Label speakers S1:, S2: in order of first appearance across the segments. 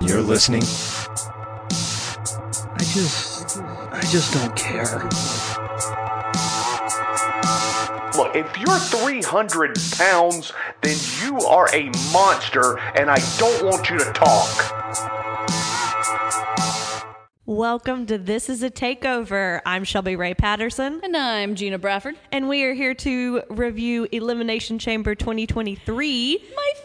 S1: you're listening.
S2: I just, I just don't care.
S3: Look, if you're 300 pounds, then you are a monster, and I don't want you to talk.
S4: Welcome to This Is a Takeover. I'm Shelby Ray Patterson,
S5: And I'm Gina Bradford.
S4: and we are here to review Elimination Chamber 2023,
S5: My favorite.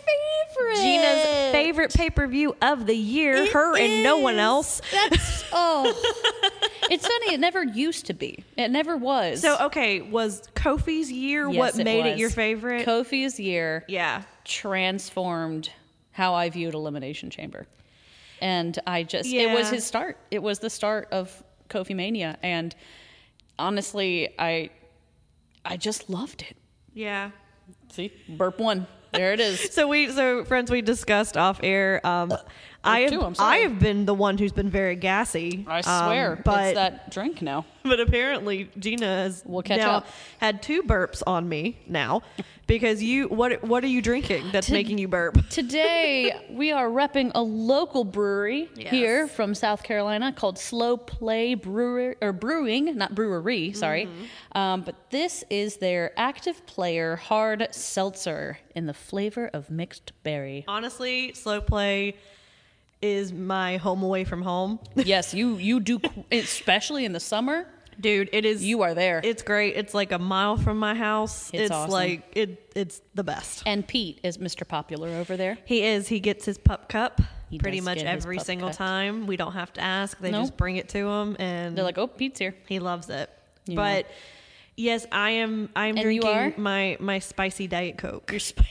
S4: Gina's favorite pay per view of the year,
S5: It
S4: her and no one
S5: is.
S4: else.
S5: That's oh. it's funny. It never used to be. It never was.
S4: So, okay, was Kofi's year
S5: Yes,
S4: what made it
S5: was.
S4: your favorite?
S5: Kofi's year
S4: yeah.
S5: transformed how I viewed Elimination Chamber, and I just it was
S4: Yeah.
S5: his start. It was the start of Kofi Mania, and honestly, I I just loved it.
S4: Yeah.
S5: See, burp one. There it is.
S4: So we so friends we discussed off air. Um, I have
S5: Uh, two, I'm
S4: I
S5: sorry.
S4: have been the one who's been very gassy.
S5: I
S4: um,
S5: swear,
S4: but
S5: it's that drink now.
S4: but apparently Gina has
S5: We'll catch
S4: now
S5: up.
S4: had two burps on me now because you what what are you drinking that's
S5: To-
S4: making you burp?
S5: Today, we are repping a local brewery here from South Carolina called Slow Play Brewer, or Brewing, not brewery, sorry. Um, but this is their active player hard seltzer in the flavor of mixed berry.
S4: Honestly, slow play is my home away from home.
S5: yes, you, you do, qu- especially in the summer,
S4: Dude, it is
S5: you are there.
S4: It's great. It's like a mile from my house. It's,
S5: It's awesome.
S4: like it it's the best.
S5: and Pete is Mr. Popular over there.
S4: He is. He gets his pup cup
S5: He
S4: pretty
S5: does
S4: much
S5: get his
S4: every
S5: pup
S4: single
S5: cup.
S4: time. We don't have to ask. They
S5: Nope.
S4: just bring it to him and
S5: They're like, oh, Pete's here.
S4: he loves it.
S5: Yeah.
S4: But yes, I am I am
S5: And you
S4: drinking
S5: are?
S4: my my spicy diet coke.
S5: You're spicy.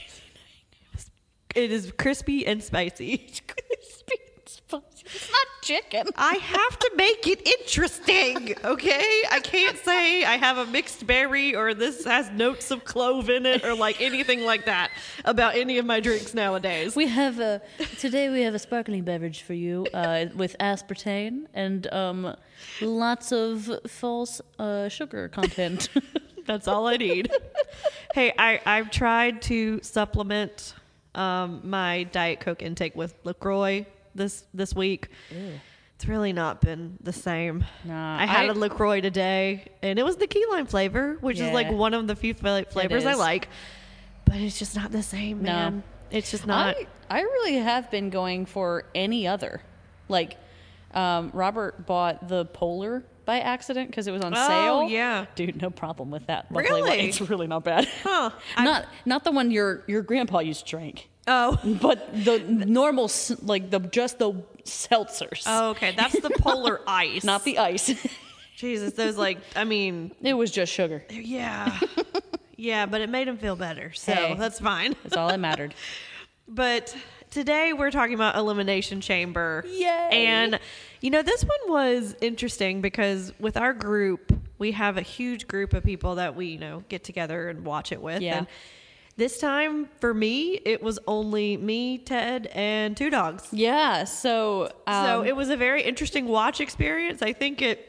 S4: It is crispy and spicy.
S5: Crispy and spicy. It's not chicken.
S4: I have to make it interesting, okay? I can't say I have a mixed berry or this has notes of clove in it or like anything like that about any of my drinks nowadays.
S5: We have a today. We have a sparkling beverage for you uh, with aspartame and um, lots of false uh, sugar content.
S4: That's all I need. hey, I, I've tried to supplement um, my diet coke intake with Lacroix this this week. It's really not been the same.
S5: Nah,
S4: I had
S5: I-
S4: a Lacroix today, and it was the key lime flavor, which is like
S5: Yeah.
S4: one of the few fla- flavors I
S5: is.
S4: like. But it's just not the same,
S5: No.
S4: man. It's just not.
S5: I I really have been going for any other. Like um, Robert bought the Polar by accident because it was on
S4: Oh,
S5: sale.
S4: yeah.
S5: dude, no problem with that. Luckily,
S4: Really?
S5: it's really not bad.
S4: Huh. I-
S5: not not the one your your grandpa used to drink.
S4: oh.
S5: But the normal, s- like the just the seltzers,
S4: Oh, okay. That's the polar ice.
S5: not the ice.
S4: Jesus, those like I mean
S5: It was just sugar.
S4: Yeah. yeah, but it made him feel better. So
S5: Hey.
S4: that's fine.
S5: That's all that mattered.
S4: But today we're talking about Elimination Chamber.
S5: Yay.
S4: And, you know, this one was interesting because with our group, we have a huge group of people that we, you know, get together and watch it with.
S5: Yeah.
S4: And this time for me, it was only me, Ted, and two dogs.
S5: yeah. So, um,
S4: so it was a very interesting watch experience. I think it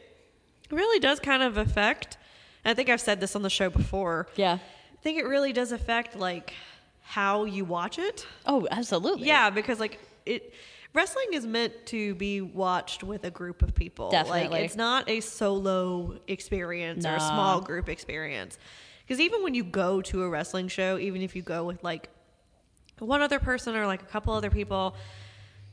S4: really does kind of affect. I think I've said this on the show before.
S5: yeah.
S4: I think it really does affect like how you watch it.
S5: Oh, absolutely.
S4: Yeah, because like it wrestling is meant to be watched with a group of people. Like
S5: Definitely.
S4: it's not a solo experience or a
S5: Nah.
S4: small group experience. Cuz even when you go to a wrestling show, even if you go with like one other person or like a couple other people,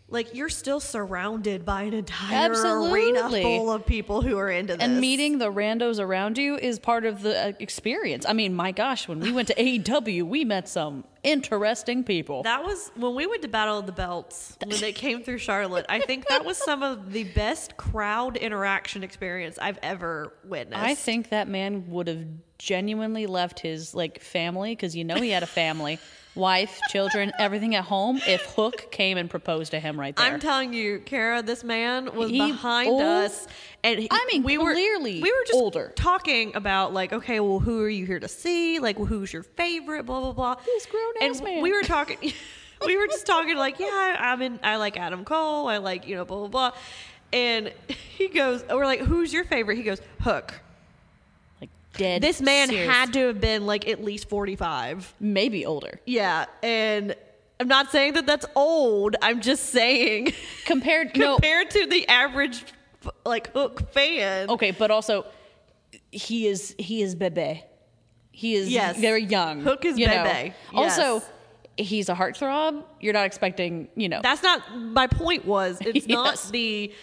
S4: like you're still surrounded by an entire arena
S5: Absolutely.
S4: full of people who are into this.
S5: And meeting the randos around you is part of the uh, experience. I mean, my gosh, when we went to AEW, we met some interesting people.
S4: That was when we went to Battle of the Belts when they came through Charlotte. I think that was some of the best crowd interaction experience I've ever witnessed.
S5: I think that man would have genuinely left his like family because you know he had a family, wife, children, everything at home. If Hook came and proposed to him right there,
S4: I'm telling you, Kara, this man was
S5: He-
S4: behind
S5: oh,
S4: us, and he-
S5: I mean,
S4: we were
S5: clearly
S4: we were just
S5: older.
S4: talking about like, okay, well, who are you here to see? Like, who's your favorite? Blah blah blah.
S5: This grown-ass
S4: and
S5: man.
S4: we were talking, we were just talking like, yeah, I, I'm in. I like Adam Cole. I like you know blah blah blah. And he goes, we're like, who's your favorite? He goes, Hook.
S5: like dead.
S4: This man
S5: serious.
S4: had to have been like at least 45.
S5: maybe older.
S4: Yeah. And I'm not saying that that's old. I'm just saying
S5: Compared, no,
S4: compared to the average f- like hook fan.
S5: okay, but also he is he is bebe. He is
S4: Yes.
S5: very young.
S4: Hook is
S5: you know.
S4: bebe.
S5: Also,
S4: Yes.
S5: he's a heartthrob. You're not expecting, you know.
S4: That's not my point was it's not
S5: Yes.
S4: the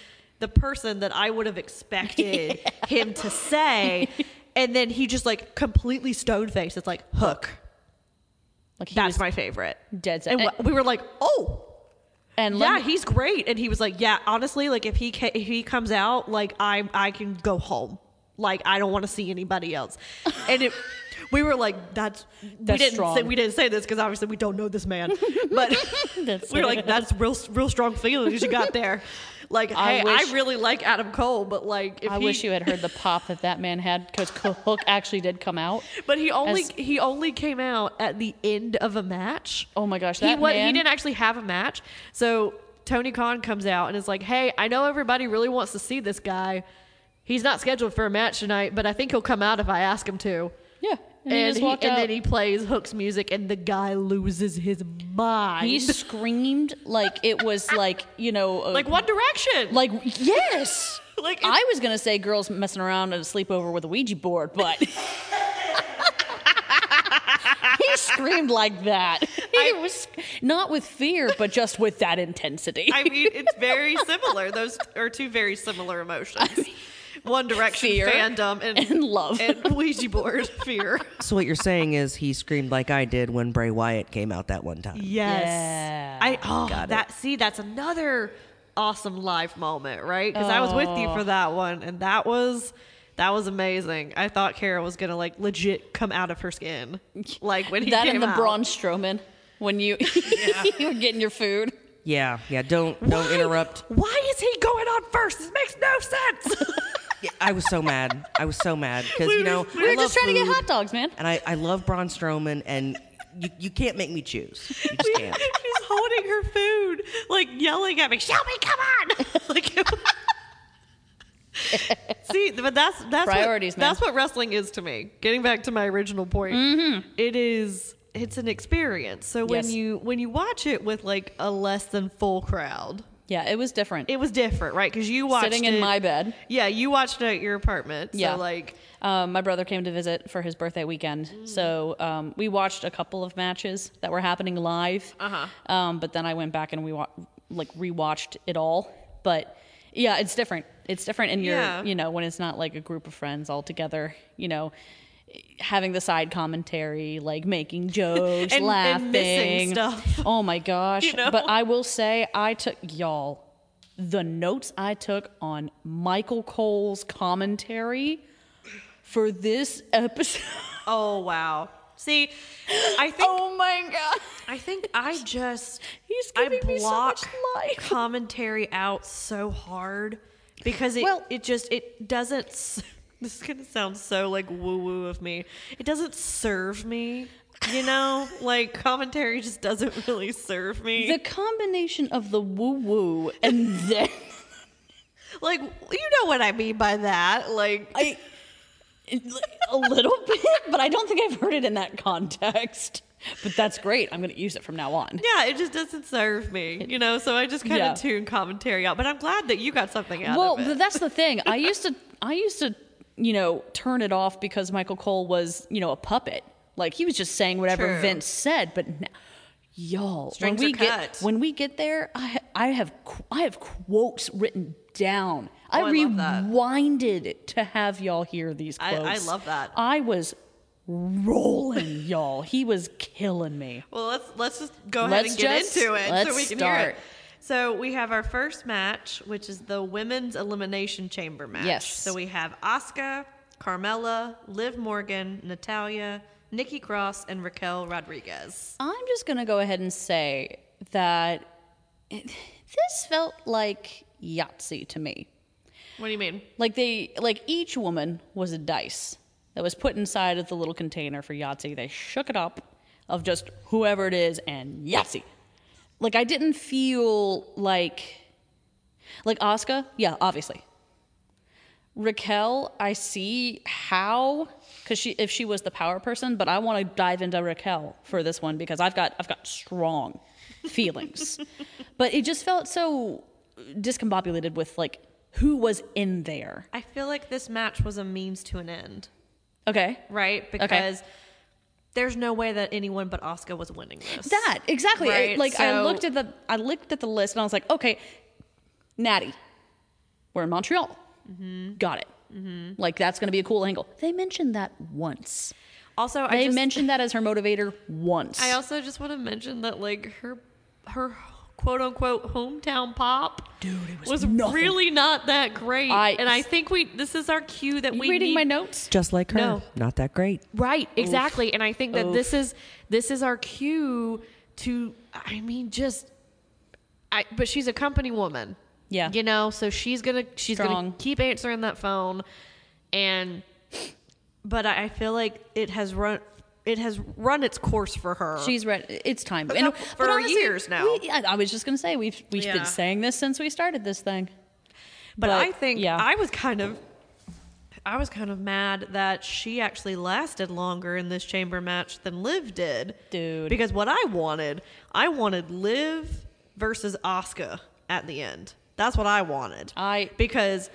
S4: the person that I would have expected him to say. And then he just like completely stone faced. It's like hook.
S5: like he
S4: That's
S5: was
S4: my favorite.
S5: dead set.
S4: And
S5: And,
S4: wh- we were like, oh,
S5: and let
S4: yeah,
S5: me-
S4: he's great. And he was like, yeah, honestly, like if he ca- if he comes out, like I I can go home. Like I don't want to see anybody else. And it, we were like, that's,
S5: That's
S4: we didn't
S5: strong.
S4: say we didn't say this because obviously we don't know this man, but
S5: That's-
S4: we were like, that's real real strong feelings you got there. Like,
S5: I
S4: hey,
S5: wish-
S4: I really like Adam Cole, but like, if
S5: I
S4: he,
S5: wish you had heard the pop that that man had because Hook actually did come out.
S4: But he only
S5: as-
S4: he only came out at the end of a match.
S5: Oh my gosh,
S4: he
S5: that
S4: wa-
S5: man-
S4: he didn't actually have a match. So Tony Khan comes out and is like, "Hey, I know everybody really wants to see this guy. He's not scheduled for a match tonight, but I think he'll come out if I ask him to."
S5: Yeah, and,
S4: And,
S5: he just
S4: he-
S5: walked
S4: and
S5: out.
S4: then he plays Hook's music, and the guy loses his mind.
S5: he screamed like it was like you know a-
S4: like One Direction.
S5: like yes.
S4: Like,
S5: I was gonna say girls messing around at a sleepover with a Ouija board, but he screamed like that. He was not with fear, but just with that intensity.
S4: I mean, it's very similar. Those are two very similar emotions. One Direction
S5: fear
S4: fandom and,
S5: and love.
S4: and Ouija board fear.
S1: So what you're saying is he screamed like I did when Bray Wyatt came out that one time.
S4: Yes.
S5: Yeah.
S4: I oh that see that's another awesome live moment, right? Because I was with
S5: Oh.
S4: you for that one, and that was that was amazing. I thought Kara was gonna like legit come out of her skin, like when he
S5: that
S4: came
S5: and the
S4: out.
S5: Braun Strowman when you you were getting your food.
S1: Yeah, yeah. Don't don't
S4: Why-
S1: interrupt.
S4: Why is he going on first? This makes no sense.
S1: I was so mad. I was so mad because
S4: We
S1: you
S4: were-
S1: know
S4: we
S5: We
S1: I
S5: were
S1: love
S5: just trying to get
S1: food,
S5: hot dogs, man.
S1: and I I love Braun Strowman, and you you can't make me choose. You just
S4: She's
S1: can't.
S4: holding her food, like yelling at me, Shelby, come on! like, see, but that's that's
S5: Priorities,
S4: What,
S5: man.
S4: That's what wrestling is to me. Getting back to my original point, it is it's an experience. So when
S5: Mm-hmm. Yes.
S4: you when you watch it with like a less than full crowd,
S5: Yeah, it was different.
S4: it was different, right? Because you watched
S5: Sitting in
S4: it-
S5: my bed.
S4: Yeah, you watched it at your apartment.
S5: Yeah.
S4: So like,
S5: Um, my brother came to visit for his birthday weekend,
S4: Mm.
S5: so um, we watched a couple of matches that were happening live. Uh-huh. Um, but then I went back and we wa- like rewatched it all. But yeah, it's different. It's different in your
S4: Yeah.
S5: you know when it's not like a group of friends all together. You know, having the side commentary, like making jokes,
S4: And-
S5: laughing,
S4: and missing stuff.
S5: Oh my gosh!
S4: You know?
S5: But I will say, I took y'all the notes I took on Michael Cole's commentary for this episode.
S4: oh wow. See, I think
S5: oh my god!
S4: I think I just
S5: He's
S4: I
S5: giving me so
S4: block
S5: much life.
S4: commentary out so hard because it
S5: Well-
S4: it just it doesn't. s- This is gonna sound so like woo woo of me. It doesn't serve me, you know. like commentary just doesn't really serve me.
S5: The combination of the woo woo and then
S4: like you know what I mean by that. Like
S5: I a little bit, but I don't think I've heard it in that context. But that's great. I'm going to use it from now on.
S4: yeah, it just doesn't serve me, you know. So I just kind of
S5: Yeah.
S4: tune commentary out. But I'm glad that you got something out
S5: well
S4: of it.
S5: but that's the thing i used to i used to you know turn it off because michael cole was you know a puppet like he was just saying whatever
S4: True.
S5: vince said but now y'all
S4: Strings
S5: when we
S4: are
S5: get
S4: cut.
S5: when we get there i i have qu- i have quotes written down i,
S4: Oh, I love that.
S5: rewinded it to have y'all hear these
S4: I- I
S5: quotes
S4: love that.
S5: i was rolling y'all he was killing me
S4: Well, let's let's just go ahead
S5: Let's
S4: and get
S5: just-
S4: into it
S5: let's
S4: so we can hear
S5: start.
S4: it. So we have our first match, which is the women's elimination chamber match.
S5: Yes.
S4: So we have Asuka, Carmella, Liv Morgan, Natalia, Nikki Cross, and Raquel Rodriguez.
S5: I'm just going to go ahead and say that it- this felt like Yahtzee to me.
S4: What do you mean?
S5: Like they like each woman was a dice that was put inside of the little container for Yahtzee. They shook it up of just whoever it is and Yahtzee. Like I didn't feel like like Oscar, yeah, obviously. Raquel, I see how because she if she was the power person, but I want to dive into Raquel for this one because I've got I've got strong feelings. but it just felt so discombobulated with like who was in there.
S4: I feel like this match was a means to an end,
S5: Okay.
S4: right? Because there's no way that anyone but Oscar was winning this.
S5: That exactly. I-
S4: Right,
S5: like I
S4: so-
S5: looked at the I looked at the list and I was like, okay, Natty, we're in Montreal.
S4: Mm-hmm.
S5: Got it. Like that's going to be a cool angle. They mentioned that once.
S4: also, I
S5: They
S4: just,
S5: mentioned that as her motivator once.
S4: I also just want to mention that like her her quote unquote hometown pop
S5: Dude, it was nothing.
S4: really not that great.
S5: I-
S4: and I think we this is our cue that
S5: You
S4: we
S5: reading
S4: need,
S5: my notes?
S1: Just like her.
S4: No.
S1: Not that great.
S4: Right, exactly. And I think that this is this is our cue to I mean just I but she's a company woman.
S5: Yeah.
S4: You know, so she's gonna she's
S5: Strong.
S4: gonna keep answering that phone and but I I feel like it has run it has run its course for her.
S5: She's read. It's time.
S4: For- for years now.
S5: we- I, I was just going to say we've we've
S4: Yeah.
S5: been saying this since we started this thing.
S4: but,
S5: but,
S4: I think
S5: yeah.
S4: I was kind of I was kind of mad that she actually lasted longer in this chamber match than Liv did.
S5: Dude.
S4: Because what I wanted, I wanted Liv versus Oscar at the end. That's what I wanted.
S5: I-
S4: because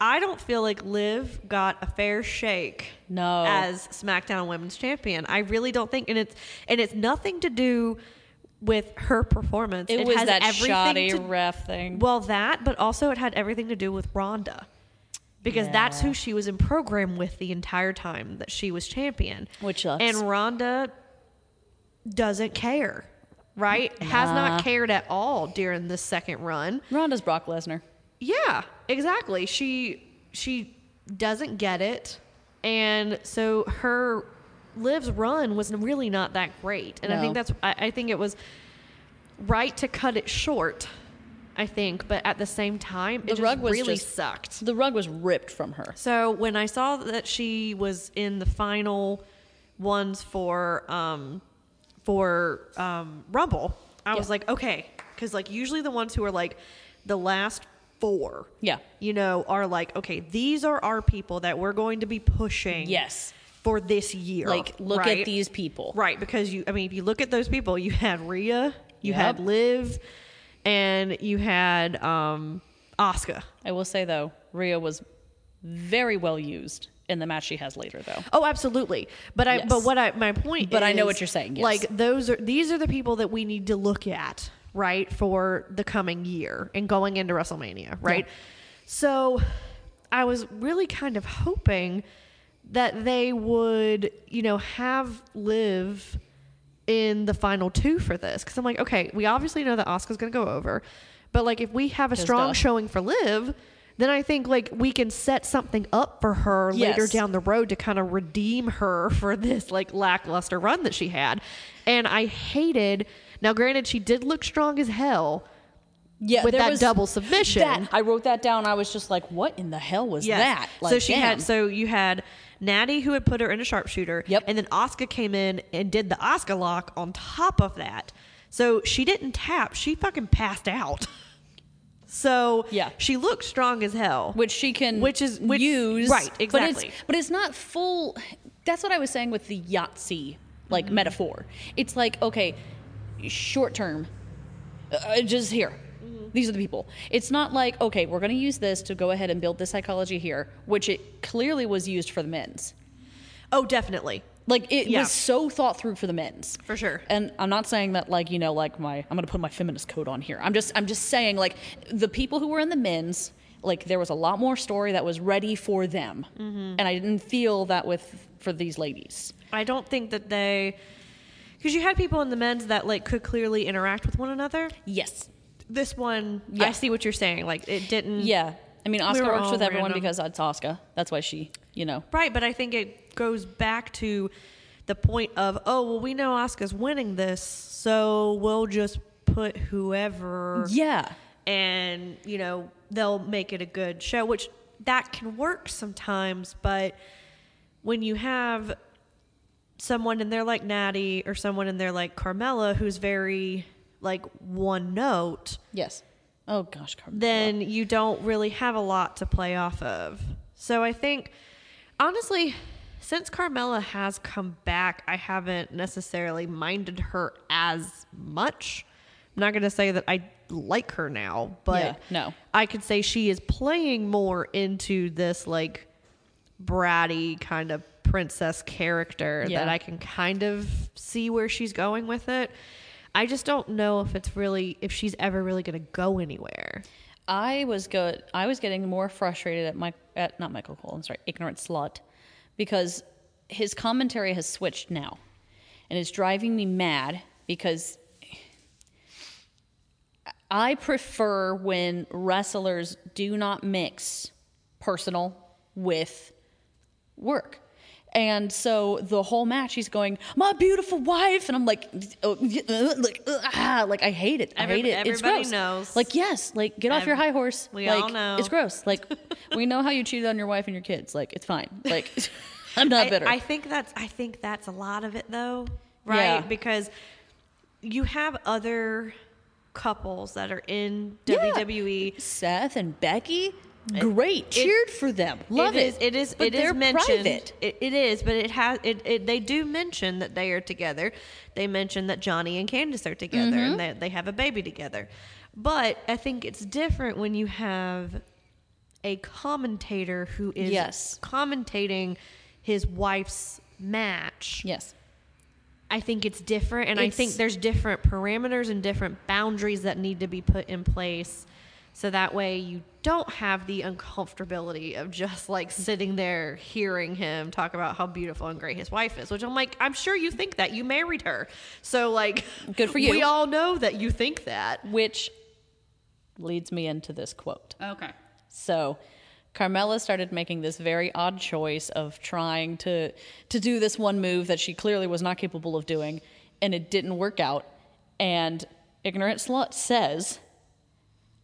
S4: I don't feel like Liv got a fair shake
S5: No.
S4: as SmackDown Women's Champion. I really don't think and it's and it's nothing to do with her performance.
S5: It, was
S4: has
S5: that
S4: everything
S5: shoddy
S4: to
S5: ref thing.
S4: well, that, but also it had everything to do with Rhonda. Because that's who she was in program with the entire time that she was champion.
S5: Which sucks.
S4: And Rhonda doesn't care, right? Has
S5: Nah.
S4: not cared at all during this second run.
S5: Rhonda's Brock Lesnar.
S4: Yeah, exactly. She she doesn't get it, and so her Liv's run was really not that great. And I think
S5: No.
S4: that's I, I think it was right to cut it short. I think, but at the same time, it
S5: The
S4: just
S5: rug was
S4: really
S5: just-
S4: sucked.
S5: The rug was ripped from her.
S4: So when I saw that she was in the final ones for um, for um, Rumble, I was
S5: Yeah.
S4: like, okay, because like usually the ones who are like the last four,
S5: Yeah.
S4: you know, are like, okay, these are our people that we're going to be pushing,
S5: Yes.
S4: for this year.
S5: Like look at
S4: right?
S5: these people.
S4: right? Because you, I mean, if you look at those people, you had Rhea, you
S5: Yep.
S4: had Liv, and you had um, Oscar.
S5: I will say though, Rhea was very well used in the match she has later though.
S4: Oh, absolutely. But I
S5: Yes.
S4: but what I my point
S5: But I know
S4: is,
S5: what you're saying, yes.
S4: Like those are these are the people that we need to look at, right, for the coming year and going into WrestleMania, right?
S5: Yeah.
S4: So I was really kind of hoping that they would, you know, have live in the final two for this cuz I'm like, okay, we obviously know that Oscar's going to go over. But like if we have a strong
S5: duh.
S4: showing for Liv, then I think like we can set something up for her later
S5: Yes.
S4: down the road to kind of redeem her for this like lackluster run that she had. And I hated. Now, granted, she did look strong as hell.
S5: Yeah,
S4: With that double submission.
S5: that- I wrote that down. I was just like, what in the hell was that? Like,
S4: so she
S5: damn.
S4: had. So you had Natty who had put her in a sharpshooter.
S5: Yep.
S4: And then Oscar came in and did the Oscar lock on top of that. So she didn't tap. She fucking passed out. So
S5: Yeah.
S4: she looked strong as hell.
S5: which she can
S4: Which is- which-
S5: use
S4: right,
S5: But
S4: exactly.
S5: it's, but it's not full. That's what I was saying with the Yahtzee like metaphor. It's like okay, short term, uh, just here. These are the people. It's not like okay, we're going to use this to go ahead and build this psychology here, which it clearly was used for the men's.
S4: oh, definitely.
S5: Like it
S4: Yeah.
S5: was so thought through for the men's.
S4: For sure.
S5: And I'm not saying that like, you know, like my I'm gonna put my feminist coat on here. I'm just I'm just saying like the people who were in the men's, like there was a lot more story that was ready for them.
S4: Mm-hmm.
S5: And I didn't feel that with for these ladies.
S4: I don't think that they, because you had people in the men's that like could clearly interact with one another.
S5: Yes.
S4: This one,
S5: Yeah.
S4: I see what you're saying. Like it didn't.
S5: Yeah. I mean Oscar
S4: were
S5: works
S4: all
S5: with everyone
S4: random.
S5: because it's Oscar. That's why she, you know.
S4: Right, but I think it goes back to the point of oh well we know Oscar's winning this, so we'll just put whoever
S5: Yeah.
S4: and you know they'll make it a good show which that can work sometimes but when you have someone in there like natty or someone in there like carmela who's very like one note
S5: Yes. Oh gosh, Carmen.
S4: then you don't really have a lot to play off of so i think honestly since Carmela has come back, I haven't necessarily minded her as much. I'm not going to say that I like her now, but
S5: Yeah, no.
S4: I could say she is playing more into this like bratty kind of princess character
S5: Yeah.
S4: that I can kind of see where she's going with it. I just don't know if it's really if she's ever really going to go anywhere.
S5: I was go I was getting more frustrated at Mike at not Michael Cole, I'm sorry, ignorant slut, because his commentary has switched now. And it's driving me mad because I prefer when wrestlers do not mix personal with work. And so the whole match, he's going, "My beautiful wife," and I'm like, oh, y- uh, like, uh, ah, like I hate it. I hate
S4: Everyb-
S5: it. It's
S4: everybody
S5: gross.
S4: knows.
S5: Like, yes, like get off your high horse.
S4: we
S5: like,
S4: all know.
S5: it's gross. Like, we know how you cheated on your wife and your kids. Like, it's fine. Like, I'm not
S4: I,
S5: bitter.
S4: I think that's I think that's a lot of it though, right?
S5: Yeah.
S4: Because you have other couples that are in E.
S5: Yeah.
S4: WWE.
S5: Seth and Becky, great, cheered for them, love
S4: It is. It is.
S5: But
S4: it is
S5: they're
S4: mentioned.
S5: private.
S4: It, it is, but it has. It, it. They do mention that they are together. They mention that Johnny and Candace are together,
S5: Mm-hmm.
S4: and that they have a baby together. But I think it's different when you have a commentator who is
S5: Yes.
S4: commentating his wife's match.
S5: Yes.
S4: I think it's different, and I think
S5: It's-
S4: there's different parameters and different boundaries that need to be put in place, so that way you don't have the uncomfortability of just like sitting there hearing him talk about how beautiful and great his wife is. Which I'm like, I'm sure you think that you married her, so like,
S5: Good for you.
S4: We all know that you think that.
S5: Which leads me into this quote.
S6: Okay.
S5: So Carmella started making this very odd choice of trying to to do this one move that she clearly was not capable of doing and it didn't work out and ignorant slut says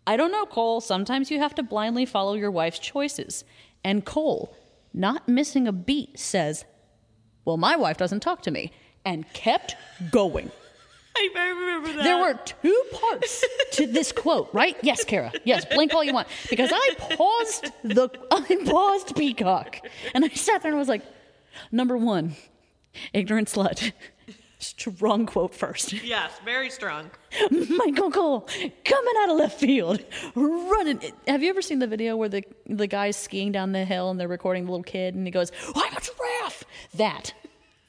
S5: I don't know Cole sometimes you have to blindly follow your wife's choices and Cole not missing a beat says well my wife doesn't talk to me and kept going
S4: I remember that.
S5: there were two parts to this quote, right? Yes, Kara. Yes, blink all you want. Because I paused the I paused Peacock. And I sat there and was like, number one, ignorant slut. Strong quote first.
S4: yes, very strong.
S5: Michael Cole coming out of left field, running. Have you ever seen the video where the the guy's skiing down the hill and they're recording the little kid and he goes, "I'm a giraffe." That,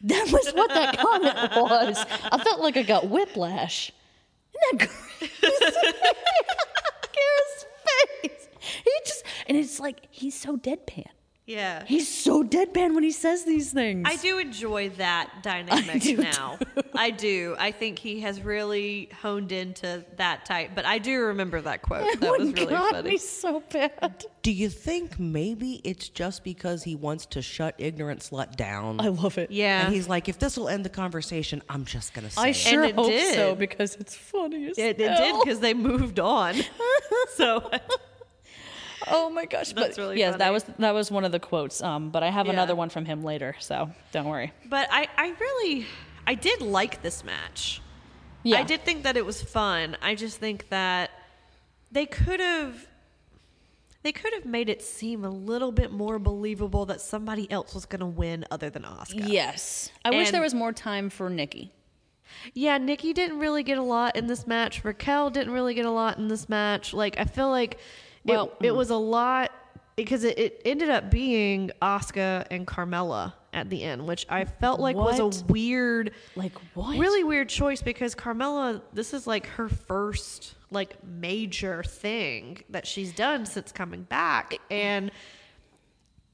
S5: that was what that comment was. I felt like I got whiplash. Isn't that great? Kara's face. He just and it's like he's so deadpan.
S4: Yeah.
S5: He's so deadpan when he says these things.
S4: I do enjoy that dynamic
S5: do,
S4: now. I do. I think he has really honed into that type. But I do remember that quote. That was
S5: When
S4: really
S5: Oh God,
S4: funny.
S5: He's so bad.
S1: Do you think maybe it's just because he wants to shut ignorant slut down?
S5: I love it.
S4: Yeah.
S1: And he's like, if this will end the conversation, I'm just gonna say.
S5: I
S1: it."
S5: sure
S4: it
S5: hope
S4: did.
S5: so because it's funny as
S4: it, it did
S5: hell.
S4: because they moved on. so
S5: oh my gosh,
S4: That's
S5: but
S4: really
S5: yes, that
S4: funny.
S5: was that was one of the quotes. Um, but I have
S4: Yeah.
S5: another one from him later, so don't worry.
S4: but I, I really I did like this match.
S5: Yeah,
S4: I did think that it was fun. I just think that they could have they could have made it seem a little bit more believable that somebody else was going to win other than Oscar.
S5: Yes, I wish
S4: And-
S5: there was more time for Nikki.
S4: Yeah, Nikki didn't really get a lot in this match. Raquel didn't really get a lot in this match. Like I feel like it,
S5: Well, mm.
S4: it was a lot because it, it ended up being Oscar and Carmella at the end, which I felt like was
S5: What?
S4: a weird
S5: Like what?
S4: really weird choice because Carmella this is like her first like major thing that she's done since coming back and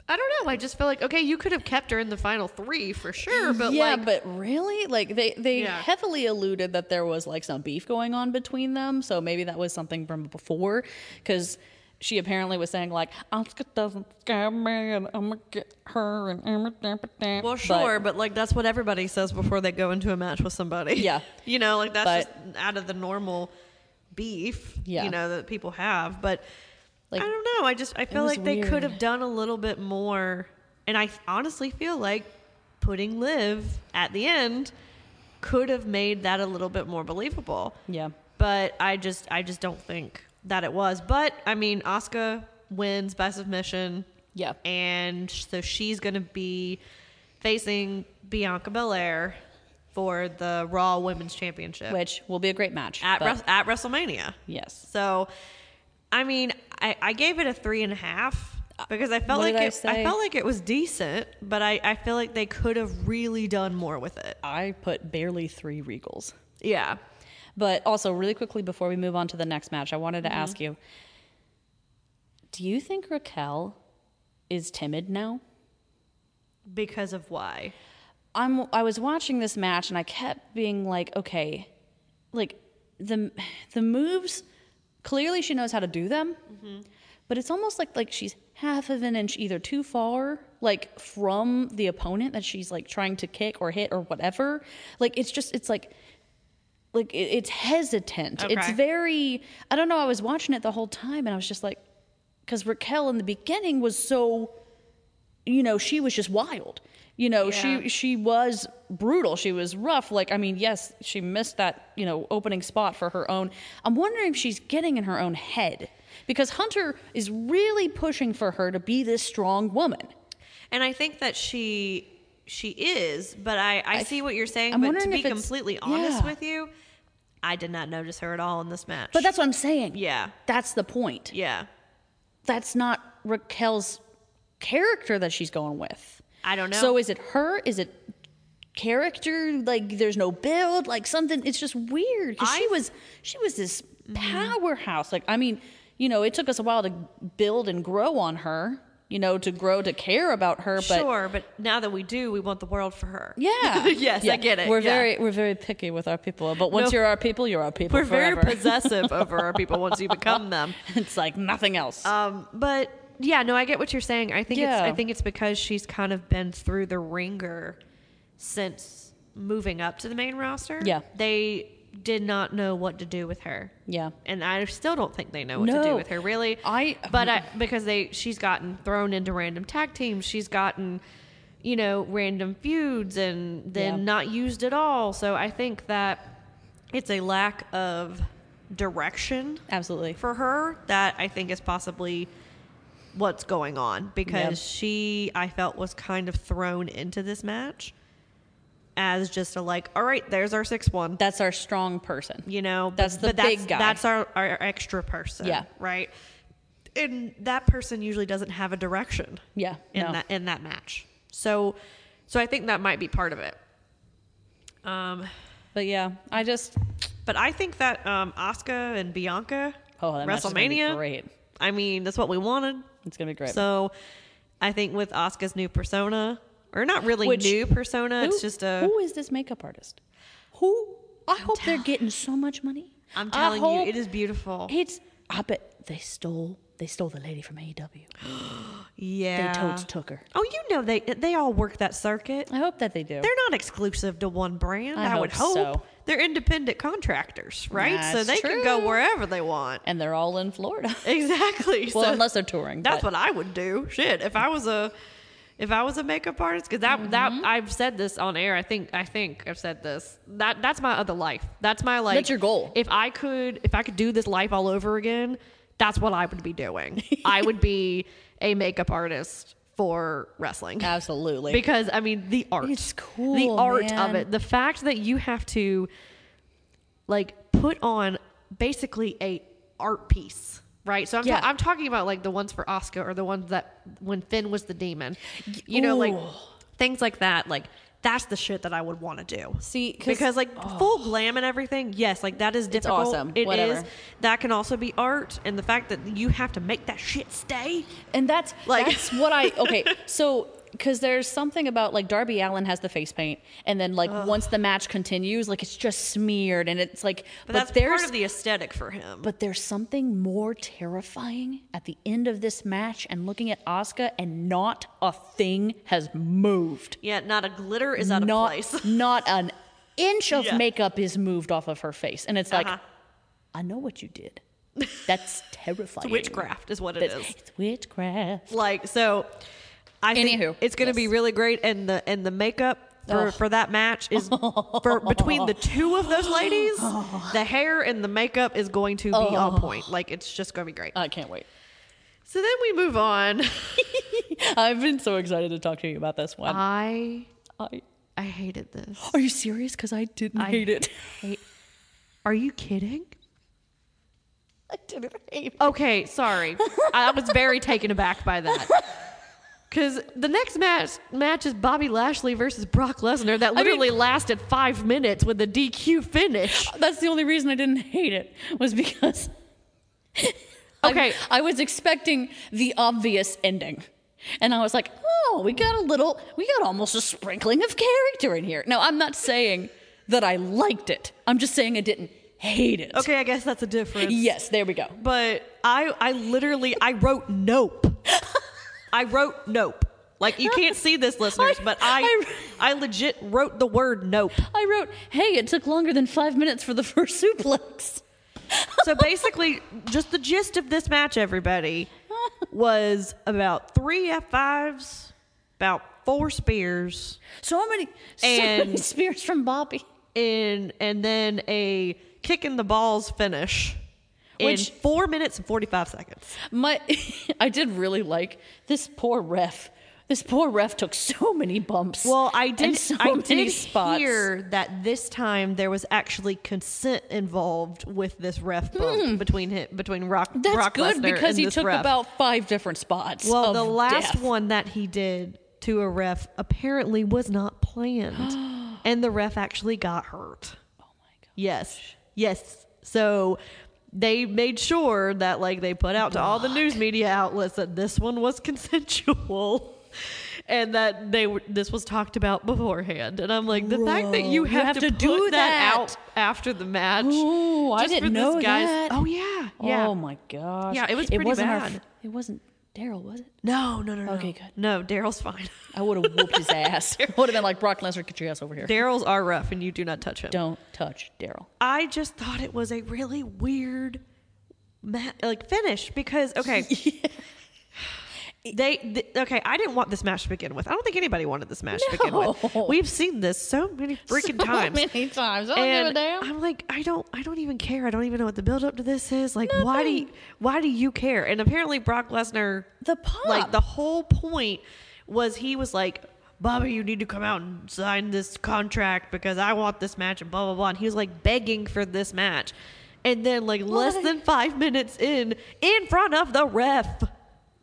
S4: I don't know. I just feel like okay, you could have kept her in the final three for sure, but
S5: yeah,
S4: like
S5: but really, like they they
S4: Yeah.
S5: heavily alluded that there was like some beef going on between them, so maybe that was something from before, because she apparently was saying like Oscar doesn't scare me, and I'm gonna get her, and I'm gonna
S4: Well, sure, but, like that's what everybody says before they go into a match with somebody.
S5: Yeah.
S4: you know, like that's
S5: But-
S4: just out of the normal beef.
S5: Yeah.
S4: you know that people have, but
S5: Like,
S4: I don't know. I just I feel
S5: was
S4: like they could
S5: weird.
S4: have done a little bit more, and I honestly feel like putting Liv at the end could have made that a little bit more believable.
S5: Yeah.
S4: But I just I just don't think that it was. But I mean, Oscar wins by submission.
S5: Yeah.
S4: And so she's going to be facing Bianca Belair for the Raw Women's Championship
S5: which will be a great match.
S4: at,
S5: but-
S4: Wres- at WrestleMania.
S5: yes.
S4: So, I mean, I, I gave it a three and a half because I felt
S5: What
S4: like
S5: did I
S4: it, I
S5: say?
S4: felt like it was decent, but I, I feel like they could have really done more with it.
S5: I put barely three regals.
S4: Yeah.
S5: But also, really quickly before we move on to the next match, I wanted to ask you Do you think Raquel is timid now?
S4: Because of why?
S5: I'm I was watching this match and I kept being like, okay, like the the moves clearly she knows how to do them, but it's almost like like she's half of an inch either too far like from the opponent that she's like trying to kick or hit or whatever. Like it's just it's like like it, it's hesitant. It's
S4: Okay.
S5: very I don't know. I was watching it the whole time and I was just like, because Raquel in the beginning was so you know she was just wild you know
S4: Yeah.
S5: she she was brutal she was rough like i mean yes she missed that you know opening spot for her own i'm wondering if she's getting in her own head because hunter is really pushing for her to be this strong woman
S4: And I think that she she is, but I, I, see what you're saying.
S5: I'm
S4: but to
S5: wondering
S4: be
S5: if it's-
S4: completely honest
S5: yeah.
S4: with you, I did not notice her at all in this match.
S5: but that's what i'm saying
S4: yeah,
S5: that's the point
S4: yeah.
S5: that's not raquel's character that she's going with
S4: I don't know.
S5: so is it her is it character like there's no build like something it's just weird 'cause she
S4: I- Mm-hmm.
S5: was she was this powerhouse like i mean you know it took us a while to build and grow on her you know to grow to care about her but
S4: sure, but now that we do, we want the world for her.
S5: yeah
S4: Yes, I
S5: Yeah.
S4: get it,
S5: we're
S4: yeah.
S5: very we're very picky with our people but once
S4: No.
S5: you're our people you're our people
S4: We're
S5: forever.
S4: very possessive over our people once you become them.
S5: it's like nothing else
S4: Um, but yeah, no, I get what you're saying. I think it's
S5: Yeah.
S4: I think it's because she's kind of been through the ringer since moving up to the main roster.
S5: Yeah.
S4: They did not know what to do with her.
S5: yeah
S4: And I still don't think they know what to do
S5: No.
S4: with her really.
S5: I-
S4: but I because they she's gotten thrown into random tag teams. She's gotten you know random feuds and then
S5: Yeah.
S4: not used at all. So I think that it's a lack of direction
S5: absolutely
S4: for her that I think is possibly what's going on because
S5: Yep.
S4: she I felt was kind of thrown into this match as just a like, all right, there's our six one.
S5: that's our strong person
S4: You know, but-
S5: That's the
S4: but
S5: big guy.
S4: That's our, our extra person.
S5: Yeah.
S4: Right. And that person usually doesn't have a direction
S5: yeah
S4: in
S5: no.
S4: that in that match. So so I think that might be part of it. Um
S5: but yeah i just
S4: but I think that um Asuka and Bianca
S5: oh that match is gonna be
S4: WrestleMania
S5: great
S4: I mean, that's what we wanted.
S5: it's gonna be great
S4: So I think with Oscar's new persona, or not really
S5: Which-
S4: new persona, it's
S5: Who-
S4: just a.
S5: Who is this makeup artist? Who? I hope they're getting so much money.
S4: I'm
S5: I
S4: telling you,
S5: hope
S4: it is beautiful.
S5: It's. I bet they stole. They stole the lady from AEW.
S4: yeah.
S5: They totes took her.
S4: Oh, you know they they all work that circuit.
S5: I hope that they do.
S4: They're not exclusive to one brand. I,
S5: I
S4: would hope.
S5: hope so.
S4: They're independent contractors, right? so
S5: That's
S4: they can go
S5: true.
S4: wherever they want.
S5: and they're all in Florida.
S4: Exactly.
S5: well,
S4: so
S5: unless they're touring.
S4: That's
S5: but
S4: what I would do. Shit, if I was a if I was a makeup artist, because that that
S5: Mm-hmm.
S4: I've said this on air. I think I think I've said this. That that's my other life. That's my like.
S5: That's your goal.
S4: If I could, if I could do this life all over again, that's what I would be doing. I would be a makeup artist for wrestling.
S5: Absolutely.
S4: Because I mean, the art.
S5: It's
S4: The
S5: cool,
S4: art of
S5: man.
S4: it. The fact that you have to like put on basically a art piece. Right, so I'm,
S5: Yeah.
S4: ta- I'm talking about like the ones for Oscar or the ones that when Finn was the demon, you know, like
S5: Ooh.
S4: things like that. Like that's the shit that I would want to do.
S5: See, 'cause- oh.
S4: because like full glam and everything, yes, like that is difficult.
S5: awesome,
S4: It is.
S5: whatever.
S4: That can also be art, and the fact that you have to make that shit stay.
S5: and that's
S4: Like-
S5: that's what I okay. So because there's something about like Darby Allen has the face paint, and then like once the match continues, like it's just smeared, and it's like
S4: But, that's
S5: there's
S4: part of the aesthetic for him.
S5: But there's something more terrifying at the end of this match and looking at Asuka and not a thing has moved.
S4: Yeah, not a glitter is out of
S5: not,
S4: place.
S5: not an inch of
S4: Yeah.
S5: makeup is moved off of her face. And it's like,
S4: Uh-huh.
S5: I know what you did. That's terrifying.
S4: Witchcraft is what it
S5: That's-
S4: is.
S5: It's witchcraft.
S4: Like so, I
S5: Anywho,
S4: think it's going to be
S5: yes.
S4: really great, and the and the makeup for,
S5: Ugh.
S4: for that match is for between the two of those ladies, the hair and the makeup is going to be on point. Like it's just going to be great.
S5: I can't wait.
S4: So then we move on.
S5: I've been so excited to talk to you about this one.
S4: I
S5: I,
S4: I hated this.
S5: are you serious? Because I didn't
S4: Uh, I
S5: hate it.
S4: hate- Are you kidding?
S5: I didn't hate it.
S4: Okay, sorry. I was very taken aback by that. Because the next match match is Bobby Lashley versus Brock Lesnar that
S5: mean-
S4: literally lasted five minutes with the DQ finish.
S5: That's the only reason I didn't hate it was because I-
S4: Okay.
S5: I, was expecting the obvious ending. And I was like, oh, we got a little, we got almost a sprinkling of character in here. Now, I'm not saying that I liked it. I'm just saying I didn't hate it.
S4: Okay, I guess that's a difference.
S5: Yes, there we go.
S4: But I I literally I wrote nope. I wrote nope. Like you can't see this listeners, but I I legit wrote the word nope.
S5: I wrote, hey, it took longer than five minutes for the first suplex.
S4: So basically, just the gist of this match, everybody, was about three F5s, about four spears,
S5: So many, so many
S4: And-
S5: spears from Bobby.
S4: and and then a kick in the balls finish.
S5: Which-
S4: in four minutes and forty five seconds.
S5: My, I did really like this poor ref. This poor ref took so many bumps.
S4: Well, I
S5: and
S4: did.
S5: so
S4: I
S5: many
S4: did
S5: spots.
S4: hear that this time there was actually consent involved with this ref bump between him, between Rock.
S5: That's
S4: Brock
S5: good
S4: Lesnar
S5: because
S4: and
S5: he
S4: this
S5: took
S4: ref.
S5: about five different spots.
S4: Well,
S5: of
S4: the last
S5: death.
S4: one that he did to a ref apparently was not planned, and the ref actually got hurt. Oh my god! Yes, yes. So they made sure that like they put out to all the news media outlets that this one was consensual. And that they were, this was talked about beforehand, and I'm like the fact that you
S5: Whoa, you
S4: have,
S5: have
S4: to,
S5: to
S4: put that.
S5: do that.
S4: out after the match.
S5: Ooh, I
S4: just for
S5: didn't
S4: this
S5: know
S4: guy's-
S5: that.
S4: Oh yeah, yeah.
S5: Oh my gosh!
S4: Yeah, it was
S5: it
S4: pretty
S5: wasn't our
S4: bad.
S5: f- it wasn't Daryl, was it?
S4: No, no, no, no.
S5: Okay, good.
S4: No, Daryl's fine.
S5: I would have whooped his ass. would have been like Brock Lesnar, get your ass over here.
S4: Daryl's are rough, and you do not touch him.
S5: Don't touch Daryl.
S4: I just thought it was a really weird, ma- like finish because okay, they th- okay. I didn't want this match to begin with. I don't think anybody wanted this match to begin
S5: No.
S4: with. We've seen this so many freaking
S5: So
S4: times.
S5: many times. I don't
S4: and
S5: give a damn.
S4: I'm like, I don't, I don't even care. I don't even know what the build up to this is. Like, why do, you,
S5: Nothing.
S4: why do you care? And apparently, Brock Lesnar
S5: The pop.
S4: like the whole point was he was like, Bobby, you need to come out and sign this contract because I want this match and blah blah blah. And he was like begging for this match. And then like less
S5: What?
S4: than five minutes in, in front of the ref.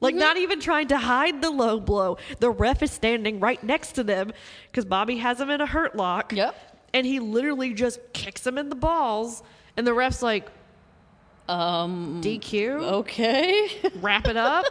S4: Like not even trying to hide the low blow. The ref is standing right next to them because Bobby has him in a hurt lock.
S5: Yep.
S4: And he literally just kicks him in the balls. And the ref's like,
S5: Mm.
S4: um DQ
S5: Okay.
S4: wrap it up.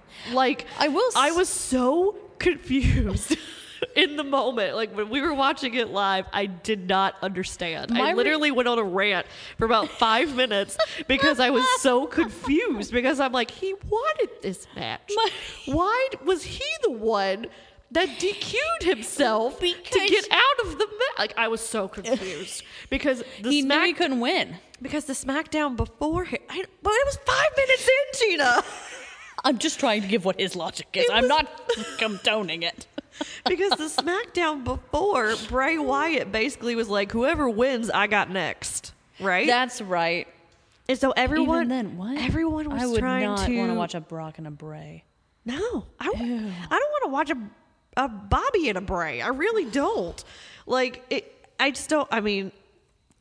S4: like
S5: I will s-
S4: I was so confused in the moment. Like when we were watching it live, I did not understand.
S5: My
S4: I
S5: re-
S4: literally went on a rant for about five minutes because I was so confused. Because I'm like, he wanted this match.
S5: My-
S4: Why was he the one? That DQ'd himself to
S5: Because-
S4: get out of the ma- like. I was so confused because the
S5: he knew
S4: smack
S5: he couldn't win.
S4: because the SmackDown before hi- I, but it was five minutes in, Gina.
S5: I'm just trying to give what his logic is.
S4: It
S5: I'm
S4: was-
S5: not condoning it.
S4: because the SmackDown before Bray Wyatt basically was like, whoever wins, I got next, right?
S5: That's right.
S4: and so everyone,
S5: Even then, what?
S4: everyone was
S5: I would
S4: trying
S5: not
S4: to
S5: want to watch a Brock and a Bray.
S4: No, I, w- I don't want to watch a, a Bobby and a Bray. I really don't. Like it, I just don't. I mean,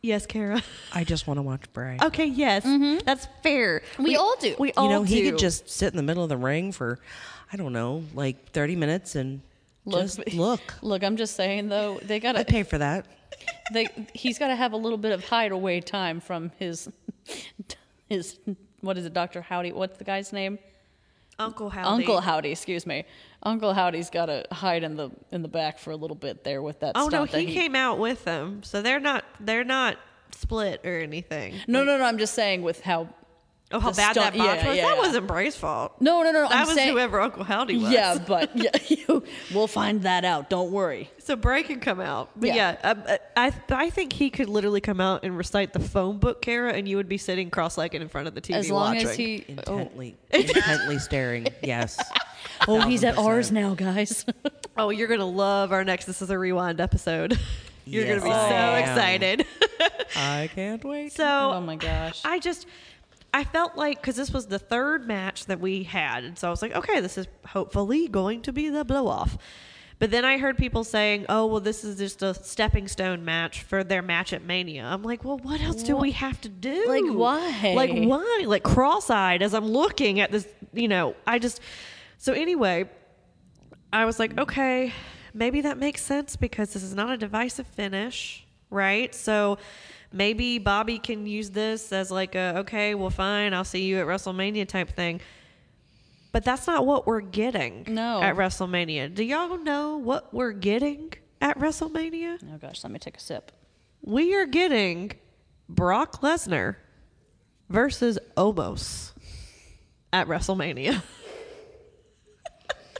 S4: yes, Kara.
S1: I just want to watch Bray.
S4: Okay, yes, that's fair.
S5: Mm-hmm. We all do.
S4: We
S5: You
S4: all
S1: you know, he
S4: do.
S1: could just sit in the middle of the ring for, I don't know, like 30 minutes and
S5: Look.
S1: just look.
S5: Look, I'm just saying though, they
S1: I
S5: gotta
S1: pay for that.
S4: Oh.
S5: they he's gotta have a little bit of hideaway time from his his what is it, Doctor Howdy? What's the guy's name?
S4: Uncle Howdy.
S5: Uncle Howdy, excuse me. Uncle Howdy's gotta hide in the in the back for a little bit there with that.
S4: Oh no,
S5: stunt that
S4: he came out with them, so they're not they're not split or anything.
S5: No, no, no. I'm just saying with how.
S4: Oh, how
S5: The
S4: bad
S5: stunt-
S4: that botch
S5: yeah,
S4: was!
S5: yeah,
S4: that
S5: yeah.
S4: wasn't Bray's fault.
S5: No, no, no.
S4: that
S5: I'm
S4: was
S5: saying,
S4: whoever Uncle Howdy was.
S5: Yeah, but yeah, you, we'll find that out. Don't worry.
S4: So Bray can come out, but
S5: Yeah.
S4: yeah, um, uh, I, I I think he could literally come out and recite the phone book, Kara, and you would be sitting cross-legged in front of the TV
S5: as long
S4: watching.
S5: as he. Oh,
S1: Intently, intently staring. Yes.
S5: oh, he's at
S1: 1000%.
S5: ours now, guys.
S4: Oh, you're gonna love our next. This is a rewind episode. you're
S1: Yes,
S4: gonna be
S1: I
S4: so
S1: am.
S4: excited.
S1: I can't wait.
S4: so
S5: Oh my gosh.
S4: I just I felt like because this was the third match that we had, and so I was like, okay, this is hopefully going to be the blow off. But then I heard people saying, "Oh, well, this is just a stepping stone match for their match at Mania." I'm like, "Well, what else do we have to do?
S5: Like, why?
S4: Like why? Like cross-eyed as I'm looking at this, you know, I just So anyway, I was like, "Okay, maybe that makes sense because this is not a divisive finish, right? So maybe Bobby can use this as like a okay, well fine, I'll see you at WrestleMania type thing." But that's not what we're getting
S5: No.
S4: at WrestleMania. Do y'all know what we're getting at WrestleMania?
S5: Oh gosh, let me take a sip.
S4: We are getting Brock Lesnar versus Omos at WrestleMania.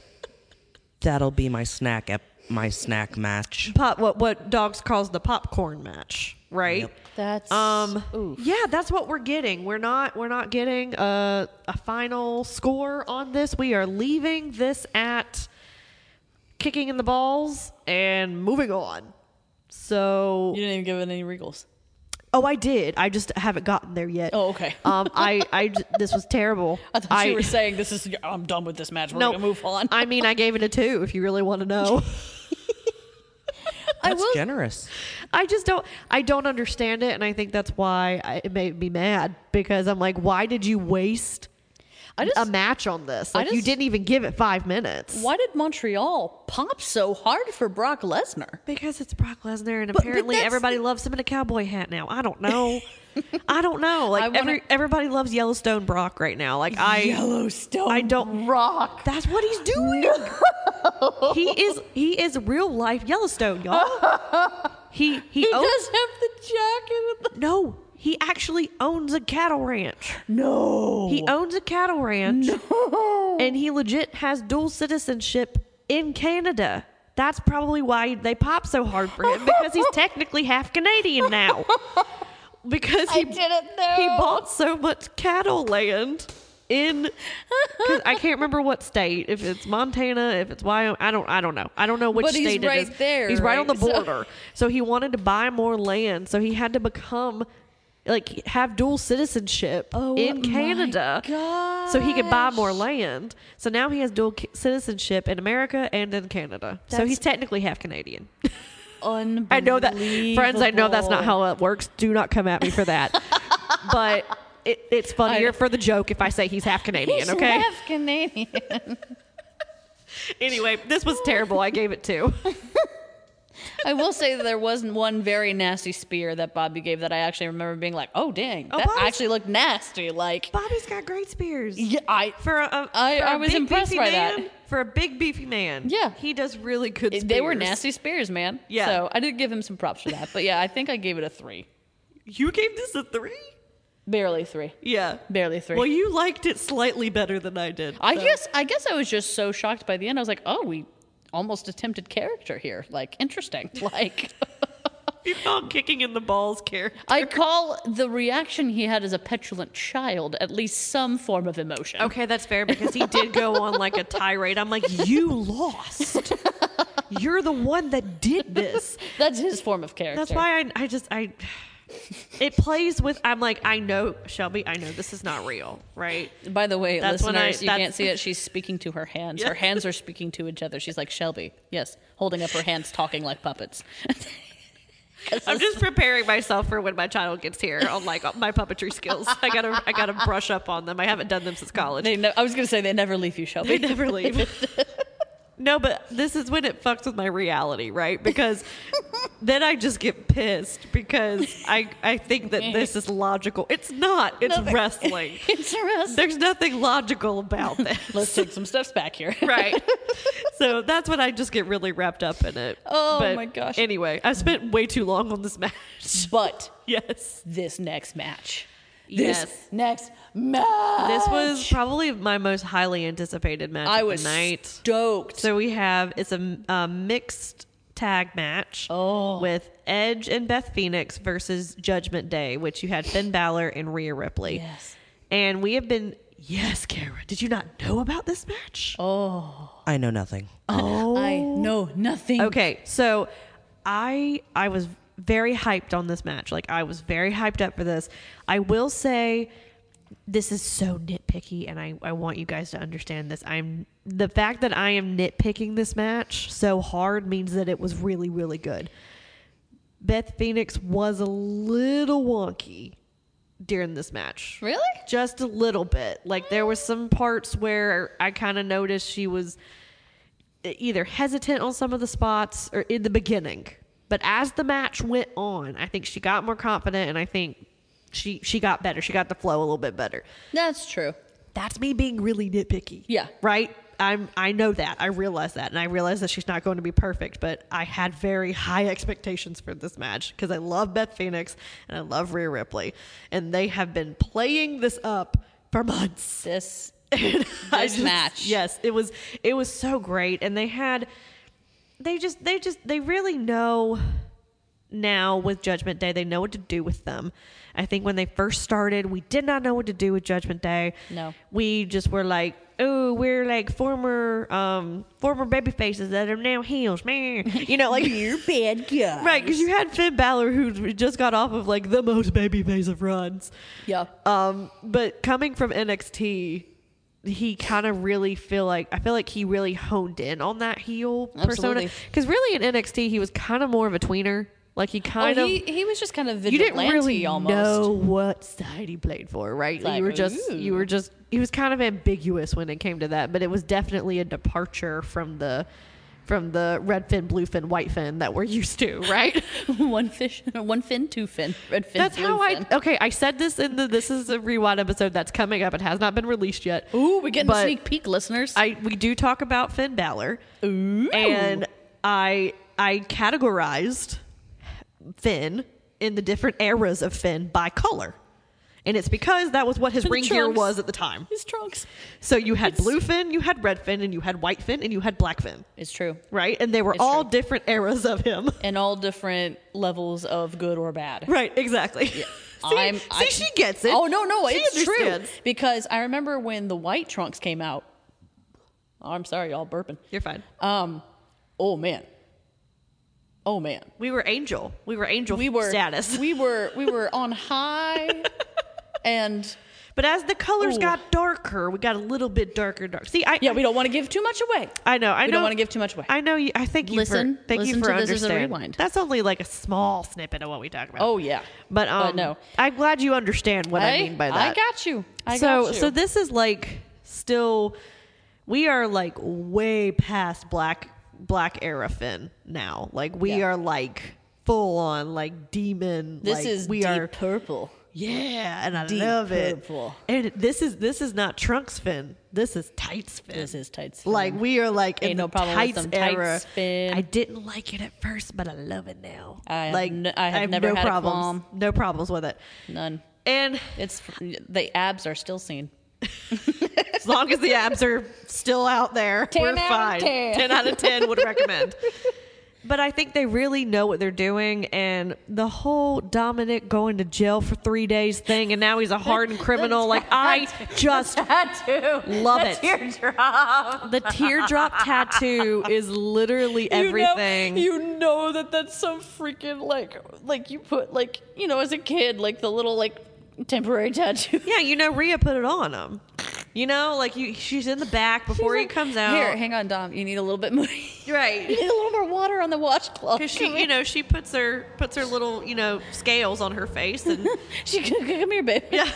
S1: That'll be my snack ep- my snack match.
S4: Pop what what dogs calls the popcorn match, right?
S5: That's
S4: Um
S5: oof.
S4: yeah, that's what we're getting. We're not we're not getting a a final score on this. We are leaving this at kicking in the balls and moving on. So
S5: You didn't even give it any wrinkles.
S4: Oh, I did. I just haven't gotten there yet.
S5: Oh, okay.
S4: Um, I, I, j- this was terrible.
S5: I thought you were saying this is. I'm done with this match. We're
S4: no.
S5: gonna move on.
S4: I mean, I gave it a two. If you really want to know,
S5: I
S1: That's
S5: will.
S1: generous.
S4: I just don't. I don't understand it, and I think that's why I, it made me mad because I'm like, why did you waste
S5: I just.
S4: a match on this?
S5: I
S4: Like, you
S5: just-
S4: didn't even give it five minutes.
S5: why did Montreal pop so hard for Brock Lesnar?
S4: Because it's Brock Lesnar, and
S5: but
S4: apparently
S5: that's-
S4: everybody loves him in a cowboy hat now. I don't know. I don't know. Like
S5: I wanna-
S4: every everybody loves Yellowstone Brock right now. Like I
S5: Yellowstone.
S4: I don't rock. That's what he's doing. He is he is real life Yellowstone, y'all. He he,
S5: He
S4: owns
S5: does have the jacket. With the-
S4: no. He actually owns a cattle ranch.
S5: no.
S4: He owns a cattle ranch, and he legit has dual citizenship in Canada. That's probably why they pop so hard for him because he's technically half Canadian now. Because he
S5: didn't know.
S4: he bought so much cattle land in 'cause I can't remember what state. If it's Montana, if it's Wyoming, I don't I don't know. I don't know which
S5: But he's
S4: state
S5: right
S4: it is.
S5: there,
S4: he's right, on the
S5: right? So-
S4: border. So, he wanted to buy more land, so he had to become like have dual citizenship
S5: Oh
S4: in
S5: my
S4: Canada. So he could buy more land. So now he has dual ki- citizenship in America and in Canada. so
S5: That's-
S4: he's technically half Canadian.
S5: Unbelievable.
S4: I know that, friends. I know that's not how it works. Do not come at me for that. but it, it's funnier
S5: I-
S4: for the joke if I say he's half Canadian.
S5: He's
S4: okay.
S5: half Canadian.
S4: Anyway, this was terrible. I gave it two.
S5: I will say that there was one very nasty spear that Bobby gave that I actually remember being like, "Oh dang, that
S4: Bobby's-
S5: actually looked nasty." Like,
S4: Bobby's got great spears.
S5: yeah, I
S4: For a, a-
S5: I-
S4: for
S5: I
S4: a
S5: was
S4: big,
S5: impressed
S4: beefy
S5: by
S4: man,
S5: that.
S4: For a big beefy man,
S5: Yeah.
S4: he does really good. Spears.
S5: they were nasty spears, man.
S4: Yeah.
S5: So I did give him some props for that, but yeah, I think I gave it a three,
S4: You gave this a three?
S5: barely three,
S4: Yeah,
S5: barely three.
S4: Well, you liked it slightly better than I did.
S5: I
S4: so-
S5: guess I guess I was just so shocked by the end. I was like, "Oh, we almost attempted character here. Like, interesting. Like."
S4: you called kicking in the balls character.
S5: I call the reaction he had as a petulant child at least some form of emotion.
S4: Okay, that's fair because he did go on like a tirade. I'm like, you lost. You're the one that did this.
S5: That's his form of character.
S4: That's why I, I just I. It plays with. I'm like, I know Shelby. I know this is not real, right?
S5: By the way,
S4: That's when I-
S5: listeners, you
S4: that's-
S5: can't see it. She's speaking to her hands.
S4: Yeah.
S5: Her hands are speaking to each other. She's like Shelby, yes, holding up her hands, talking like puppets. 'Cause
S4: I'm
S5: this-
S4: just preparing myself for when my child gets here on like my puppetry skills. I gotta I gotta brush up on them. I haven't done them since college.
S5: they ne- I was gonna say they never leave you, Shelby.
S4: They never leave. no, but this is when it fucks with my reality, right? Because then I just get pissed because I I think that this is logical. It's not. It's
S5: Nothing.
S4: wrestling.
S5: it's a rest.
S4: There's nothing logical about this.
S5: Let's take some steps back here.
S4: right. So that's when I just get really wrapped up in it.
S5: Oh my gosh.
S4: Anyway, I spent way too long on this match.
S5: But
S4: yes.
S5: this next match, this
S4: Yes.
S5: next match,
S4: This was probably my most highly anticipated match
S5: Uh, I
S4: of
S5: was
S4: the night.
S5: stoked.
S4: So we have it's a, a mixed tag match
S5: Oh.
S4: with Edge and Beth Phoenix versus Judgment Day, which you had Finn Balor and Rhea Ripley.
S5: Yes.
S4: And we have been yes, Kara. Did you not know about this
S5: Oh,
S4: match?
S1: I know nothing.
S5: I know nothing.
S4: Okay, so I I was very hyped on this match. Like I was very hyped up for this. I will say this is so nitpicky, and I, I want you guys to understand this. I'm the fact that I am nitpicking this match so hard means that it was really, really good. Beth Phoenix was a little wonky during this match.
S5: Really?
S4: Just a little bit. Like there was some parts where I kind of noticed she was e, either hesitant on some of the spots or in the beginning. But as the match went on, I think she got more confident and I think she she got better. She got the flow a little bit better.
S5: That's true.
S4: That's me being really nitpicky.
S5: Yeah.
S4: Right? I'm I know that. I realize that and I realize that she's not going to be perfect, but I had very high expectations for this match because I love Beth Phoenix and I love Rhea Ripley and they have been playing this up for months.
S5: This
S4: And I
S5: This match.
S4: Yes, it was it was so great, and they had they just they just they really know now with Judgment Day they know what to do with them. I think when they first started, we did not know what to do with Judgment Day.
S5: No.
S4: we just were like. Oh, we're like former um former baby faces that are now heels, man. You know, like
S1: You're bad guy.
S4: right because you had Finn Balor who just got off of like the most baby face of runs.
S5: yeah.
S4: Um, but coming from NXT, he kind of really feel like I feel like he really honed in on that heel persona
S5: Absolutely.
S4: because really in NXT he was kind of more of a tweener. Like he
S5: Oh,
S4: kind of
S5: he, he was just kind of
S4: you
S5: vigilante
S4: didn't really
S5: almost.
S4: know what side he played for, right?
S5: like,
S4: you were just you
S5: ooh.
S4: were just he was kind of ambiguous when it came to that, but it was definitely a departure from the from the red fin, blue fin, white fin that we're used to, right?
S5: one fish, one fin, two fin, red fin.
S4: That's
S5: blue
S4: how I
S5: fin.
S4: okay. I said this in the this is a rewind episode that's coming up. It has not been released yet.
S5: Ooh, we're getting
S4: but
S5: a sneak peek, listeners.
S4: I we do talk about Finn Balor, and I I categorized Finn in the different eras of Finn by color, and it's because that was what his
S5: The
S4: ring gear
S5: trunks.
S4: was at the time.
S5: his trunks.
S4: So you had blue Finn, you had red Finn, and you had white Finn, and you had black Finn,
S5: It's true.
S4: right? And they were
S5: It's
S4: all
S5: true.
S4: different eras of him.
S5: And all different levels of good or bad.
S4: Right, exactly. see,
S5: I'm-
S4: see,
S5: I-
S4: she gets it.
S5: Oh no, no,
S4: She
S5: it's true.
S4: understands.
S5: Because I remember when the white trunks came out. Oh, I'm sorry, y'all burping.
S4: You're fine. Uh,
S5: Um, oh man. Oh man.
S4: We were angel. We were angel
S5: We were
S4: status.
S5: We were we were on high, and
S4: but as the colors
S5: Ooh.
S4: got darker, we got a little bit darker. Dark. See, I
S5: yeah, we don't want to give too much away.
S4: I know. I
S5: We
S4: know.
S5: don't wanna give too much away.
S4: I know. You, I thank you
S5: Listen-
S4: for thank
S5: listen
S4: you for
S5: to this as a
S4: understanding.
S5: rewind.
S4: That's only like a small snippet of what we talk about.
S5: Oh yeah,
S4: but um,
S5: no.
S4: I'm glad you understand what I, mean by that.
S5: I got you. I
S4: so
S5: got you.
S4: so this is like still we are like way past black black era Finn now. Like we
S5: Yeah.
S4: are like full on like demon.
S5: this
S4: like,
S5: is
S4: we
S5: deep
S4: are
S5: purple.
S4: yeah, and I
S5: Deep
S4: love
S5: purple.
S4: it. And this is this is not trunks fin. This is tights fin.
S5: This is tights fin.
S4: Like we are like in
S5: Ain't
S4: the
S5: no problem with
S4: tights
S5: some tights
S4: era.
S5: fin.
S4: I didn't like it at first, but I love it now.
S5: I have
S4: like
S5: n- I have never
S4: no
S5: had a
S4: problems.
S5: qualm.
S4: No problems with it.
S5: None.
S4: And
S5: It's the abs are still seen.
S4: as long as the abs are still out there,
S5: 10
S4: we're
S5: out of
S4: fine.
S5: 10.
S4: out of ten would recommend. But I think they really know what they're doing, and the whole Dominic going to jail for three days thing, and now he's a hardened criminal. Like I just
S5: Tattoo.
S4: Love it.
S5: Teardrop.
S4: The teardrop tattoo is literally everything.
S5: You know, you know that that's some freaking like like you put like you know as a kid like the little like temporary tattoo.
S4: yeah, you know Rhea put it on him. You know, like you, she's in the back before
S5: She's
S4: he
S5: like,
S4: comes out.
S5: Here, hang on, Dom. You need a little bit more. you
S4: right.
S5: need a little more water on the washcloth.
S4: Because she, you know, she puts her puts her little, you know, scales on her face and
S5: she come here, babe.
S4: yeah,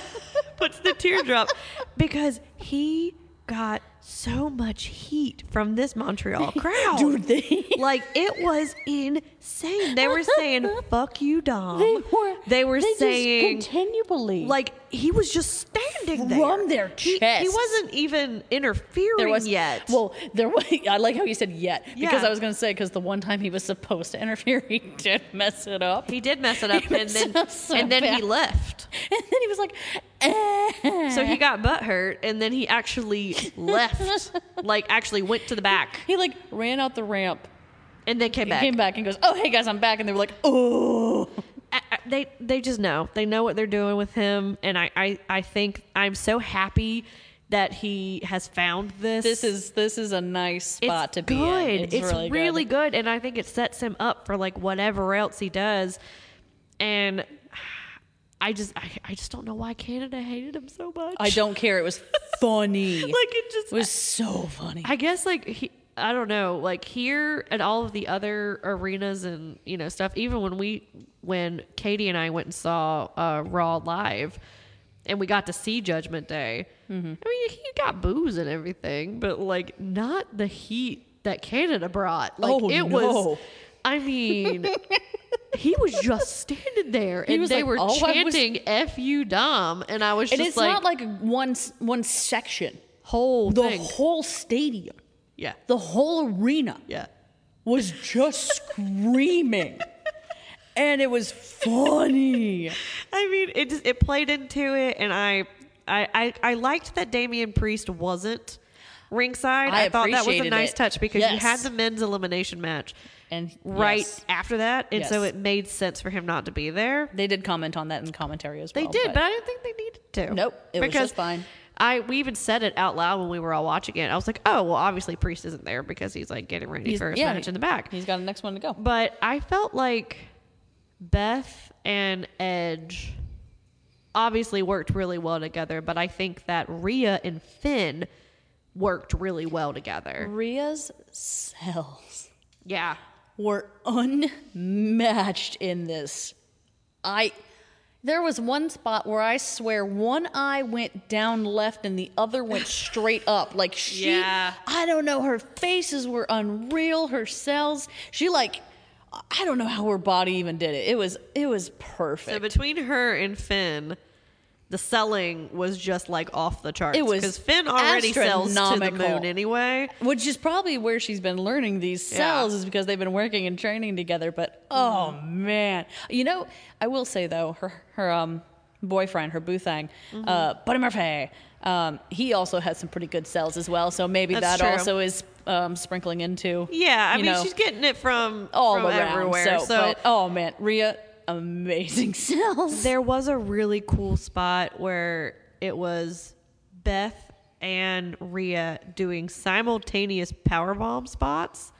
S4: puts the teardrop because he got so much heat from this Montreal crowd.
S5: Dude, they-
S4: like it was insane. They were saying "fuck you, Dom."
S5: They were.
S4: Um, They were
S5: just
S4: saying
S5: continually.
S4: Like he was just standing there
S5: From their
S4: He- He,
S5: chests.
S4: wasn't even interfering
S5: there was
S4: yet.
S5: Well, there was. I like how you said yet because
S4: Yeah.
S5: I was going to say because the one time he was supposed to interfere, he did mess it up.
S4: he did mess it up,
S5: He
S4: and
S5: messed it
S4: then
S5: up so
S4: and then he
S5: bad.
S4: left.
S5: And then he was like, eh.
S4: So he got butt hurt, and then he actually left. like actually went to the back,
S5: he like ran out the ramp,
S4: and then came
S5: and
S4: back.
S5: came back and goes, oh hey guys, I'm back, and they were like, oh.
S4: I- I- they they just know they know what they're doing with him, and I I, I think I'm so happy that he has found this.
S5: This is this is a nice spot
S4: it's
S5: to be in.
S4: good. It's, really, good. and I think it sets him up for like whatever else he does. And I just I, I just don't know why Canada hated him so much.
S5: I don't care. It was funny.
S4: like it just
S5: it was so funny.
S4: I guess like he, I don't know, like here at all of the other arenas and you know stuff. Even when we, when Katie and I went and saw uh, Raw live, and we got to see Judgment Day.
S5: Mm-hmm.
S4: I mean, he got booze and everything, but like not the heat that Canada brought. Like
S5: Oh,
S4: it
S5: no.
S4: was. I mean. He was just standing there, and
S5: was
S4: they
S5: like,
S4: were
S5: "Oh, I was-
S4: chanting "F you, dumb," and I was
S5: and
S4: just
S5: it's
S4: like,
S5: not like one s- one section.
S4: whole
S5: The
S4: thing,
S5: whole stadium,
S4: yeah,
S5: the whole arena
S4: yeah,
S5: was just screaming, and it was funny.
S4: I mean, it just, it played into it, and I, I I I liked that Damian Priest wasn't ringside.
S5: I
S4: I, thought that was a
S5: appreciated
S4: nice
S5: it.
S4: touch because you had
S5: Yes.
S4: the men's elimination match
S5: And
S4: right
S5: yes,
S4: after that, and so
S5: Yes.
S4: it made sense for him not to be there.
S5: they did comment on that in commentary as well.
S4: They did, but, I didn't think they needed to.
S5: Nope, it was just fine.
S4: I we even said it out loud when we were all watching it. I was like, oh well, obviously Priest isn't there because he's like getting ready
S5: He's-
S4: for his
S5: yeah,
S4: match in the back.
S5: he's got the next one to go.
S4: But I felt like Beth and Edge obviously worked really well together, but I think that Rhea and Finn worked really well together.
S5: Rhea's cells
S4: Yeah.
S5: were unmatched in this. I there was one spot where I swear one eye went down left and the other went straight up. Like she
S4: Yeah.
S5: I don't know, her faces were unreal, her cells. She like I don't know how her body even did it. It was it was perfect.
S4: So between her and Finn, the selling was just like off the charts.
S5: It was
S4: because Finn already sells to the
S5: astronomical.
S4: moon anyway.
S5: which is probably where she's been learning these cells
S4: Yeah.
S5: is because they've been working and training together but oh
S4: Mm-hmm.
S5: man you know i will say though her her um boyfriend her boo thing
S4: Mm-hmm.
S5: uh buddy murphy um he also has some pretty good cells as well so maybe
S4: That's
S5: that
S4: true.
S5: also is um sprinkling into
S4: Yeah, I
S5: you
S4: mean
S5: know,
S4: she's getting it from
S5: all
S4: from
S5: around
S4: everywhere.
S5: so, but, oh man Rhea amazing cells
S4: There was a really cool spot where it was Beth and Rhea doing simultaneous power bomb spots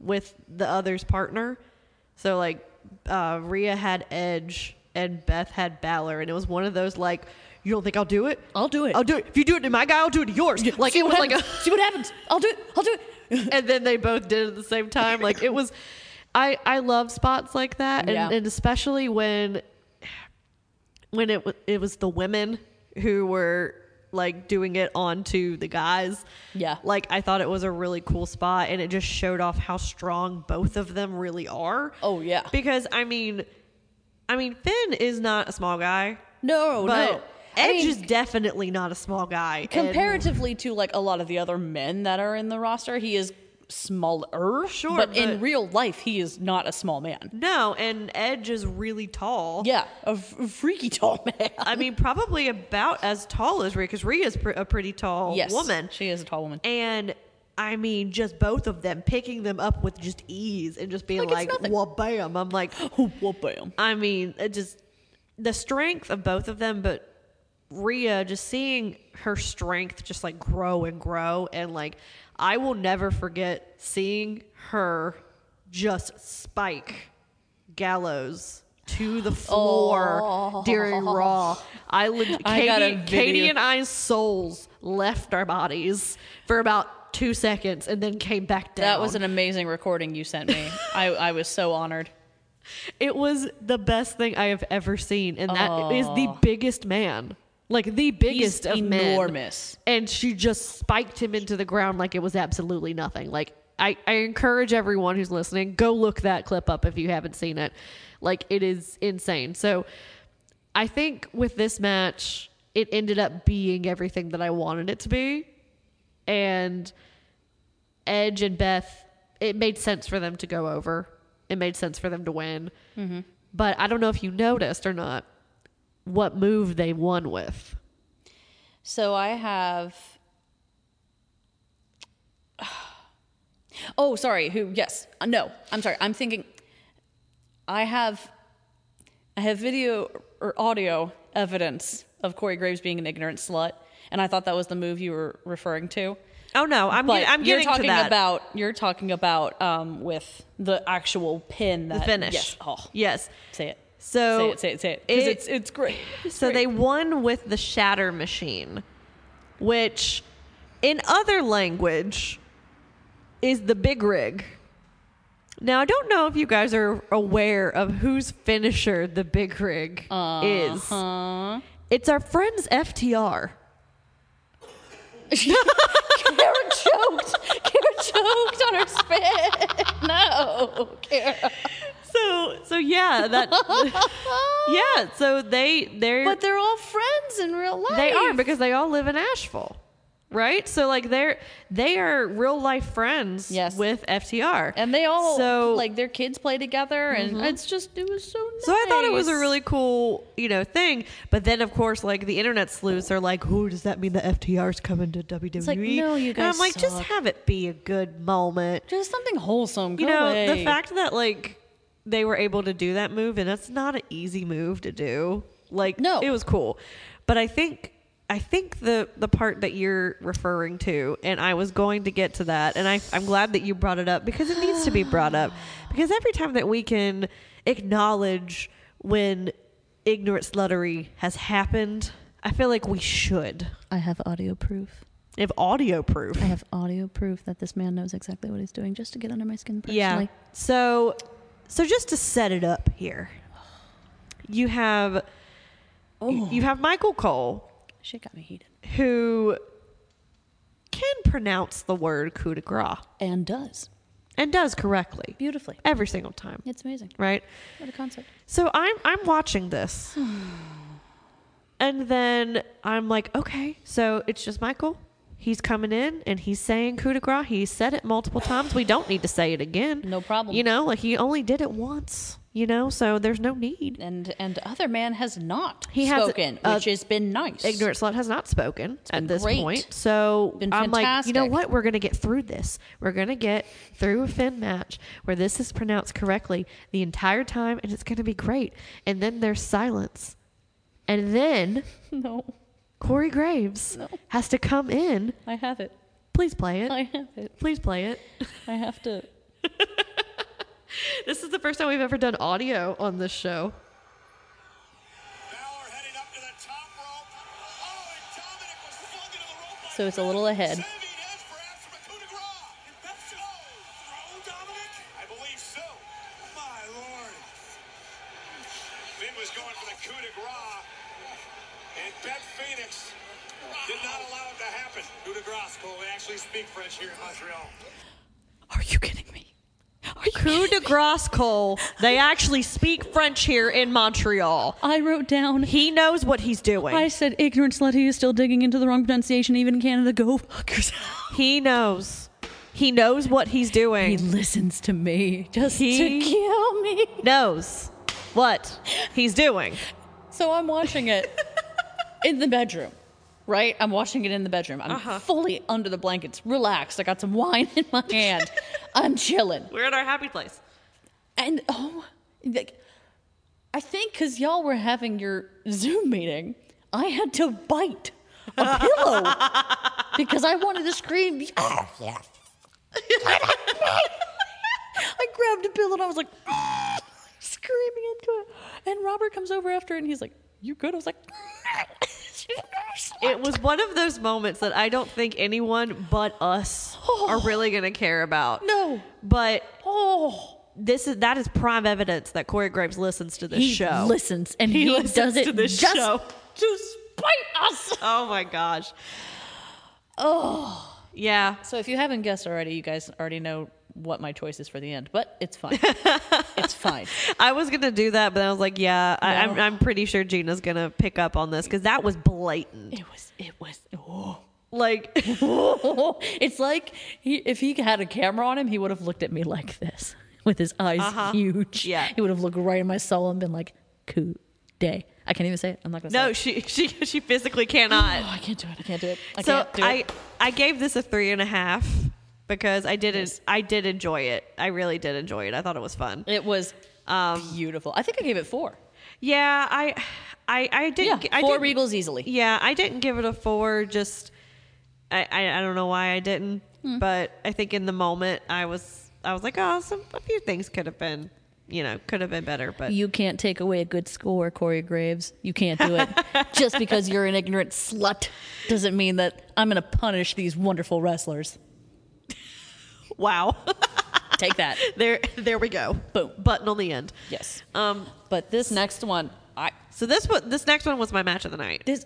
S4: with the other's partner. So like uh, Rhea had Edge and Beth had Balor, and it was one of those like, you don't think I'll do it?
S5: I'll do it.
S4: I'll do it. If you do it to my guy, I'll do it to yours. like
S5: see
S4: it was
S5: what
S4: like a
S5: happens. see what happens i'll do it i'll do it
S4: and then they both did it at the same time. Like it was, I I love spots like that, and,
S5: Yeah.
S4: and especially when when it wa- it was the women who were like doing it onto the guys.
S5: Yeah.
S4: like I thought it was a really cool spot, and it just showed off how strong both of them really are.
S5: Oh, yeah.
S4: because I mean, I mean Finn is not a small guy,
S5: no
S4: but.
S5: Oh, no
S4: Edge
S5: I mean,
S4: is definitely not a small guy. and-
S5: comparatively to like a lot of the other men that are in the roster, he is smaller.
S4: Sure,
S5: but, in
S4: but-
S5: real life, he is not a small man.
S4: no, and Edge is really tall.
S5: Yeah, a, f- a freaky tall man.
S4: I mean, probably about as tall as Rhea, because Rhea is pr- a pretty tall
S5: yes,
S4: woman.
S5: She is a tall woman.
S4: And I mean, just both of them picking them up with just ease and just being
S5: Like it's
S4: like,
S5: nothing.
S4: well, bam. I'm like,
S5: Oh, well, bam.
S4: I mean, it just the strength of both of them, but Rhea just seeing her strength just like grow and grow and like I will never forget seeing her just spike gallows to the floor during Raw. I, leg-
S5: Oh. I got a
S4: Katie, Katie
S5: video.
S4: and I's souls left our bodies for about two seconds and then came back down.
S5: That was an amazing recording you sent me. I, I was so honored.
S4: It was the best thing I have ever seen, and that is the biggest man, like the biggest of men,
S5: enormous.
S4: And she just spiked him into the ground like it was absolutely nothing. Like I, I encourage everyone who's listening, go look that clip up if you haven't seen it. Like it is insane. So I think with this match, it ended up being everything that I wanted it to be, and Edge and Beth, it made sense for them to go over. It made sense for them to win. But I don't know if you noticed or not what move they won with.
S5: So I have. Oh, sorry. Who? Yes. Uh, No. I'm sorry. I'm thinking. I have. I have video or audio evidence of Corey Graves being an ignorant slut, and I thought that was the move you were referring to.
S4: Oh no, I'm
S5: But
S4: get- I'm
S5: you're
S4: getting
S5: talking
S4: to that.
S5: about you're talking about um, with the actual pin that
S4: the finish.
S5: Yes. Oh,
S4: Yes.
S5: say it.
S4: So
S5: Say it, say it, say it. Because
S4: it-
S5: it's it's great.
S4: so they won with the shatter machine, which in other language is the big rig. Now I don't know if you guys are aware of whose finisher the big rig is.
S5: Huh?
S4: It's our friends FTR.
S5: Kara choked. Kara choked on her spit. No, Kara.
S4: So so yeah, that yeah, so they they're
S5: But they're all friends in real life.
S4: They are because they all live in Asheville, right? So like they're they are real life friends
S5: Yes.
S4: with FTR,
S5: and they all
S4: so Mm-hmm.
S5: like their kids play together, and it's just it was so. nice.
S4: So I thought it was a really cool you know thing, but then of course like the internet sleuths are like, "Who does that mean the FTR's coming to WWE?"
S5: like, no, you
S4: and I'm
S5: guys
S4: like, just
S5: suck.
S4: have it be a good moment.
S5: just something wholesome.
S4: You
S5: Go
S4: know, the
S5: away.
S4: fact that like they were able to do that move, and that's not an easy move to do. Like,
S5: No.
S4: it was cool, but I think I think the the part that you're referring to, and I was going to get to that, and I I'm glad that you brought it up because it needs to be brought up because every time that we can acknowledge when ignorant sluttery has happened, I feel like we should.
S5: I have audio proof.
S4: We have audio proof.
S5: I have audio proof that this man knows exactly what he's doing, just to get under my skin personally.
S4: Yeah. So, so just to set it up here, you have
S5: Oh.
S4: you have Michael Cole
S5: Shit got me heated.
S4: who can pronounce the word coup de grace
S5: And does
S4: and does correctly
S5: beautifully.
S4: every single time,
S5: It's amazing.
S4: right?
S5: What a concept.
S4: So I'm I'm watching this. And then I'm like, okay, so it's just Michael. He's coming in and he's saying coup de grace. He said it multiple times. We don't need to say it again.
S5: No problem.
S4: You know, like he only did it once, you know, so there's no need.
S5: And and other man has not
S4: He has,
S5: spoken,
S4: uh,
S5: which has been nice.
S4: Ignorant Slut has not spoken
S5: been
S4: at this
S5: great.
S4: point. So
S5: Been
S4: I'm like, you know
S5: fantastic.
S4: what? We're going to get through this. We're going to get through a Finn match where this is pronounced correctly the entire time and it's going to be great. And then there's silence. And then
S5: No,
S4: Corey Graves has to come in.
S5: I have it.
S4: Please play it.
S5: I have it.
S4: Please play it.
S5: I have to.
S4: This is the first time we've ever done audio on this show.
S6: Balor headed up to the top rope. Oh, and Dominic was flung into the rope by
S5: So it's a little ahead.
S6: Saving his for after a coup de grace. That's so. Throw Dominic? I believe so. My lord. Finn was going for the coup de grace, and Bet Phoenix did not allow it to happen. Coup de grace, Cole. We actually speak French here in Montreal.
S5: Are you kidding me? Are you
S4: Coup de grace Cole. They actually speak French here in Montreal.
S5: I wrote down.
S4: He knows what he's doing.
S5: I said ignorant slutty is still digging into the wrong pronunciation, even in Canada. Go fuck yourself.
S4: He knows. He knows what he's doing.
S5: He listens to me just
S4: He-
S5: to kill me.
S4: knows what he's doing.
S5: So I'm watching it in the bedroom, right? I'm watching it in the bedroom. I'm fully under the blankets, relaxed. I got some wine in my hand. I'm chilling.
S4: We're at our happy place.
S5: And oh, like, I think because y'all were having your Zoom meeting, I had to bite a pillow because I wanted to scream. "Ah, yeah." I grabbed a pillow and I was like "Ah," screaming into it. And Robert comes over after and he's like, "You good?" I was like,
S4: It was one of those moments that I don't think anyone but us are really going to care about.
S5: Oh, No.
S4: But
S5: Oh,
S4: this is that is prime evidence that Corey Graves listens to this
S5: he
S4: show.
S5: listens and he,
S4: listens
S5: does it
S4: to this
S5: just
S4: show.
S5: to spite us.
S4: Oh my gosh. Oh. Yeah.
S5: So if you haven't guessed already, you guys already know what my choice is for the end, but it's fine. it's fine.
S4: I was gonna do that, but I was like, "Yeah, I, I'm,
S5: No.
S4: I'm pretty sure Gina's gonna pick up on this because that was blatant.
S5: It was. It was. Oh.
S4: Like,
S5: it's like he, if he had a camera on him, he would have looked at me like this with his eyes huge.
S4: Uh-huh. Yeah.
S5: He would have looked right in my soul and been like, "Coup day." I can't even say it. I'm not gonna. say
S4: no,
S5: it.
S4: oh, she she she physically cannot.
S5: Oh, I can't do it. I can't do it. I
S4: so
S5: can't do
S4: I
S5: it.
S4: I gave this a three and a half because I did not I did enjoy it. I really did enjoy it. I thought it was fun.
S5: It was
S4: Um,
S5: beautiful. I think I gave it four.
S4: Yeah, I I I
S5: Yeah,
S4: didn't. I
S5: four
S4: didn't-
S5: regals easily.
S4: Yeah, I didn't give it a four. Just I I, I don't know why I
S5: Hmm.
S4: didn't, but I think in the moment I was I was like, oh, some a few things could have been you know, could have been better, but
S5: You can't take away a good score, Corey Graves. You can't do it. Just because you're an ignorant slut doesn't mean that I'm going to punish these wonderful wrestlers.
S4: wow.
S5: Take that.
S4: there there we go.
S5: Boom.
S4: Button on the end.
S5: yes.
S4: Um
S5: But this next one, I
S4: so this one this next one was my match of the night.
S5: this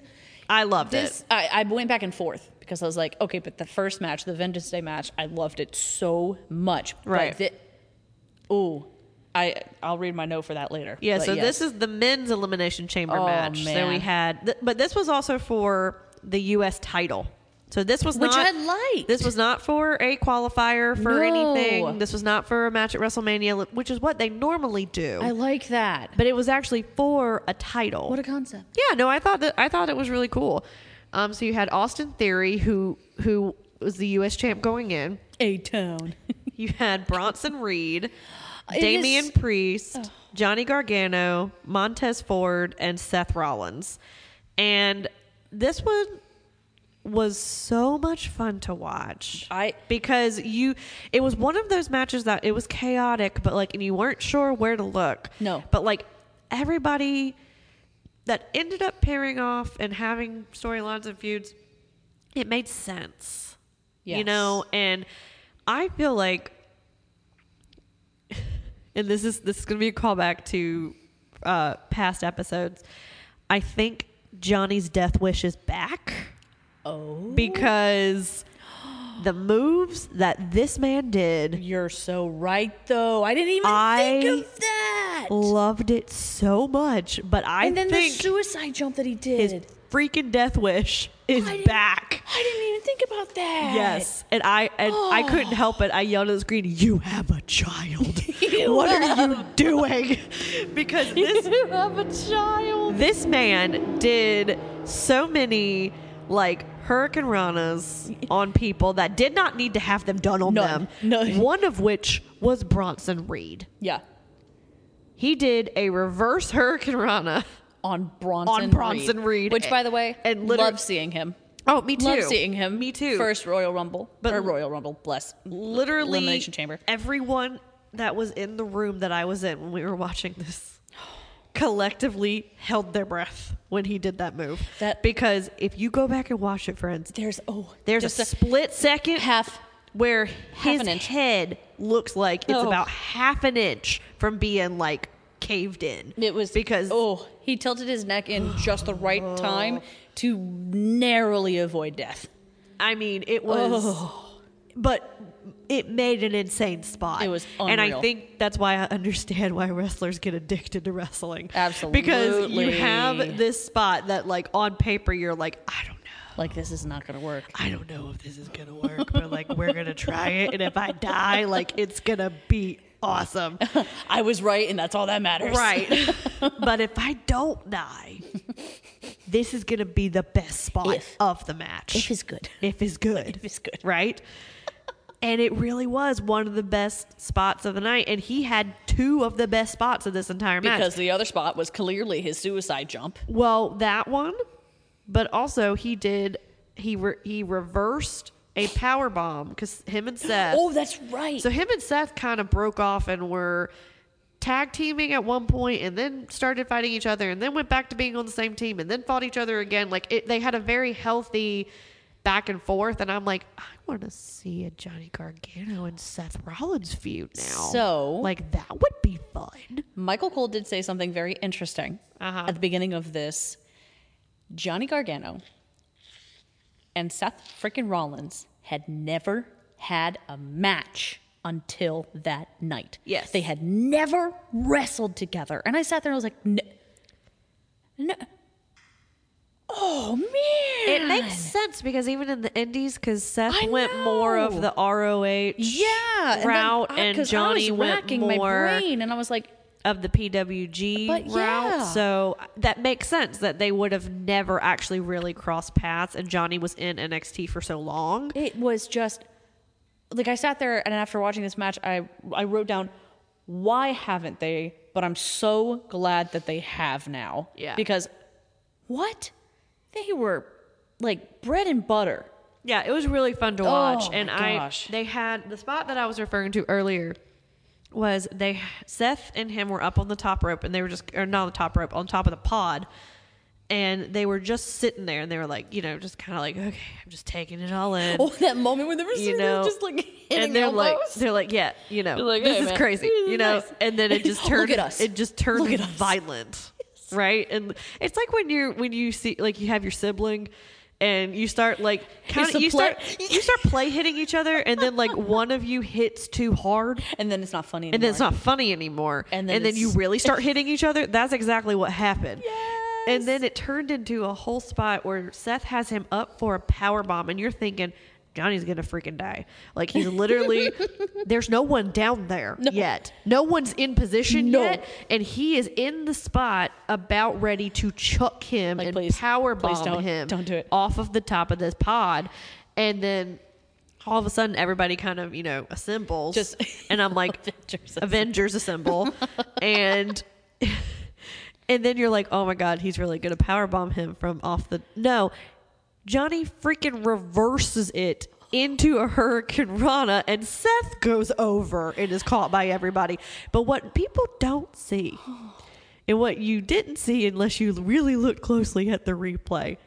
S4: I loved
S5: this
S4: it.
S5: I, I went back and forth because I was like, okay, but the first match, the Vengeance Day match, I loved it so much.
S4: Right.
S5: But thi- ooh, I I'll read my note for that later.
S4: Yeah,
S5: But
S4: so
S5: yes.
S4: this is the men's elimination chamber
S5: Oh,
S4: match. So we
S5: man.
S4: had th- but this was also for the US title. So this was
S5: Which
S4: not
S5: I liked.
S4: This was not for a qualifier for
S5: No.
S4: anything. This was not for a match at WrestleMania, which is what they normally do.
S5: I like that.
S4: but it was actually for a title.
S5: What a concept.
S4: Yeah, no, I thought that I thought it was really cool. Um, so you had Austin Theory, who who was the U.S. champ going in.
S5: A town.
S4: You had Bronson Reed,
S5: It
S4: Damian
S5: is-
S4: Priest, Johnny Gargano, Montez Ford, and Seth Rollins. And this one was so much fun to watch.
S5: I-
S4: because you it was one of those matches that it was chaotic, but like and you weren't sure where to look.
S5: No.
S4: But like everybody that ended up pairing off and having storylines and feuds, it made sense. You
S5: Yes.
S4: know, and I feel like and this is this is gonna be a callback to uh, past episodes. I think Johnny's death wish is back
S5: Oh.
S4: because the moves that this man did,
S5: You're so right, though. I didn't even
S4: I
S5: think of that.
S4: loved it so much. But I
S5: and then the
S4: think
S5: suicide jump that he
S4: his
S5: did.
S4: freaking death wish is
S5: I didn't-
S4: back.
S5: I didn't even think about that.
S4: Yes, and I and I couldn't help it. I yelled at the screen, "You have a child! what are you doing?" Because this
S5: You have a child.
S4: this man did so many like hurricane ranas on people that did not need to have them done on
S5: None.
S4: them.
S5: None.
S4: One of which was Bronson Reed.
S5: Yeah.
S4: He did a reverse hurricane rana.
S5: On Bronson.
S4: On Bronson Reed.
S5: Which, by the way,
S4: And
S5: and
S4: liter-
S5: love seeing him.
S4: Oh, me too.
S5: Love seeing him.
S4: Me too.
S5: First Royal Rumble.
S4: But-
S5: But or Royal Rumble. Bless.
S4: literally
S5: Elimination Chamber.
S4: Everyone that was in the room that I was in when we were watching this collectively held their breath when he did that move.
S5: That-
S4: because if you go back and watch it, friends,
S5: There's oh.
S4: there's
S5: just
S4: a, split second
S5: half.
S4: where his
S5: an inch.
S4: head looks like it's
S5: Oh.
S4: about half an inch from being like caved in.
S5: It was
S4: because
S5: oh he tilted his neck in just the right time to narrowly avoid death.
S4: I mean, it was, but it made an insane spot.
S5: Oh. It was
S4: and I
S5: unreal.
S4: think that's why I understand why wrestlers get addicted to wrestling. because you
S5: Absolutely.
S4: have this spot that, like, on paper, you're like, I don't know,
S5: Like this is not gonna work.
S4: I don't know if this is gonna work, but like, we're gonna try it, and if I die, like, it's gonna be awesome,
S5: I was right, and that's all that matters.
S4: right? but if I don't die, this is gonna be the best spot
S5: If.
S4: of the match.
S5: If is good.
S4: If is good.
S5: If is good.
S4: Right? and it really was one of the best spots of the night. And he had two of the best spots of this entire match.
S5: Because the other spot was clearly his suicide jump.
S4: well, that one, but also he did, he, re- he reversed a power bomb because him and Seth.
S5: Oh, that's right.
S4: So him and Seth kind of broke off and were tag teaming at one point and then started fighting each other and then went back to being on the same team and then fought each other again. Like it, they had a very healthy back and forth. And I'm like, I want to see a Johnny Gargano and Seth Rollins feud now.
S5: So-
S4: like that would be fun.
S5: Michael Cole did say something very interesting at the beginning of this. Johnny Gargano and Seth freaking Rollins had never had a match until that night.
S4: Yes.
S5: They had never wrestled together. And I sat there and I was like, no. no. Oh, man.
S4: It makes sense because even in the indies, because Seth
S5: I
S4: went more of
S5: know.
S4: the ROH
S5: yeah, and then
S4: route
S5: I-
S4: and,
S5: 'cause
S4: Johnny
S5: I was
S4: went
S5: racking
S4: more.
S5: my brain, and I was like,
S4: of the PWG
S5: But
S4: route.
S5: yeah.
S4: So uh, that makes sense that they would have never actually really crossed paths and Johnny was in NXT for so long.
S5: it was just like I sat there and after watching this match, I I wrote down why haven't they? But I'm so glad that they have now.
S4: Yeah.
S5: Because what they were like bread and butter.
S4: Yeah, it was really fun to watch
S5: Oh,
S4: and
S5: my
S4: I
S5: gosh.
S4: they had the spot that I was referring to earlier was they Seth and him were up on the top rope and they were just or not the top rope on top of the pod and they were just sitting there and they were like you know just kind of like okay I'm just taking it all in
S5: Oh, that moment when they were
S4: you
S5: sitting
S4: know
S5: there just like hitting
S4: and they're like
S5: elbows.
S4: they're like yeah you know
S5: They're like,
S4: this
S5: "Hey,
S4: is
S5: man,
S4: crazy
S5: this is
S4: you know
S5: nice."
S4: and then it just turned
S5: Look at us.
S4: it just turned
S5: Look at us.
S4: violent right and it's like when you're when you see like you have your sibling and you start like kind
S5: It's a
S4: you
S5: play-
S4: start you start play hitting each other and then like one of you hits too hard
S5: and then it's not funny anymore.
S4: and then it's not funny anymore.
S5: And then
S4: you
S5: it's-
S4: really start hitting each other. That's exactly what happened.
S5: Yes.
S4: And then it turned into a whole spot where Seth has him up for a power bomb, and you're thinking Johnny's gonna freaking die. Like he's literally there's no one down there yet. No one's in position
S5: No.
S4: yet, and he is in the spot about ready to chuck him
S5: Like,
S4: and
S5: please,
S4: power bomb
S5: please don't-
S4: him
S5: don't do it.
S4: off of the top of this pod, and then. All of a sudden, everybody kind of you know assembles,
S5: Just-
S4: and I'm like,
S5: Avengers.
S4: Avengers assemble, and and then you're like, oh my god, he's really gonna powerbomb him from off the no. Johnny freaking reverses it into a hurricane rana and Seth goes over and is caught by everybody. But what people don't see and what you didn't see unless you really looked closely at the replay,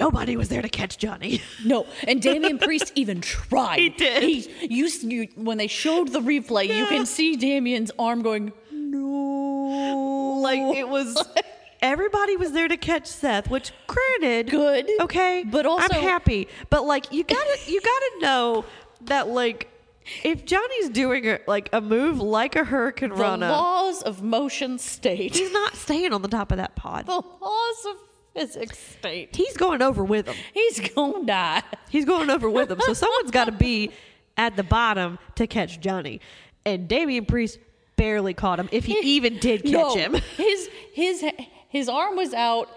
S4: nobody was there to catch Johnny.
S5: No, and Damian Priest even tried.
S4: He did.
S5: He, you, s- you, when they showed the replay, you can see Damian's arm going.
S4: No. Like it was everybody was there to catch Seth, which granted
S5: Good.
S4: Okay.
S5: But also-
S4: I'm happy. But like you gotta you gotta know that like if Johnny's doing a, like a move like a hurricane
S5: The
S4: runner,
S5: laws of motion state.
S4: he's not staying on the top of that pod.
S5: the laws of physics state.
S4: He's going over with him.
S5: He's gonna die.
S4: He's going over with him. So someone's got to be at the bottom to catch Johnny. And Damian Priest barely caught him, if he even did catch
S5: No,
S4: him.
S5: His his his arm was out,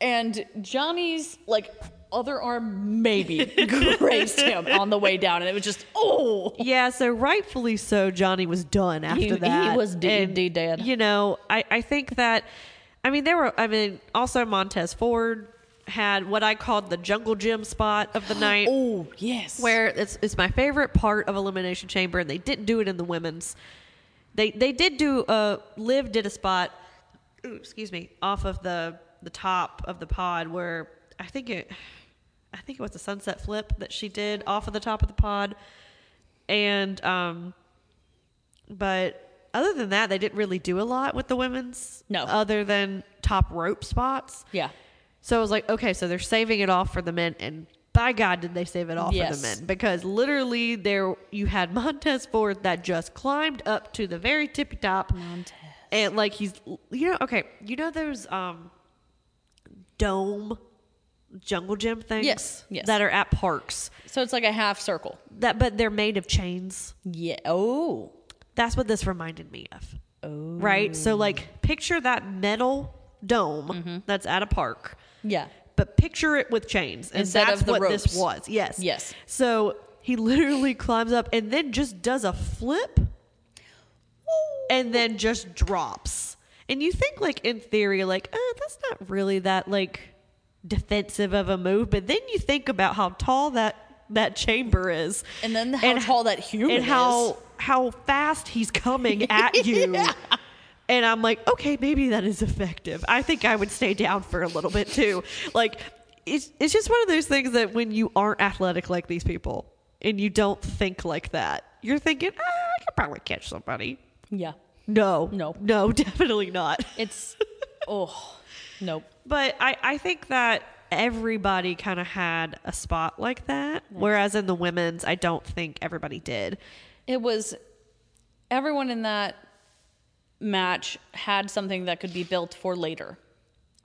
S5: and Johnny's like other arm maybe grazed him on the way down, and it was just oh.
S4: Yeah, so rightfully so, Johnny was done after
S5: He- he
S4: that.
S5: was d-
S4: And,
S5: d- dead.
S4: You know, I, I think that, I mean, there were, I mean, also Montez Ford had what I called the jungle gym spot of the night.
S5: Oh yes.
S4: Where it's it's my favorite part of Elimination Chamber, and they didn't do it in the women's. They they did do uh Liv did a spot, ooh, excuse me, off of the the top of the pod where I think it, I think it was a sunset flip that she did off of the top of the pod, and um, but other than that, they didn't really do a lot with the women's.
S5: No.
S4: other than top rope spots.
S5: Yeah.
S4: So I was like, okay, so they're saving it off for the men, and by God, did they save it off for
S5: Yes.
S4: the men? Because literally, there you had Montez Ford that just climbed up to the very tippy top, Montez, and like he's, you know, okay, you know those um dome jungle gym things,
S5: Yes, yes.
S4: that are at parks
S5: So it's like a half circle.
S4: that, but they're made of chains.
S5: Yeah. Oh.
S4: That's what this reminded me of. Oh. Right. So like, picture that metal dome
S5: Mm-hmm.
S4: that's at a park.
S5: Yeah.
S4: but picture it with chains. And
S5: Instead
S4: that's
S5: of the
S4: what
S5: ropes.
S4: this was. Yes.
S5: Yes.
S4: So he literally climbs up and then just does a flip and then just drops. And you think, like, in theory, like, oh, that's not really that, like, defensive of a move. But then you think about how tall that that chamber is.
S5: And then how tall that human
S4: and how,
S5: is.
S4: how fast he's coming at you. And I'm like, okay, maybe that is effective. I think I would stay down for a little bit too. Like, it's, it's just one of those things that when you aren't athletic like these people and you don't think like that, you're thinking, ah, I could probably catch somebody.
S5: Yeah.
S4: No,
S5: No.
S4: no, definitely not.
S5: It's oh nope.
S4: But I, I think that everybody kind of had a spot like that. Whereas in the women's, I don't think everybody did.
S5: It was everyone in that match had something that could be built for later.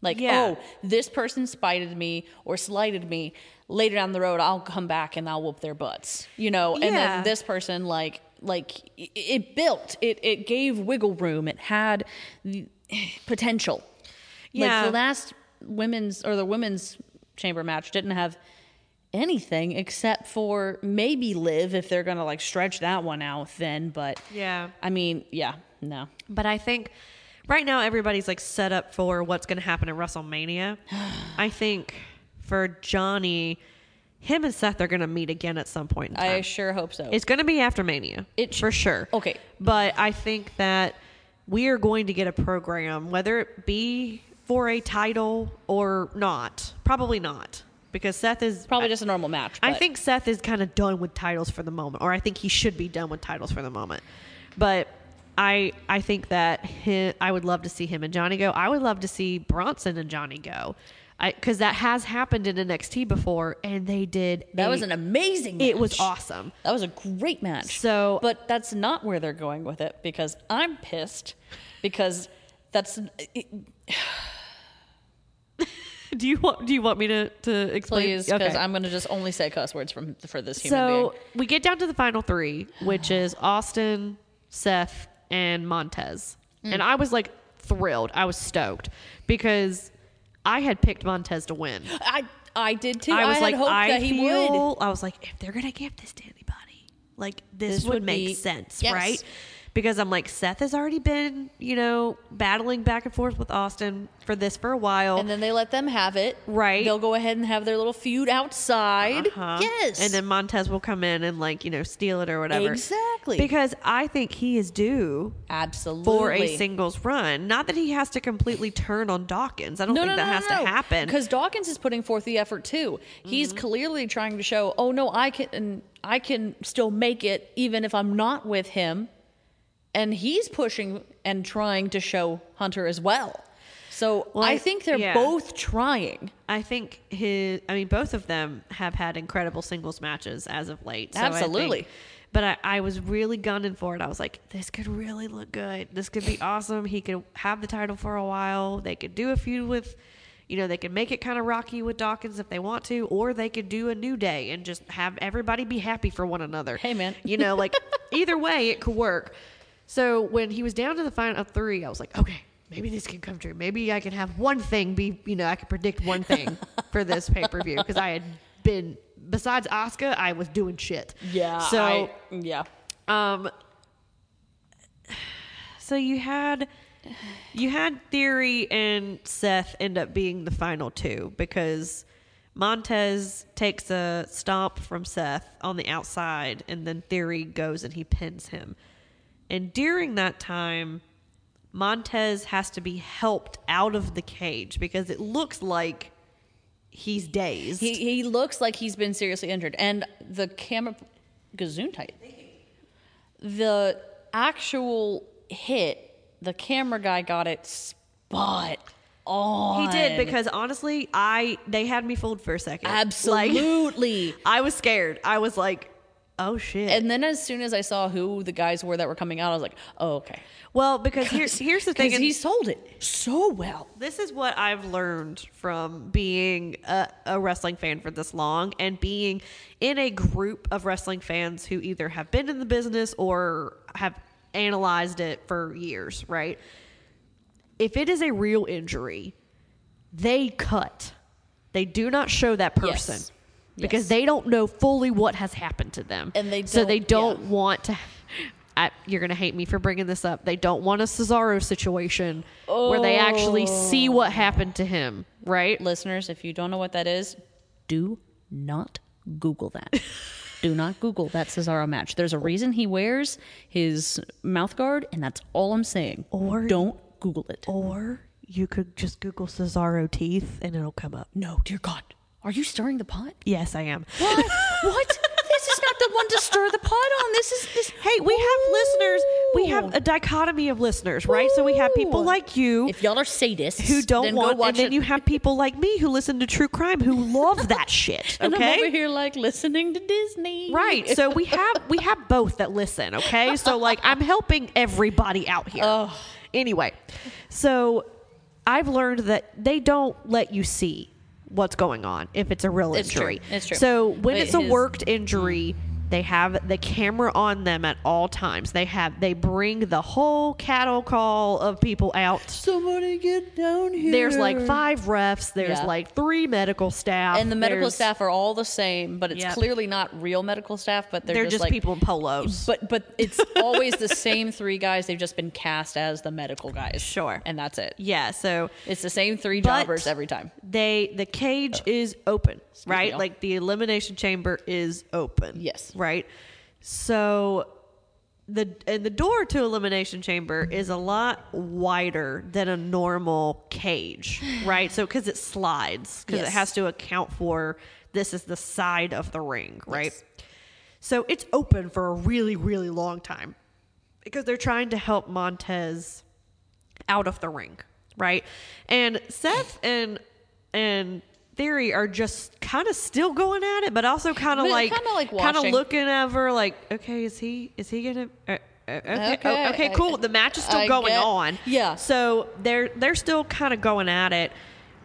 S5: Like,
S4: Yeah.
S5: oh, this person spited me or slighted me. Later down the road, I'll come back and I'll whoop their butts, you know. And
S4: Yeah.
S5: then this person, like, like i- it built. It it gave wiggle room. It had the- potential.
S4: Yeah.
S5: Like the last women's or the women's chamber match didn't have anything except for maybe live if they're gonna like stretch that one out thin. But
S4: Yeah.
S5: I mean, yeah, no.
S4: But I think right now everybody's like set up for what's going to happen at WrestleMania. I think for Johnny, him and Seth are gonna meet again at some point. In time.
S5: I sure hope so.
S4: It's going to be after Mania.
S5: It-
S4: for sure.
S5: okay.
S4: But I think that we are going to get a program, whether it be for a title or not. Probably not. Because Seth is
S5: Probably just a normal match.
S4: I
S5: but-
S4: think Seth is kind of done with titles for the moment, or I think he should be done with titles for the moment. But I I think that hi I would love to see him and Johnny go. I would love to see Bronson and Johnny go, because that has happened in NXT before, and they did.
S5: that
S4: a-
S5: was an amazing. Match.
S4: It was awesome.
S5: That was a great match.
S4: So-
S5: but that's not where they're going with it because I'm pissed because that's
S4: Do you want Do you want me to to explain?
S5: please because I'm going to just only say cuss words from for this human
S4: so
S5: being.
S4: we get down to the final three, which is Austin, Seth, and Montez.
S5: Mm.
S4: And I was like thrilled. I was stoked because I had picked Montez to win.
S5: I I did too.
S4: I
S5: I,
S4: was
S5: had
S4: like,
S5: hoped
S4: I
S5: that he
S4: feel.
S5: would.
S4: I was like, if they're gonna give this to anybody, like this,
S5: This
S4: would,
S5: would
S4: make
S5: be-
S4: sense,
S5: yes.
S4: right? Because I'm like, Seth has already been, you know, battling back and forth with Austin for this for a while.
S5: And then they let them have it.
S4: Right.
S5: They'll go ahead and have their little feud outside.
S4: Huh?
S5: Yes.
S4: And then Montez will come in and like, you know, steal it or whatever.
S5: Exactly.
S4: Because I think he is due
S5: absolutely
S4: for a singles run. Not that he has to completely turn on Dawkins. I don't think that has to happen. Mm-hmm.
S5: Because Dawkins is putting forth the effort too. He's clearly trying to show, oh no, I can and I can still make it even if I'm not with him. And he's pushing and trying to show Hunter as well. So I
S4: I-
S5: think they're
S4: yeah.
S5: both trying.
S4: I think his I mean both of them have had incredible singles matches as of late. I think-
S5: Absolutely.
S4: but I, I was really gunning for it. I was like, this could really look good. This could be awesome. He could have the title for a while. They could do a feud with you know, they could make it kind of rocky with Dawkins if they want to, or they could do a new day and just have everybody be happy for one another.
S5: Hey, man.
S4: You know, like either way it could work. So when he was down to the final three, I was like, okay, maybe this can come true. Maybe I can have one thing be, you know, I can predict one thing for this pay per view because I had been besides Oscar, I was doing shit. So
S5: yeah.
S4: um, so you had you had Theory and Seth end up being the final two because Montez takes a stomp from Seth on the outside, and then Theory goes and he pins him. And during that time, Montez has to be helped out of the cage because it looks like he's dazed.
S5: He he looks like he's been seriously injured, and the camera, Gesundheit, the actual hit, the camera guy got it spot on.
S4: He did because honestly, I they had me fooled for a second. Like,
S5: absolutely.
S4: I was scared. I was like, oh shit.
S5: and then as soon as I saw who the guys were that were coming out, I was like, oh okay.
S4: well, because here's here's the thing.
S5: Because
S4: and
S5: he sold it so well.
S4: this is what I've learned from being a, a wrestling fan for this long and being in a group of wrestling fans who either have been in the business or have analyzed it for years, right? If it is a real injury, they cut. They do not show that
S5: Yes.
S4: person because
S5: Yes.
S4: they don't know fully what has happened to them.
S5: And they
S4: so they
S5: don't-
S4: don't
S5: yeah.
S4: want to. I, you're gonna hate me for bringing this up. They don't want a Cesaro situation where they actually see what happened to him, right?
S5: Listeners, if you don't know what that is, do not Google that. do not Google that Cesaro match. There's a reason he wears his mouth guard, and that's all I'm saying.
S1: Or-
S5: don't Google it.
S1: Or you could just Google Cesaro teeth and it'll come up.
S5: No, dear God. Are you stirring the pot?
S1: Yes, I am.
S5: What? what? This is not the one to stir the pot on. This is this.
S4: Hey, we have listeners. We have
S5: Ooh.
S4: a dichotomy of listeners, right? So we have people
S5: Ooh.
S4: like you
S5: If y'all are sadists
S4: who
S5: then
S4: don't
S5: go
S4: want,
S5: watch
S4: and then
S5: it.
S4: you have people like me who listen to true crime who love that shit. Okay,
S5: And I'm over here like listening to Disney.
S4: Right. So we have we have both that listen, okay? So like I'm helping everybody out here. Anyway, so I've learned that they don't let you see what's going on if it's a real
S5: It's true.
S4: injury.
S5: It's true.
S4: So when
S5: But
S4: it's a
S5: his-
S4: worked injury, They have the camera on them at all times. They have they bring the whole cattle call of people out.
S1: Somebody get down here.
S4: There's like five refs. There's
S5: Yeah.
S4: like three medical staff.
S5: and the medical
S4: there's-
S5: staff are all the same, but it's
S4: Yep.
S5: clearly not real medical staff. But they're,
S4: They're just,
S5: just, like,
S4: people in polos.
S5: But but it's always the same three guys. They've just been cast as the medical guys.
S4: Sure.
S5: and that's it.
S4: yeah. So
S5: It's the same three
S4: But-
S5: jobbers every time.
S4: they the cage is open, right?
S5: Oh. y'all.
S4: Like the elimination chamber is open.
S5: Yes.
S4: Right? So the and the door to elimination chamber is a lot wider than a normal cage, right? So cuz it slides cuz it
S5: Yes.
S4: has to account for this is the side of the ring, right? So it's open for a really really long time because they're trying to help Montez out of the ring, right? And Seth and and Theory are just kind of still going at it, but also kind of
S5: But
S4: like
S5: kinda like
S4: kind of
S5: watching.
S4: looking at her like, okay, is he is he gonna? Uh, uh, okay,
S5: Okay,
S4: okay, okay
S5: I-
S4: cool. The match is still
S5: I
S4: going
S5: get-
S4: on.
S5: yeah.
S4: So they're they're still kind of going at it,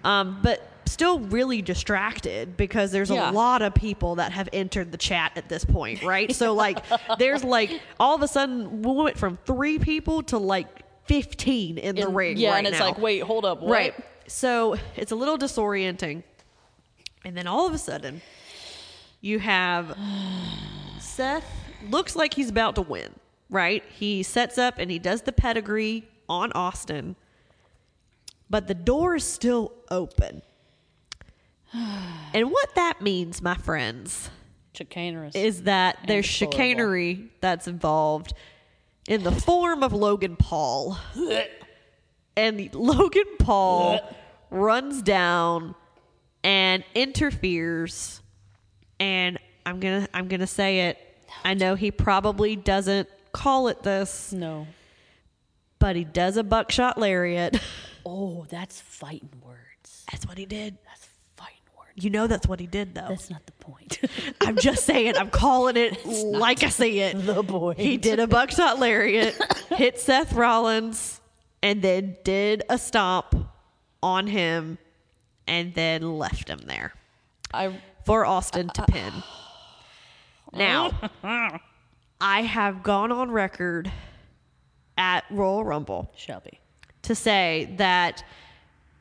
S4: um, but still really distracted because there's a
S5: Yeah.
S4: lot of people that have entered the chat at this point, right? so like, there's like all of a sudden we went from three people to like fifteen in, the
S5: And-
S4: ring.
S5: yeah,
S4: right
S5: and it's
S4: now.
S5: like, wait, hold up, what?
S4: right? So it's a little disorienting, and then all of a sudden, you have Seth looks like he's about to win. Right? He sets up and he does the pedigree on Austin but the door is still open. and what that means, my friends,
S5: Chicanerous.
S4: is that there's
S5: deplorable.
S4: chicanery that's involved in the form of Logan Paul. and Logan Paul runs down and interferes and I'm going to I'm going to say it. I know he probably doesn't call it this,
S5: no.
S4: but he does a buckshot lariat.
S5: Oh, that's fighting words.
S4: That's what he did.
S5: That's fighting words.
S4: You know that's what he did though.
S5: That's not the point.
S4: I'm just saying, I'm calling it like I see it. The boy. He did a buckshot lariat, hit Seth Rollins, and then did a stomp on him and then left him there
S5: I
S4: for Austin to pin. Now, I have gone on record at Royal Rumble
S5: Shelby.
S4: to say that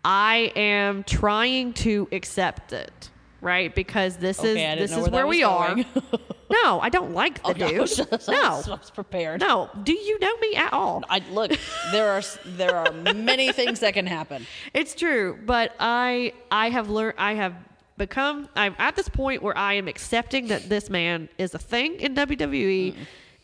S4: I am trying to accept it, right? Because this
S5: Okay, I
S4: is
S5: didn't
S4: this
S5: know
S4: is
S5: where
S4: where,
S5: that was
S4: we
S5: going.
S4: are. no, I don't like the
S5: I was,
S4: dude.
S5: just- I was- I
S4: no,
S5: was prepared.
S4: no. Do you know me at all?
S5: I look. There are s- there are many things that can happen.
S4: It's true, but I I have learned I have become I'm at this point where I am accepting that this man is a thing in WWE,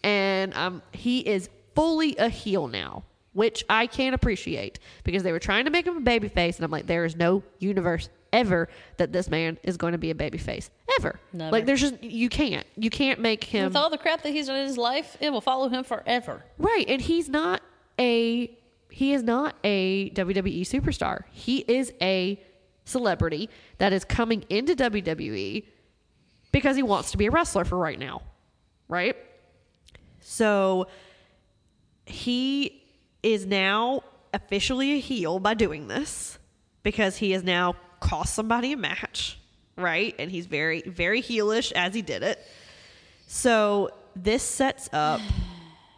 S4: and um he is fully a heel now, which I can appreciate because they were trying to make him a babyface, and I'm like, there is no universe ever that this man is going to be a babyface ever.
S5: Never.
S4: Like there's just you can't you can't make him
S5: With all the crap that he's done in his life, it will follow him forever.
S4: Right, and he's not a he is not a WWE superstar. He is a celebrity that is coming into WWE because he wants to be a wrestler for right now. Right? So he is now officially a heel by doing this because he has now cost somebody a match, right? And he's very very heelish as he did it. So this sets up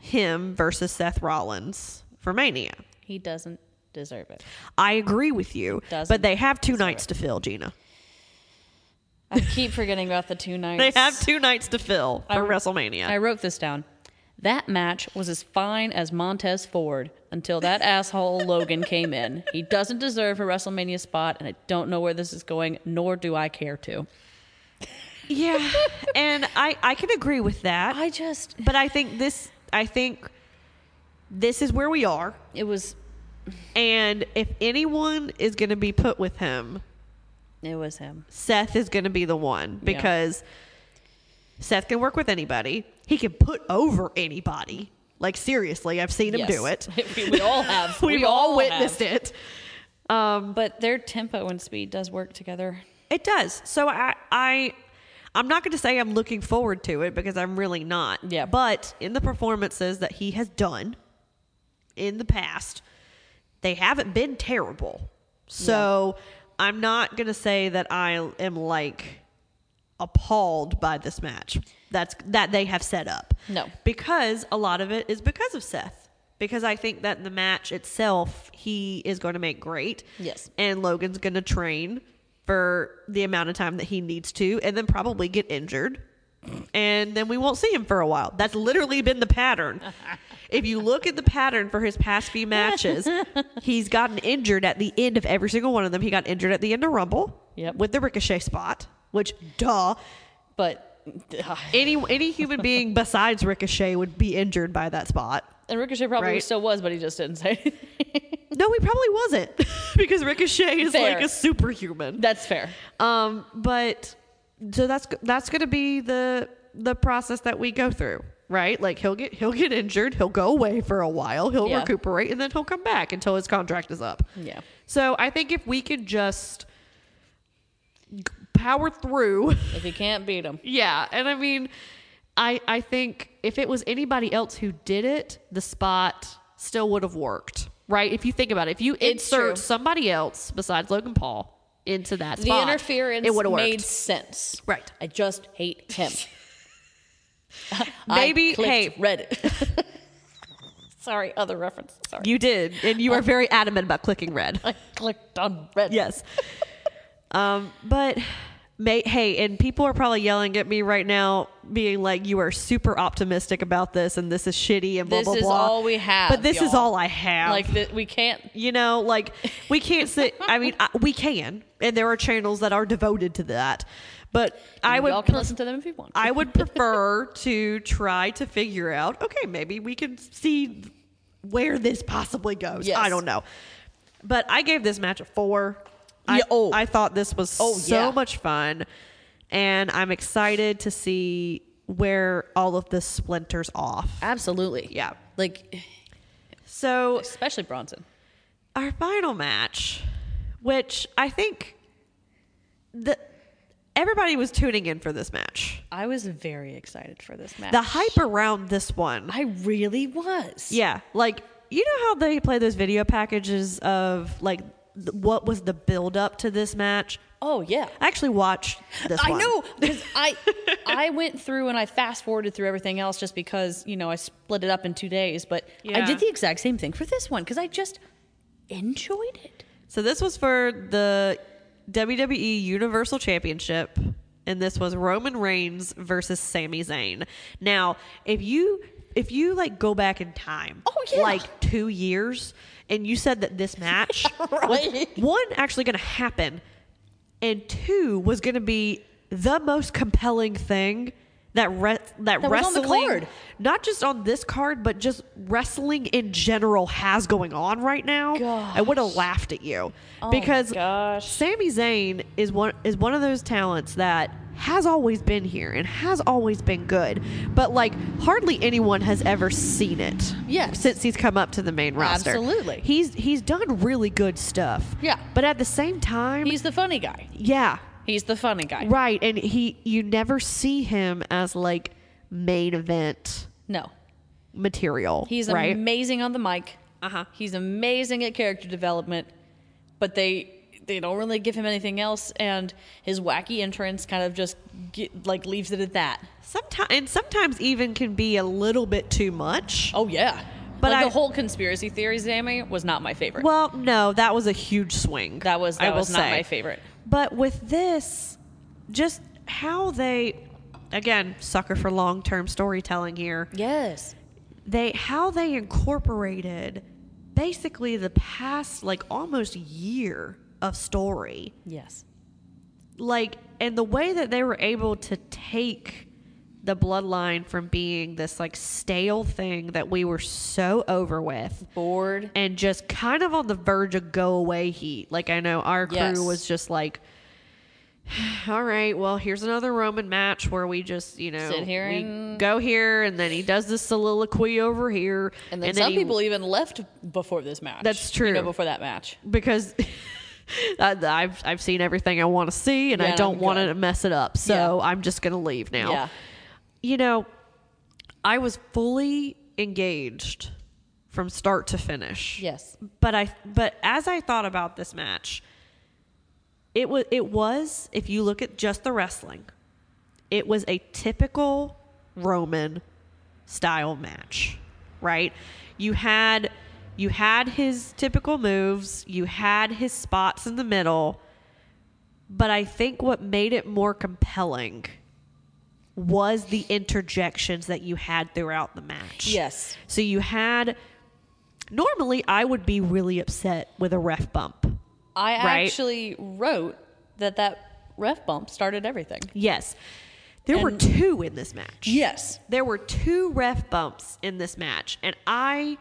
S4: him versus Seth Rollins for Mania.
S5: He doesn't deserve it.
S4: I agree with you,
S5: Doesn't
S4: but they have two nights to fill, Gina.
S5: I keep forgetting about the two nights.
S4: They have two nights to fill for WrestleMania.
S5: I wrote this down. That match was as fine as Montez Ford until that asshole Logan came in. He doesn't deserve a WrestleMania spot, and I don't know where this is going, nor do I care to.
S4: yeah, and I I can agree with that.
S5: I just,
S4: but I think this I think this is where we are,
S5: it was,
S4: and if anyone is going to be put with him,
S5: it was him.
S4: Seth is going to be the one because Seth can work with anybody. He can put over anybody. Like seriously, I've seen him
S5: Yes.
S4: do it.
S5: we, we all have.
S4: We've
S5: We
S4: all,
S5: have.
S4: witnessed it.
S5: But their tempo and speed does work together.
S4: It does. So I, I I'm not going to say I'm looking forward to it because I'm really not.
S5: Yeah.
S4: But in the performances that he has done in the past, they haven't been terrible. So I'm not going to say that I am like appalled by this match that's that they have set up.
S5: No.
S4: because a lot of it is because of Seth. Because I think that the match itself, he is going to make great.
S5: Yes.
S4: and Logan's going to train for the amount of time that he needs to, and then probably get injured. And then we won't see him for a while. That's literally been the pattern. If you look at the pattern for his past few matches, he's gotten injured at the end of every single one of them. He got injured at the end of Rumble
S5: Yep.
S4: with the ricochet spot, which, duh,
S5: But
S4: any any human being besides Ricochet would be injured by that spot.
S5: and Ricochet probably
S4: Right.
S5: still was, but he just didn't say. anything.
S4: No, he probably wasn't because Ricochet is
S5: Fair.
S4: like a superhuman.
S5: That's fair.
S4: Um, but so that's that's gonna be the the process that we go through, right? Like he'll get he'll get injured, he'll go away for a while, he'll
S5: Yeah.
S4: recuperate, and then he'll come back until his contract is up.
S5: Yeah.
S4: So I think if we can just g- power through,
S5: If you can't beat him,
S4: yeah. And I mean, I I think if it was anybody else who did it, the spot still would have worked, right? If you think about it, if you
S5: It's true.
S4: insert somebody else besides Logan Paul. Into that
S5: the
S4: spot,
S5: interference
S4: it would have worked.
S5: made sense.
S4: Right.
S5: I just hate him. I
S4: Maybe
S5: clicked
S4: hey,
S5: Reddit. Sorry, other reference. Sorry.
S4: you did, and
S5: Oh.
S4: you are very adamant about clicking red.
S5: I clicked on Reddit.
S4: yes. Um, but may, hey, and people are probably yelling at me right now, being like, "You are super optimistic about this, and this is shitty, and blah
S5: This
S4: blah
S5: is
S4: blah."
S5: all we have,
S4: But this is
S5: y'all.
S4: all I have.
S5: Like that, we can't.
S4: you know, like we can't sit. I mean, I, we can, and there are channels that are devoted to that. But I would
S5: y'all can
S4: pref-
S5: listen to them if you want.
S4: I would prefer to try to figure out, okay, maybe we can see where this possibly goes.
S5: Yes.
S4: I don't know. But I gave this match a four. I,
S5: Yeah, oh.
S4: I thought this was
S5: Oh,
S4: so
S5: yeah.
S4: much fun. And I'm excited to see where all of this splinters off.
S5: Absolutely.
S4: Yeah.
S5: Like
S4: So,
S5: especially Bronson.
S4: our final match, which I think the, everybody was tuning in for this match.
S5: I was very excited for this match.
S4: The hype around this one
S5: I really was.
S4: Yeah, like you know how they play those video packages of like th- what was the build up to this match?
S5: Oh yeah.
S4: I actually watched this.
S5: I
S4: one.
S5: know because I I went through and I fast forwarded through everything else just because you know I split it up in two days, but I
S4: Yeah.
S5: did the exact same thing for this one because I just enjoyed it.
S4: So this was for the WWE Universal Championship, and this was Roman Reigns versus Sami Zayn. Now, if you if you like go back in time,
S5: Oh, yeah.
S4: like two years, and you said that this match was, one actually going to happen, and two was going to be the most compelling thing that re- that,
S5: That was on the
S4: wrestling
S5: card.
S4: not just on this card, but just wrestling in general has going on right now. I would have laughed at you
S5: Oh
S4: because Sami Zayn is one is one of those talents that has always been here and has always been good, but like hardly anyone has ever seen it.
S5: Yes.
S4: since he's come up to the main roster,
S5: Absolutely.
S4: he's he's done really good stuff.
S5: Yeah.
S4: but at the same time,
S5: He's the funny guy.
S4: yeah,
S5: He's the funny guy.
S4: right, and he you never see him as like main event
S5: No,
S4: material.
S5: he's
S4: right.
S5: amazing on the mic. Uh
S4: Uh-huh.
S5: He's amazing at character development, but they they don't really give him anything else, and his wacky entrance kind of just get, like leaves it at that.
S4: Sometimes and sometimes even can be a little bit too much.
S5: Oh yeah, but
S4: But I-
S5: the whole conspiracy theory, Sammy, was not my favorite.
S4: Well, no, that was a huge swing.
S5: That was that
S4: I will
S5: was not
S4: say.
S5: my favorite.
S4: But with this, just how they again sucker for long term storytelling here.
S5: Yes.
S4: They how they incorporated basically the past like almost year of story
S5: Yes.
S4: like and the way that they were able to take the bloodline from being this like stale thing that we were so over with
S5: Bored.
S4: and just kind of on the verge of go away heat like i know our crew
S5: Yes.
S4: was just like all right well here's another roman match where we just you know
S5: Sit here
S4: we
S5: and-
S4: go here and then he does this soliloquy over here
S5: And then
S4: then
S5: some
S4: he-
S5: people even left before this match.
S4: That's
S5: You know,
S4: true.
S5: before that match.
S4: because I, I've I've seen everything I want to see, and
S5: Yeah,
S4: I
S5: and
S4: don't
S5: I'm
S4: want
S5: good.
S4: to mess it up. So
S5: Yeah.
S4: I'm just gonna leave now.
S5: Yeah.
S4: You know, I was fully engaged from start to finish.
S5: Yes.
S4: But I but as I thought about this match, it was it was if you look at just the wrestling, it was a typical Roman style match, right? You had you had his typical moves, you had his spots in the middle, but I think what made it more compelling was the interjections that you had throughout the match.
S5: Yes.
S4: So you had normally I would be really upset with a ref bump.
S5: I
S4: Right.
S5: actually wrote that that ref bump started everything.
S4: Yes. There were
S5: And-
S4: two in this match.
S5: Yes.
S4: There were two ref bumps in this match, and I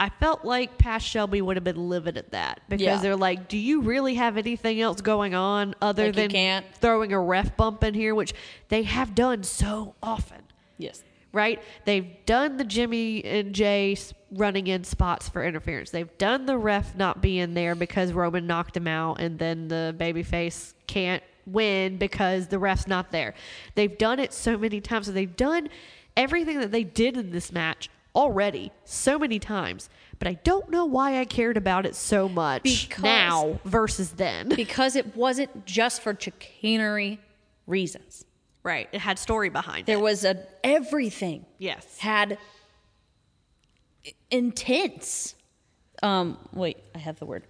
S4: I felt like Pat Shelby would have been livid at that because
S5: Yeah.
S4: they're like, "Do you really have anything else going on other
S5: Like you
S4: than
S5: can't-
S4: throwing a ref bump in here, which they have done so often,
S5: Yes.
S4: right? They've done the Jimmy and Jay s- running in spots for interference. They've done the ref not being there because Roman knocked him out, and then the babyface can't win because the ref's not there. They've done it so many times. So they've done everything that they did in this match already so many times. But I don't know why I cared about it so much
S5: Because-
S4: now versus then.
S5: Because it wasn't just for chicanery reasons.
S4: Right. It had story behind
S5: There
S4: it.
S5: was a everything
S4: Yes.
S5: had i- intense um wait, I have the word.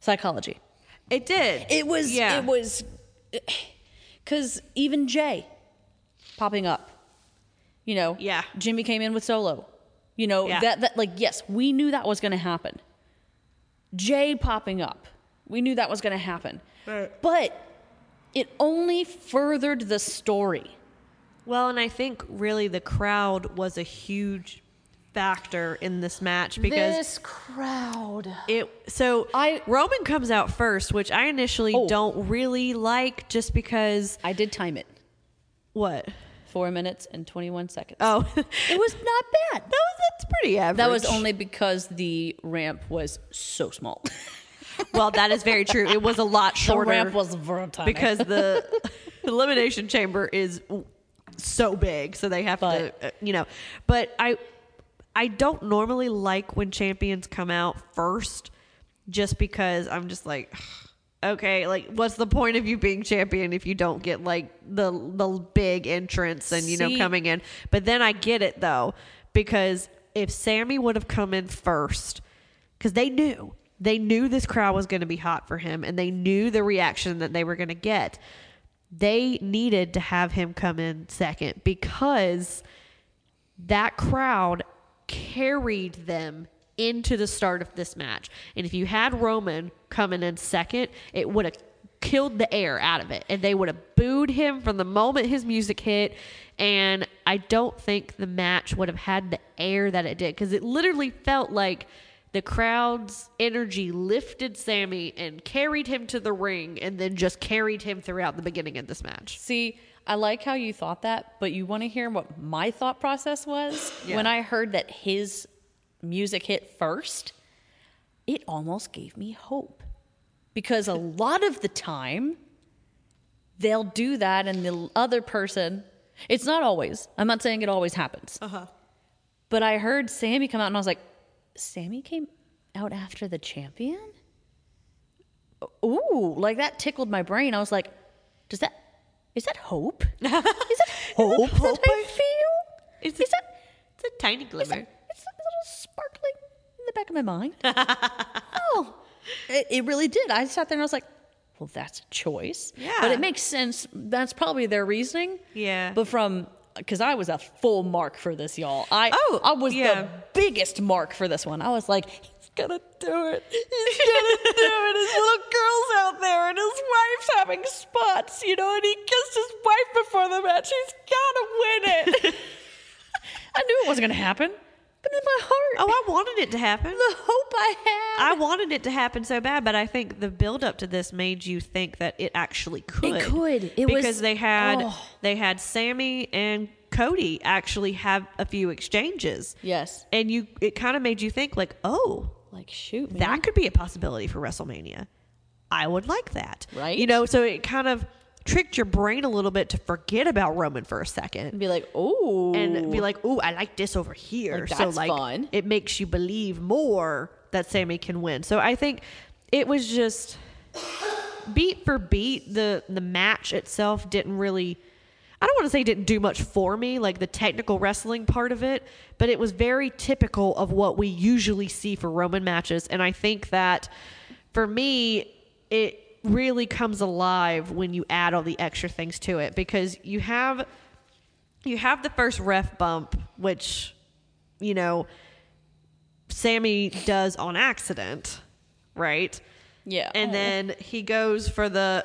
S5: Psychology.
S4: It did.
S5: It was
S4: Yeah.
S5: it was cuz even Jay popping up. You know.
S4: Yeah.
S5: Jimmy came in with solo. You know,
S4: Yeah.
S5: that that like yes, we knew that was going to happen. Jay popping up. We knew that was going to happen. But it only furthered the story.
S4: Well, and I think really the crowd was a huge factor in this match because
S5: crowd.
S4: it so
S5: I-
S4: Roman comes out first, which I initially
S5: Oh.
S4: don't really like just because
S5: I did time it.
S4: what?
S5: Four minutes and 21 seconds.
S4: Oh.
S5: It was not bad.
S4: that was that's pretty average.
S5: That was only because the ramp was so small.
S4: Well, that is very true. It was a lot
S5: the
S4: shorter
S5: ramp was very tiny.
S4: because the elimination chamber is so big, so they have
S5: But-
S4: to, uh, you know. But I, I don't normally like when champions come out first, just because I'm just like, okay, like what's the point of you being champion if you don't get like the the big entrance and you know
S5: See-
S4: coming in? But then I get it though because if Sammy would have come in first, because they knew. They knew this crowd was going to be hot for him and they knew the reaction that they were going to get. They needed to have him come in second because that crowd carried them into the start of this match. And if you had Roman coming in second, it would have killed the air out of it. And they would have booed him from the moment his music hit. And I don't think the match would have had the air that it did because it literally felt like the crowd's energy lifted Sammy and carried him to the ring and then just carried him throughout the beginning of this match.
S5: See, I like how you thought that, but you want to hear what my thought process was when I heard that his music hit first? It almost gave me hope. Because a lot of the time, they'll do that, and the other person, it's not always. I'm not saying it always happens. Uh-huh. But I heard Sammy come out, and I was like, Sammy came out after the champion? Ooh, like that tickled my brain. I was like, does that is that hope? Is that hope, that I feel?
S4: It's
S5: Is that
S4: It's a tiny
S5: is that,
S4: glimmer.
S5: it's a little sparkling in the back of my mind? oh, it, it really did. I sat there and I was like, well, that's a choice.
S4: Yeah.
S5: But it makes sense. That's probably their reasoning.
S4: Yeah.
S5: But from because I was a full mark for this, y'all. I
S4: Oh,
S5: I was
S4: yeah.
S5: the biggest mark for this one. I was like, he's gonna do it. He's gonna do it. His little girl's out there, and his wife's having spots, you know. And he kissed his wife before the match. He's gotta win it. I knew it wasn't gonna happen, but in my heart,
S4: Oh, I wanted it to happen.
S5: the hope I had.
S4: I wanted it to happen so bad, but I think the build up to this made you think that it actually could.
S5: could. It was-
S4: because they had
S5: oh.
S4: they had Sammy and Cody actually have a few exchanges.
S5: yes.
S4: And you it kind of made you think like, "Oh,
S5: Like shoot, man.
S4: that could be a possibility for WrestleMania. I would like that."
S5: Right.
S4: You know, so it kind of tricked your brain a little bit to forget about Roman for a second
S5: be like, oh,
S4: and be like, "Ooh, I like this over here."
S5: Like,
S4: so
S5: that's
S4: like,
S5: fun.
S4: it makes you believe more that Sammy can win. So I think it was just beat for beat. The the match itself didn't really. I don't want to say it didn't do much for me, like the technical wrestling part of it, but it was very typical of what we usually see for Roman matches. And I think that for me, it really comes alive when you add all the extra things to it because you have you have the first ref bump, which, you know, Sammy does on accident, right?
S5: Yeah.
S4: And then he goes for the,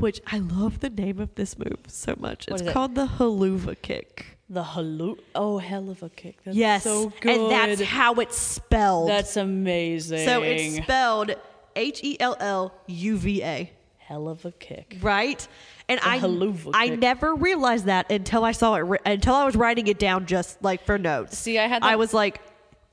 S4: which I love the name of this move so much. It's
S5: is it?
S4: called the haluva kick.
S5: the hello. Oh, hell of a kick. That's
S4: Yes.
S5: so good.
S4: And that's how it's spelled.
S5: That's amazing.
S4: so it's spelled H E L L U V A,
S5: hell of a kick.
S4: right? And I,
S5: haluva
S4: I
S5: kick.
S4: never realized that until I saw it, wri- until I was writing it down just like for notes.
S5: See, I had
S4: I
S5: that-
S4: was like,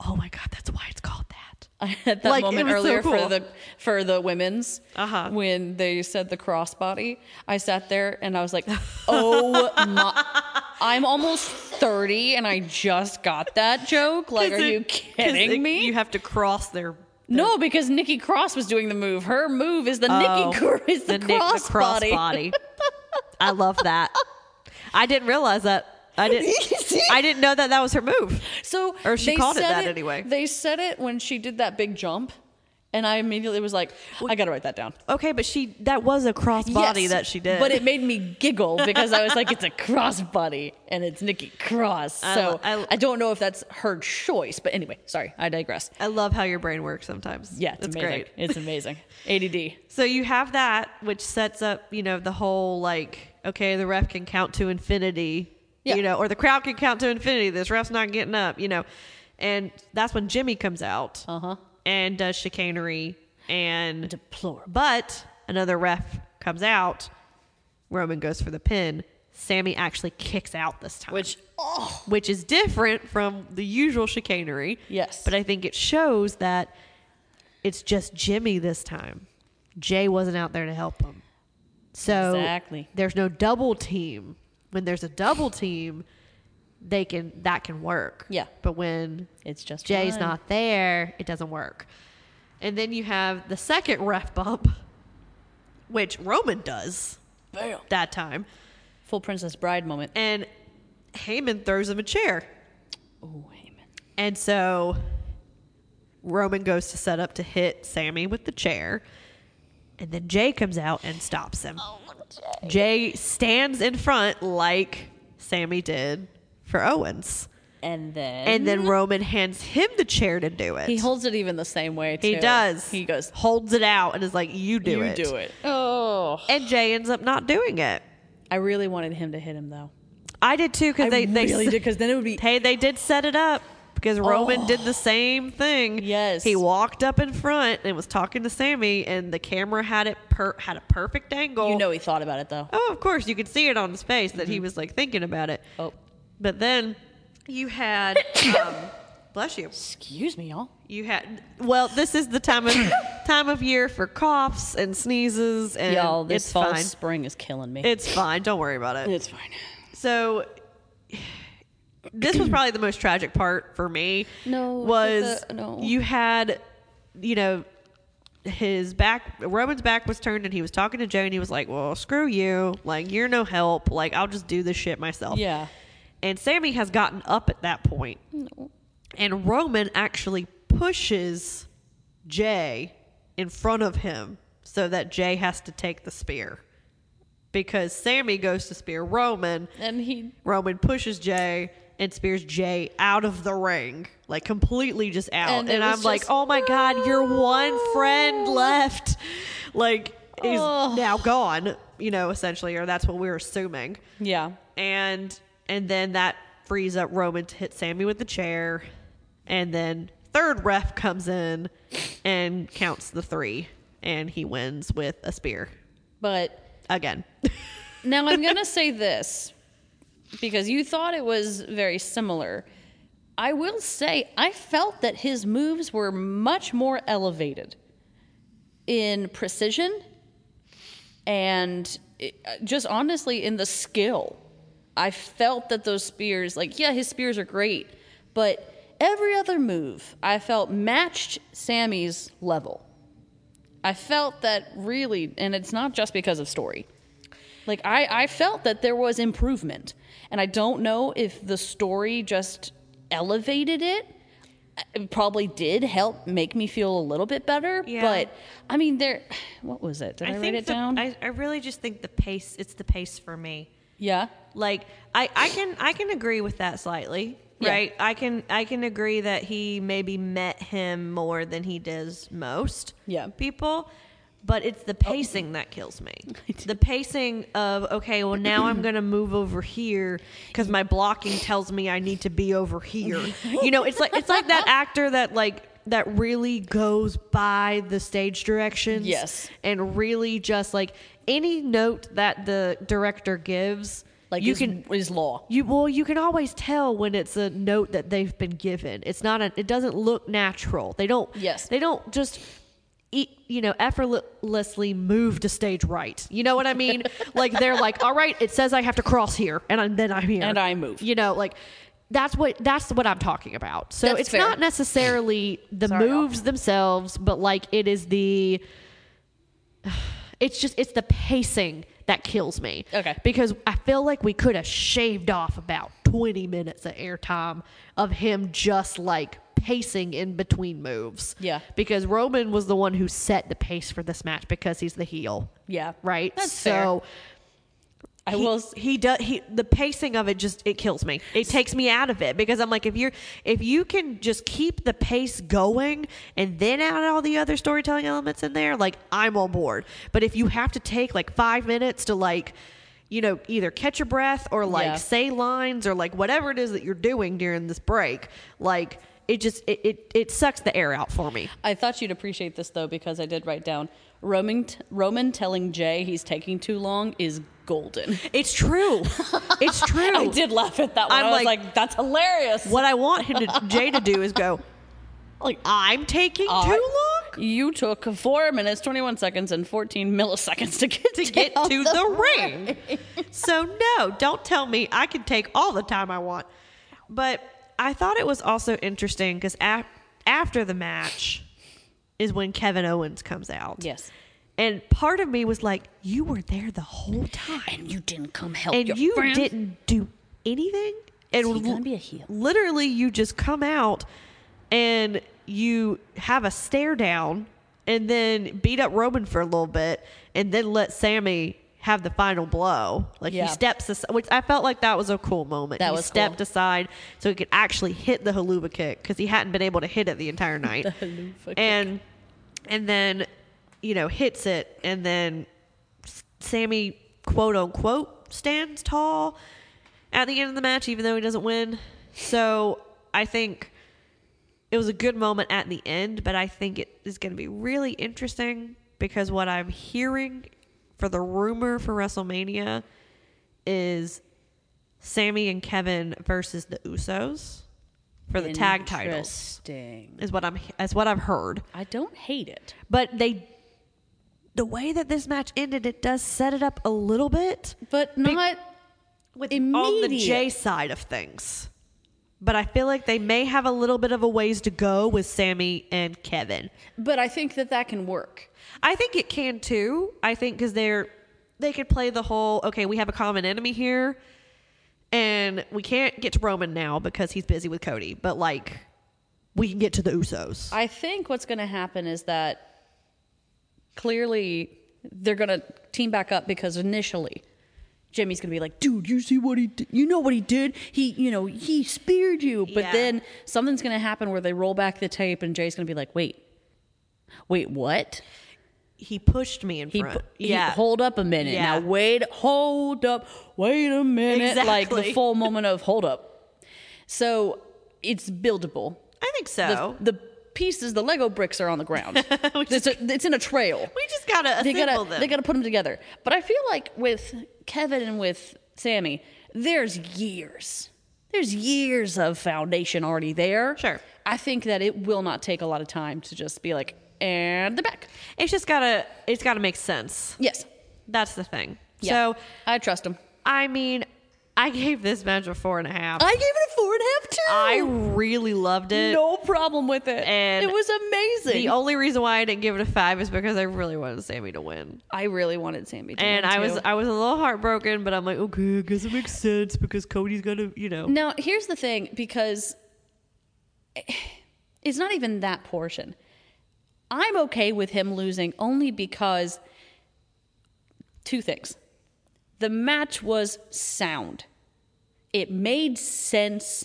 S4: oh my God, that's why it's called that.
S5: at that
S4: Like, it
S5: moment
S4: was so
S5: earlier
S4: cool.
S5: for the for the women's
S4: Uh-huh.
S5: when they said the crossbody. I sat there and I was like, "Oh my!" I'm almost thirty and I just got that joke. Like, are
S4: 'Cause it-
S5: you
S4: 'cause
S5: kidding
S4: it-
S5: me?
S4: You have to cross their
S5: no, because Nikki Cross was doing the move. Her move is the Nikki Cr- is the,
S4: Oh, the, Nick
S5: crossbody.
S4: crossbody. I love that. I didn't realize that. I didn't. I didn't know that that was her move.
S5: So
S4: Or she
S5: they
S4: called it
S5: said
S4: that anyway.
S5: They said it when she did that big jump, and I immediately was like, "I got to write that down."
S4: Okay, but she that was a crossbody
S5: Yes,
S4: that she did.
S5: But it made me giggle because I was like, it's a crossbody and it's Nikki Cross. So I,
S4: I-
S5: don't know if that's her choice. But anyway, sorry, I digress.
S4: I love how your brain works sometimes.
S5: Yeah, it's
S4: That's
S5: amazing.
S4: great.
S5: It's amazing. ADD.
S4: So you have that, which sets up, you know, the whole like, okay, the ref can count to infinity,
S5: Yeah.
S4: you know, or the crowd can count to infinity. This ref's not getting up, you know, and that's when Jimmy comes out uh-huh. and does chicanery and
S5: Deplorable.
S4: But another ref comes out. Roman goes for the pin. Sammy actually kicks out this time,
S5: Which, oh,
S4: which is different from the usual chicanery.
S5: Yes.
S4: But I think it shows that it's just Jimmy this time. Jay wasn't out there to help him. So
S5: Exactly.
S4: there's no double team. When there's a double team, they can that can work.
S5: Yeah.
S4: But when
S5: it's just
S4: Jay's
S5: one.
S4: not there, it doesn't work. And then you have the second ref bump, which Roman does
S5: Bam.
S4: that time.
S5: Full Princess Bride moment.
S4: And Heyman throws him a chair.
S5: Oh, Heyman.
S4: And so Roman goes to set up to hit Sammy with the chair. And then Jay comes out and stops him.
S5: Oh,
S4: Jay stands in front like Sammy did for Owens.
S5: And then
S4: And then Roman hands him the chair to do it.
S5: Mm-hmm. he holds it even the same way. Too.
S4: He does.
S5: He goes,
S4: holds it out and is like, "You do
S5: you
S4: it."
S5: do it. Oh.
S4: And Jay ends up not doing it.
S5: I really wanted him to hit him, though.
S4: I did too because they
S5: I
S4: they
S5: really
S4: s-
S5: did because then it would be
S4: Hey, they did set it up because Roman did the same thing.
S5: Oh. Yes.
S4: he walked up in front and was talking to Sammy, and the camera had it per- had a perfect angle.
S5: You know he thought about it though.
S4: Oh, of course, you could see it on his face that he was like thinking about it.
S5: Oh.
S4: But then you had, um, bless you.
S5: Excuse me, y'all.
S4: You had well. This is the time of time of year for coughs and sneezes, and
S5: Y'all, this
S4: it's
S5: false
S4: fine.
S5: spring is killing me.
S4: It's fine. Don't worry about it.
S5: it's fine.
S4: So, this was probably the most tragic part for me.
S5: No,
S4: was
S5: it's the- no.
S4: you had, you know, his back. Roman's back was turned, and he was talking to Joe, and he was like, "Well, screw you. Like you're no help. Like I'll just do this shit myself."
S5: Yeah.
S4: And Sammy has gotten up at that point. And Roman actually pushes Jay in front of him so that Jay has to take the spear. Because Sammy goes to spear Roman.
S5: And he
S4: Roman pushes Jay and spears Jay out of the ring, like completely just out.
S5: And
S4: And,
S5: it
S4: I'm
S5: was
S4: like,
S5: just- Oh.
S4: oh my God, your one friend left. Like, is now gone, you know, essentially, or that's what we're assuming
S5: Yeah.
S4: and and then that frees up Roman to hit Sammy with the chair, and then third ref comes in and counts the three, and he wins with a spear
S5: But
S4: again.
S5: now I'm gonna say this because you thought it was very similar. I will say I felt that his moves were much more elevated in precision and it, uh, just honestly in the skill. I felt that those spears, like, yeah, his spears are great, but every other move I felt matched Sammy's level. I felt that really, and it's not just because of story. Like I, I felt that there was improvement, and I don't know if the story just elevated it. Uh, It probably did help make me feel a little bit better,
S4: Yeah.
S5: but I mean, there. What was it? Did I, write
S4: think
S5: it
S4: the-
S5: down?
S4: I, I really just think the pace. It's the pace for me.
S5: yeah,
S4: Like I, I can I can agree with that slightly.
S5: Yeah.
S4: Right. I can I can agree that he maybe met him more than he does most
S5: Yeah. Oh.
S4: people. But it's the pacing that kills me. The pacing of okay, well now I'm gonna move over here because my blocking tells me I need to be over here. You know, it's like it's like that actor that like that really goes by the stage directions
S5: Yes.
S4: and really just like any note that the director gives
S5: like
S4: you
S5: is,
S4: can
S5: is law.
S4: you well you can always tell when it's a note that they've been given it's not a it doesn't look natural they don't
S5: Yes.
S4: they don't just e- you know effortlessly move to stage right you know what i mean like they're like all right it says i have to cross here and I, then i'm here
S5: And I move.
S4: you know like that's what that's what i'm talking about so
S5: That's
S4: it's
S5: fair.
S4: not necessarily the moves themselves but like it is the it's just it's the pacing that kills me.
S5: Okay.
S4: Because I feel like we could have shaved off about 20 minutes of airtime of him just like pacing in between moves.
S5: Yeah.
S4: Because Roman was the one who set the pace for this match because he's the heel.
S5: Yeah,
S4: Right?
S5: That's
S4: so
S5: fair. I
S4: he,
S5: will. s-
S4: he does he the pacing of it just it kills me it takes me out of it because i'm like if you're if you can just keep the pace going and then add all the other storytelling elements in there like i'm on board but if you have to take like five minutes to like you know either catch your breath or like
S5: Yeah.
S4: say lines or like whatever it is that you're doing during this break like it just it, it it sucks the air out for me
S5: I thought you'd appreciate this though because I did write down Roman t- Roman telling Jay he's taking too long is golden.
S4: it's true it's true
S5: I did laugh at that one.
S4: I'm
S5: i was
S4: like-
S5: like, that's hilarious.
S4: what i want him to jay to do is go like i'm taking
S5: I-
S4: too long
S5: You took four minutes, 21 seconds, and 14 milliseconds to get to,
S4: to get
S5: down
S4: to the, ring. so no, don't tell me I can take all the time I want. But I thought it was also interesting because after the match is when Kevin Owens comes out.
S5: Yes.
S4: And part of me was like, you were there the whole time
S5: And you didn't come help
S4: and
S5: your
S4: you
S5: friend.
S4: didn't do anything. And
S5: he gonna
S4: l-
S5: be a heel?
S4: Literally, you just come out and you have a stare down, and then beat up Roman for a little bit, and then let Sammy have the final blow. Like
S5: Yeah.
S4: he steps, aside, which I felt like that was a cool moment.
S5: That
S4: he
S5: was
S4: stepped
S5: cool.
S4: aside so he could actually hit the haluva kick because he hadn't been able to hit it the entire night.
S5: haluva
S4: and and then you know hits it, and then Sammy, quote unquote, stands tall at the end of the match, even though he doesn't win. So I think it was a good moment at the end, but I think it is going to be really interesting because what I'm hearing for the rumor for WrestleMania is Sammy and Kevin versus the Usos for the tag titles.
S5: Interesting.
S4: Is what I'm is what I've heard.
S5: I don't hate it.
S4: But they the way that this match ended, it does set it up a little bit
S5: But not.
S4: with on the
S5: Immediate.
S4: J side of things. But I feel like they may have a little bit of a ways to go with Sammy and Kevin.
S5: But I think that that can work.
S4: I think it can too. I think because they're they could play the whole okay, we have a common enemy here, and we can't get to Roman now because he's busy with Cody. But like, we can get to the Usos.
S5: I think what's going to happen is that clearly they're going to team back up because initially Jimmy's going to be like, dude, you see what he did? You know what he did? He, you know, he speared you. But
S4: Yeah.
S5: then something's going to happen where they roll back the tape and Jay's going to be like, wait, wait, what?
S4: He pushed me in
S5: He,
S4: front.
S5: pu- he- hold up a minute.
S4: Yeah.
S5: Now wait, hold up. Wait a minute. Like
S4: Exactly.
S5: the full moment of hold up. So it's buildable.
S4: I think
S5: The-
S4: so.
S5: The, pieces, the Lego bricks are on the ground. it's, a- it's in a trail.
S4: we just gotta
S5: they
S4: assemble
S5: gotta
S4: them.
S5: they gotta put them together. But I feel like with Kevin and with Sammy, there's years. There's years of foundation already there.
S4: Sure.
S5: I think that it will not take a lot of time to just be like, and they're back.
S4: it's just gotta. It's gotta make sense.
S5: Yes.
S4: That's the thing.
S5: Yeah.
S4: So
S5: I trust them.
S4: I mean, I gave this match a four and a half.
S5: I gave it a four and a half too.
S4: I really loved it.
S5: no problem with it.
S4: And
S5: it was amazing.
S4: The only reason why I didn't give it a five is because I really wanted Sammy to win,
S5: I really wanted Sammy. To
S4: and
S5: win,
S4: I was
S5: too.
S4: I was a little heartbroken, but I'm like, okay, I guess it makes sense because Cody's gonna, you know,
S5: Now, here's the thing because it's not even that portion. I'm okay with him losing only because two things. The match was sound. It made sense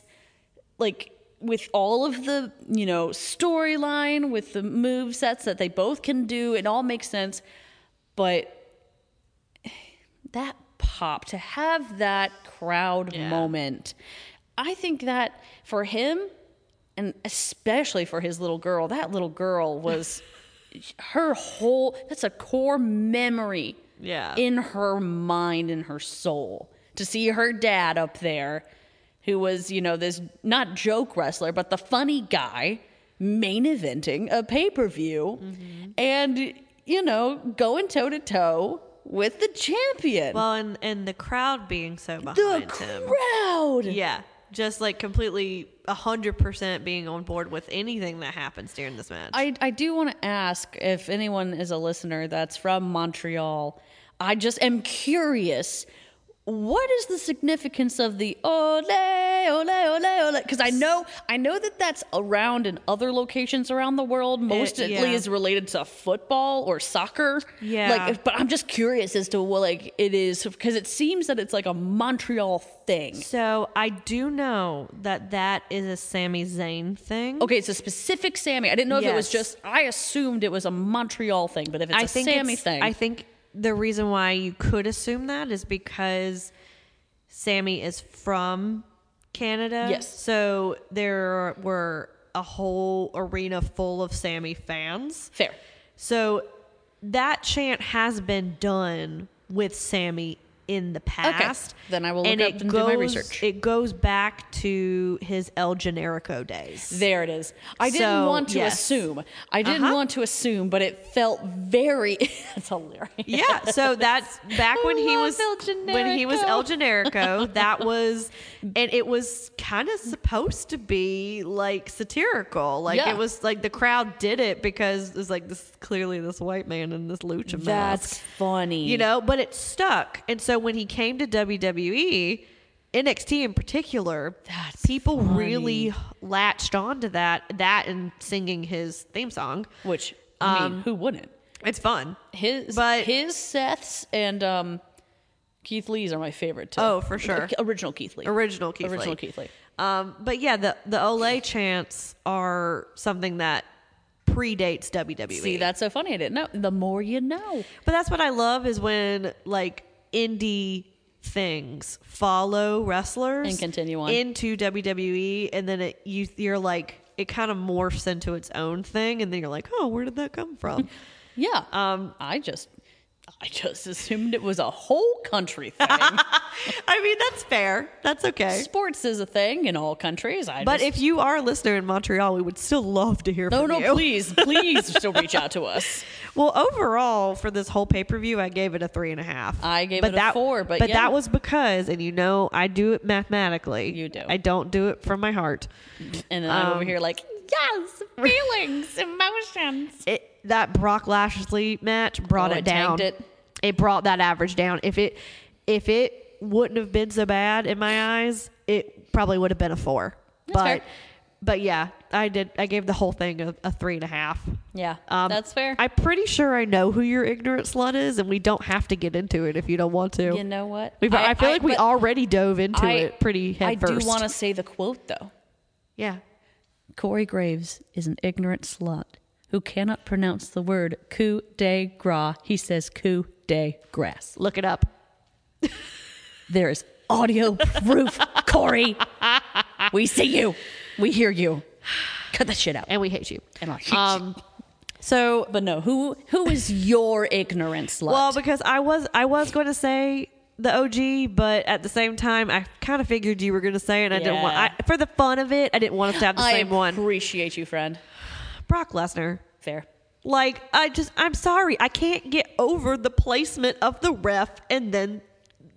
S5: like with all of the, you know, storyline, with the move sets that they both can do, it all makes sense. But that pop to have that crowd moment i think that for him and especially for his little girl that little girl was her whole that's a core memory
S4: yeah,
S5: in her mind and her soul to see her dad up there who was you know this not joke wrestler but the funny guy main eventing a pay-per-view
S4: Mm-hmm.
S5: and you know going toe to toe with the champion
S4: well, and and the crowd being so behind
S5: the
S4: him,
S5: crowd
S4: yeah, just like completely hundred percent being on board with anything that happens during this match.
S5: I, I do want to ask if anyone is a listener that's from Montreal. I just am curious. What is the significance of the ole ole ole ole? Because I know I know that that's around in other locations around the world. Most at
S4: yeah.
S5: least related to football or soccer.
S4: Yeah.
S5: Like, but I'm just curious as to what like it is because it seems that it's like a Montreal thing.
S4: so I do know that that is a Sami Zayn thing.
S5: Okay, it's a specific Sammy. I didn't know if it was
S4: Yes.
S5: just. I assumed it was a Montreal thing, but if it's a
S4: I think
S5: Sammy
S4: it's-
S5: thing,
S4: I think the reason why you could assume that is because Sammy is from Canada.
S5: Yes.
S4: So there were a whole arena full of Sammy fans.
S5: fair.
S4: So that chant has been done with Sammy in the past.
S5: Then I will look up and do my research.
S4: It goes back to his El Generico days.
S5: There it is. I didn't
S4: So,
S5: want to
S4: yes.
S5: assume. I didn't want to assume, but it felt very. That's hilarious.
S4: Yeah, so that's back when he
S5: love
S4: was
S5: Oh, El
S4: when he was
S5: Generico.
S4: El Generico. That was, and it was kind of supposed to be like satirical. Like
S5: Yeah.
S4: it was like the crowd did it because it's like this clearly this white man in this lucha
S5: That's
S4: mask,
S5: funny.
S4: you know. But it stuck, and so when he came to E, WWE, NXT in particular, people really latched onto that. That and singing his theme song,
S5: which I mean, who wouldn't?
S4: it's fun.
S5: Um, His,
S4: but-
S5: his Seth's and um, Keith Lee's are my favorite too.
S4: Oh, for sure.
S5: Original Keith Lee.
S4: Original Keith
S5: Original
S4: Lee.
S5: Keith Lee.
S4: Um, but yeah, the the Olay chants are something that predates WWE.
S5: See, that's so funny. I didn't know. The more you know.
S4: but that's what I love is when like indie things follow wrestlers
S5: And continue on.
S4: into WWE, and then it you you're like it kind of morphs into its own thing, and then you're like, oh, where did that come from?
S5: Yeah. Um, I just, I just assumed it was a whole country thing.
S4: I mean, that's fair. That's okay.
S5: Sports is a thing in all countries. I
S4: But
S5: just,
S4: if you are a listener in Montreal, we would still love to hear
S5: no,
S4: from
S5: no,
S4: you.
S5: please, please, still reach out to us.
S4: Well, overall for this whole pay per view, I gave it a three and a half.
S5: I gave it a four, but yeah.
S4: that was because, and you know, I do it mathematically.
S5: You do.
S4: I don't do it from my heart.
S5: And then I'm over here like, yes, feelings, emotions.
S4: It that Brock Lashley match brought
S5: Oh,
S4: it,
S5: it
S4: down.
S5: tanked it.
S4: It brought that average down. If it if it wouldn't have been so bad in my eyes, it probably would have been a four. but
S5: fair.
S4: but yeah, I did. I gave the whole thing a, a three and a half.
S5: Yeah,
S4: Um,
S5: that's fair.
S4: I'm pretty sure I know who your ignorant slut is, and we don't have to get into it if you don't want to.
S5: you know what?
S4: We've, I, feel like we
S5: but
S4: already dove into
S5: I-
S4: it pretty head
S5: I
S4: first.
S5: do want to say the quote though.
S4: yeah.
S5: Corey Graves is an ignorant slut who cannot pronounce the word coup de gras. He says coup de grass.
S4: Look it up.
S5: There is audio proof, Corey. We see you. We hear you. Cut that shit out.
S4: And we hate you.
S5: And I'll hit you.
S4: Um, so,
S5: But no, who who is your ignorant slut?
S4: well, because I was I was going to say the OG, but at the same time, I kind of figured you were going to say, it and I didn't want
S5: Yeah.
S4: I, for the fun of it, I didn't want us to have the
S5: I
S4: same one.
S5: appreciate you, friend.
S4: Brock Lesnar.
S5: Fair.
S4: Like I just I'm sorry, I can't get over the placement of the ref and then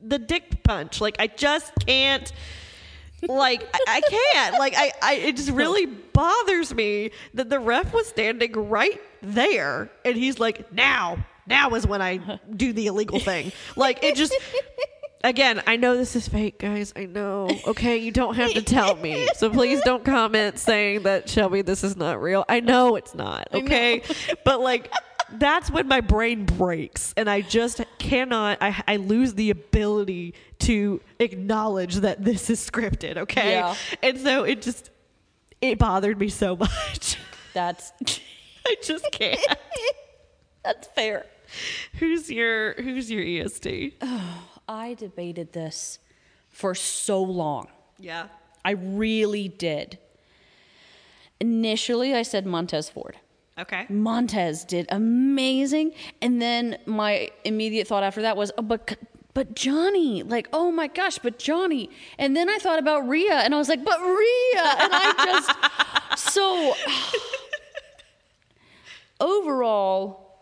S4: the dick punch. Like I just can't. Like I, I can't. Like I, I. It just really bothers me that the ref was standing right there, and he's like, "Now, now is when I do the illegal thing." Like it just. Again, I know this is fake, guys. I know. Okay, you don't have to tell me. So please don't comment saying that Shelby, this is not real. I know it's not. Okay, but like that's when my brain breaks and i just cannot i, I lose the ability to acknowledge that this is scripted okay
S5: Yeah.
S4: and so it just it bothered me so much
S5: That's
S4: i just can't
S5: that's fair.
S4: who's your who's your E est
S5: I debated this for so long.
S4: yeah
S5: I really did. Initially, I said Montez Ford.
S4: okay
S5: Montez did amazing. And then my immediate thought after that was, oh, but but Johnny, like, oh my gosh, but Johnny. And then I thought about Rhea and I was like, but Rhea. And I just so overall,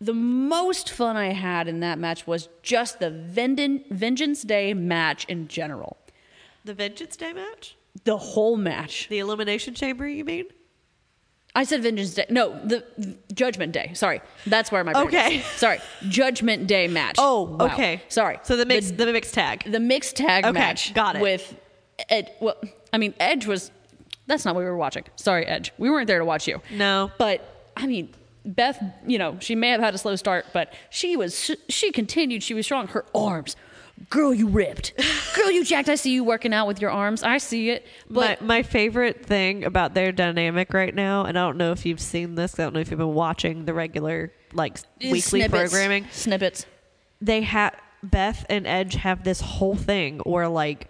S5: the most fun I had in that match was just the Venden- Vengeance Day match in general.
S4: the vengeance day match
S5: The whole match.
S4: the elimination chamber you mean
S5: I said Vengeance Day. No, the the Judgment Day. Sorry, that's where my brain
S4: Okay. Oh,
S5: Is. Sorry, Judgment Day match. Wow.
S4: okay
S5: Sorry.
S4: so the mixed
S5: the,
S4: the, mixed tag
S5: the mixed tag
S4: Okay,
S5: match.
S4: got it.
S5: With Ed. Well, I mean Edge was. That's not what we were watching. Sorry, Edge. We weren't there to watch you.
S4: No.
S5: But I mean, Beth. You know, she may have had a slow start, but she was. She continued. She was strong. Her arms. Girl, you ripped. Girl, you jacked. I see you working out with your arms. I see it. But
S4: my, my favorite thing about their dynamic right now, and I don't know if you've seen this, I don't know if you've been watching the regular like s- weekly
S5: Snippets.
S4: programming.
S5: Snippets.
S4: They have Beth and Edge have this whole thing where like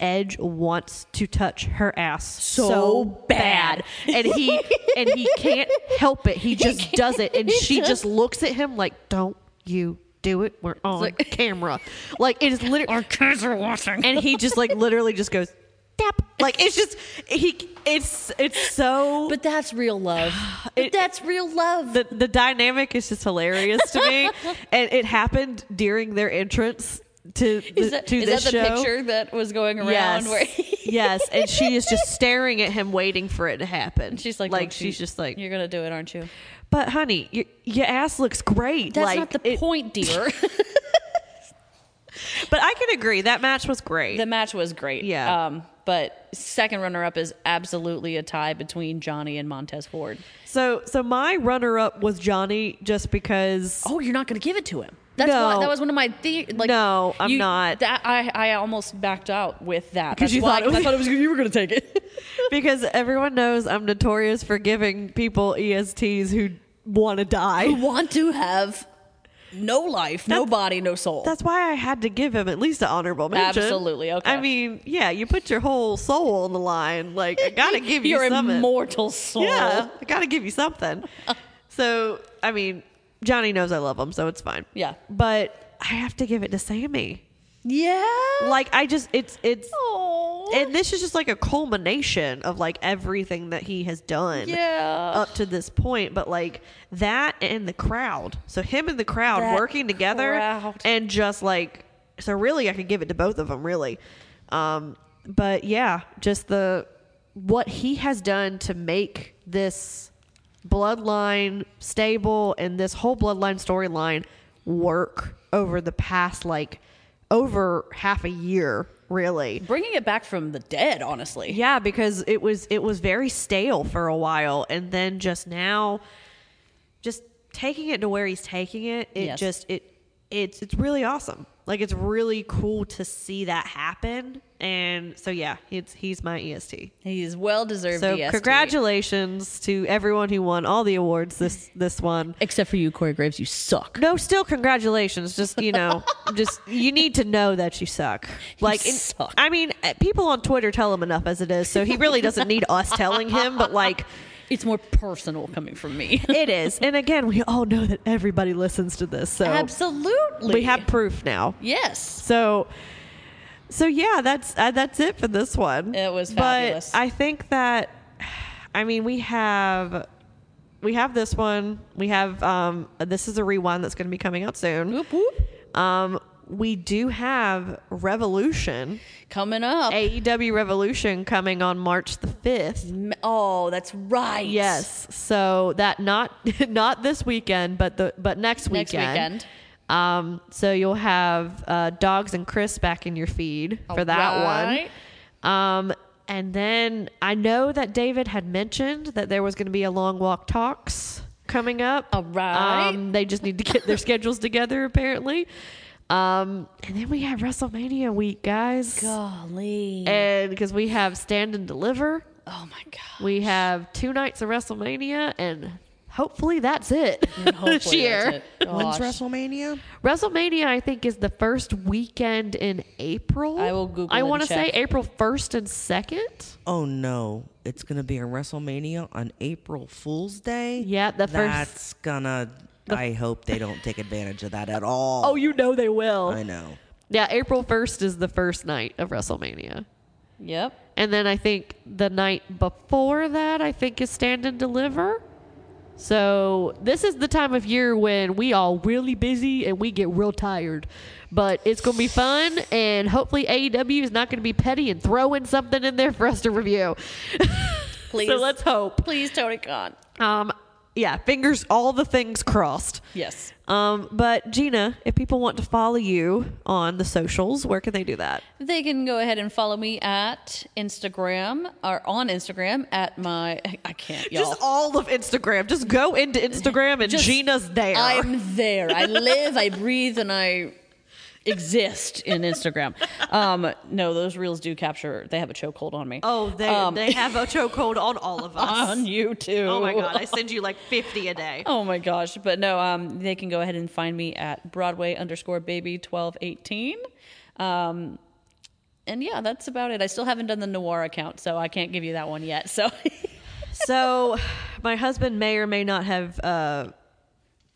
S4: Edge wants to touch her ass so,
S5: bad.
S4: and he and he can't help it. He just does it, and she just,
S5: just-
S4: looks at him like, "Don't you do it? We're on camera." Like it is literally
S5: kids are watching.
S4: and he just like literally just goes tap like it's just he it's it's so
S5: But that's real love. But
S4: It-
S5: that's real love.
S4: the the dynamic is just hilarious to me and it happened during their entrance to the,
S5: is that,
S4: to
S5: is
S4: this
S5: that the
S4: show
S5: picture that was going around?
S4: yes
S5: Where
S4: yes and she is just staring at him waiting for it to happen
S5: she's like,
S4: like
S5: "Don't you-
S4: she's just like
S5: you're gonna do it, aren't you?
S4: but honey your, your ass looks great
S5: That's
S4: like
S5: not the
S4: it-
S5: point, dear.
S4: but i can agree that match was great
S5: the match was great.
S4: Yeah.
S5: Um, but second runner up is absolutely a tie between Johnny and Montez Ford.
S4: so so my runner up was johnny just because
S5: Oh, you're not gonna give it to him. That's
S4: No.
S5: why, that was one of my the like.
S4: No, I'm
S5: you-
S4: not.
S5: That I I almost backed out with that
S4: 'Cause
S5: That's
S4: you
S5: why-
S4: thought it was-
S5: I thought it was you were gonna take it.
S4: because everyone knows I'm notorious for giving people ESTs who want to die.
S5: Want to have no life, no body, no soul.
S4: That's why I had to give him at least an honorable mention.
S5: Absolutely, okay.
S4: I mean, yeah, you put your whole soul on the line. Like I gotta give you
S5: your
S4: something.
S5: immortal soul.
S4: Yeah, I gotta give you something. so I mean, Johnny knows I love him, so it's fine.
S5: Yeah.
S4: but I have to give it to Sammy.
S5: Yeah.
S4: Like I just, it's it's.
S5: Aw.
S4: And this is just like a culmination of like everything that he has done.
S5: yeah.
S4: up to this point, but like that and the crowd. So him and the crowd
S5: That
S4: working together
S5: crowd.
S4: and just like so really I could give it to both of them really. Um but yeah, just the what he has done to make this bloodline stable and this whole bloodline storyline work over the past like over half a year really
S5: Bringing it back from the dead, honestly.
S4: yeah, because it was it was very stale for a while, and then just now, just taking it to where he's taking it, it
S5: Yes.
S4: just it it's it's really awesome. Like it's really cool to see that happen, and so yeah, it's he's my EST.
S5: He's well deserved.
S4: So
S5: EST.
S4: congratulations to everyone who won all the awards this this one.
S5: Except for you, Corey Graves, you suck.
S4: No, still congratulations. Just you know, just you need to know that you suck. Like, and-
S5: suck.
S4: I mean, uh, people on Twitter tell him enough as it is, so he really doesn't need us telling him. But like,
S5: It's more personal coming from me.
S4: it is. And again, we all know that everybody listens to this, so
S5: Absolutely.
S4: we have proof now.
S5: Yes.
S4: So, so yeah, that's uh, that's it for this one.
S5: It was fabulous.
S4: But I think that, I mean, we have. We have this one. We have um, this is a rewind that's going to be coming out soon.
S5: Whoop, whoop.
S4: Um, we do have Revolution,
S5: Coming up.
S4: AEW Revolution coming on March the 5th.
S5: M- Oh, that's right.
S4: Yes. So that not not this weekend, but the but next
S5: Next
S4: weekend.
S5: weekend.
S4: Um, so you'll have uh, Dogs and Chris back in your feed for that
S5: Alright.
S4: one. Um, and then I know that David had mentioned that there was going to be a long walk talks coming up.
S5: Alright.
S4: Um, they just need to get their schedules together apparently. Um, and then we have WrestleMania week, guys.
S5: Golly.
S4: And because we have Stand and Deliver,
S5: Oh my god.
S4: we have two nights of WrestleMania, and hopefully that's it this
S5: Hopefully
S4: year.
S5: that's it.
S1: When's
S5: Gosh.
S1: WrestleMania?
S4: WrestleMania, I think, is the first weekend in April.
S5: I will Google
S4: I
S5: and
S4: wanna say
S5: check.
S4: April first and second.
S1: Oh no, it's gonna be a WrestleMania on April Fool's Day.
S4: Yeah, the first-
S1: That's gonna. I hope they don't take advantage of that at all.
S4: Oh, you know they will.
S1: I know.
S4: Yeah, April first is the first night of WrestleMania,
S5: Yep.
S4: and then I think the night before that, I think is Stand and Deliver. So this is the time of year when we all really busy and we get real tired, but it's gonna be fun, and hopefully AEW is not gonna be petty and throwing something in there for us to review.
S5: Please.
S4: So let's hope.
S5: please Tony Khan.
S4: Um, yeah, fingers, all the things crossed.
S5: Yes.
S4: Um, but Gina, if people want to follow you on the socials, where can they do that?
S5: They can go ahead and follow me at Instagram or on Instagram at my I can't y'all.
S4: Just all of Instagram. Just go into Instagram and
S5: Just-
S4: Gina's there.
S5: I'm there. I live, I breathe, and I exist in Instagram. Um, no, those reels do capture. They have a chokehold on me.
S4: oh, they
S5: Um,
S4: they have a chokehold on all of us.
S5: on you too.
S4: oh my god, I send you like fifty a day.
S5: Oh my gosh. But no, um, they can go ahead and find me at Broadway underscore baby 1218. Um, and yeah, that's about it. I still haven't done the noir account, so I can't give you that one yet. So
S4: So, my husband may or may not have uh,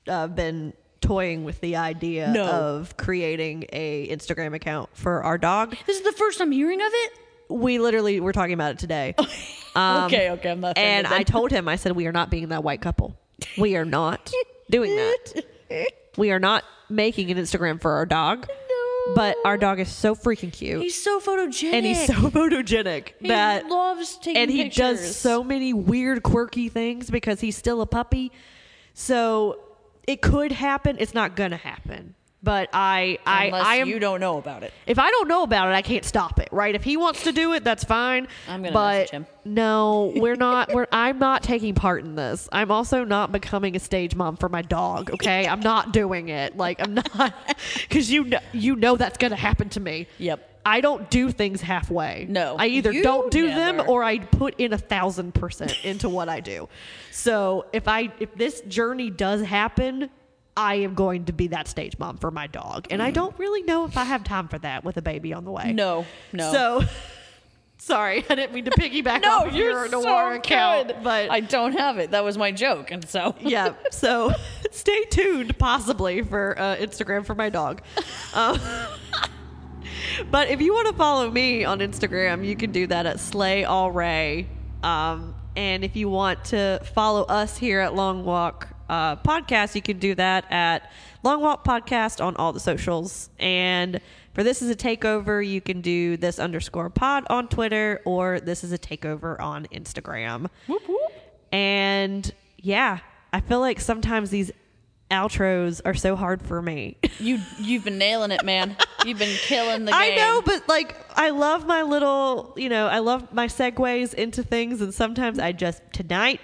S4: uh, been toying with the idea
S5: No.
S4: of creating a Instagram account for our dog.
S5: this is the first I'm hearing of it.
S4: We literally were talking about it today.
S5: okay, okay, I'm not.
S4: Um, And
S5: offended
S4: I
S5: then.
S4: told him, I said, we are not being that white couple. We are not doing that. We are not making an Instagram for our dog. But our dog is so freaking cute.
S5: he's so photogenic,
S4: and he's so photogenic
S5: he
S4: that
S5: loves taking
S4: and he
S5: pictures.
S4: does so many weird quirky things because he's still a puppy. So it could happen. It's not going to happen. But I I
S5: Unless
S4: I am
S5: you don't know about it.
S4: if I don't know about it, I can't stop it, right? If he wants to do it, that's fine.
S5: I'm gonna
S4: but
S5: message him.
S4: No, we're not. We're I'm not taking part in this. I'm also not becoming a stage mom for my dog. Okay, I'm not doing it. Like I'm not because you know, you know that's gonna happen to me.
S5: Yep.
S4: I don't do things halfway.
S5: No,
S4: I either
S5: you
S4: don't do them
S5: never.
S4: or I put in a thousand percent into what I do. So if I if this journey does happen, I am going to be that stage mom for my dog, and I don't really know if I have time for that with a baby on the way.
S5: Mm. No, no.
S4: So sorry, I didn't mean to piggyback
S5: No,
S4: off
S5: you're
S4: your
S5: so
S4: Noir account,
S5: good.
S4: but
S5: I don't have it. That was my joke, and so
S4: yeah. So stay tuned, possibly for uh, Instagram for my dog. Um, but if you want to follow me on Instagram, you can do that at Slay All Ray. Um, and if you want to follow us here at Long Walk uh, Podcast, you can do that at Long Walk Podcast on all the socials. And for this is a takeover, you can do this underscore pod on Twitter or this is a takeover on Instagram. And yeah, I feel like sometimes these outros are so hard for me.
S5: you you've been nailing it, man. You've been killing the game.
S4: I know, but like I love my little, you know, I love my segues into things and sometimes I just tonight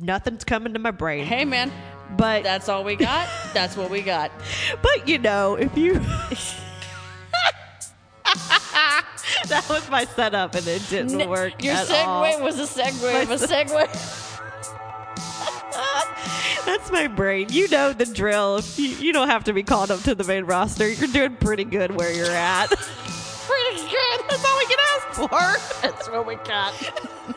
S4: nothing's coming to my brain.
S5: Hey, man.
S4: but
S5: That's all we got. That's what we got.
S4: but you know, if you That was my setup and it didn't work.
S5: Your
S4: at
S5: segue
S4: all.
S5: was a segue of a segue.
S4: That's my brain. You know the drill. You, you don't have to be called up to the main roster. You're doing pretty good where you're at. pretty good. That's all we can ask for. That's what we got.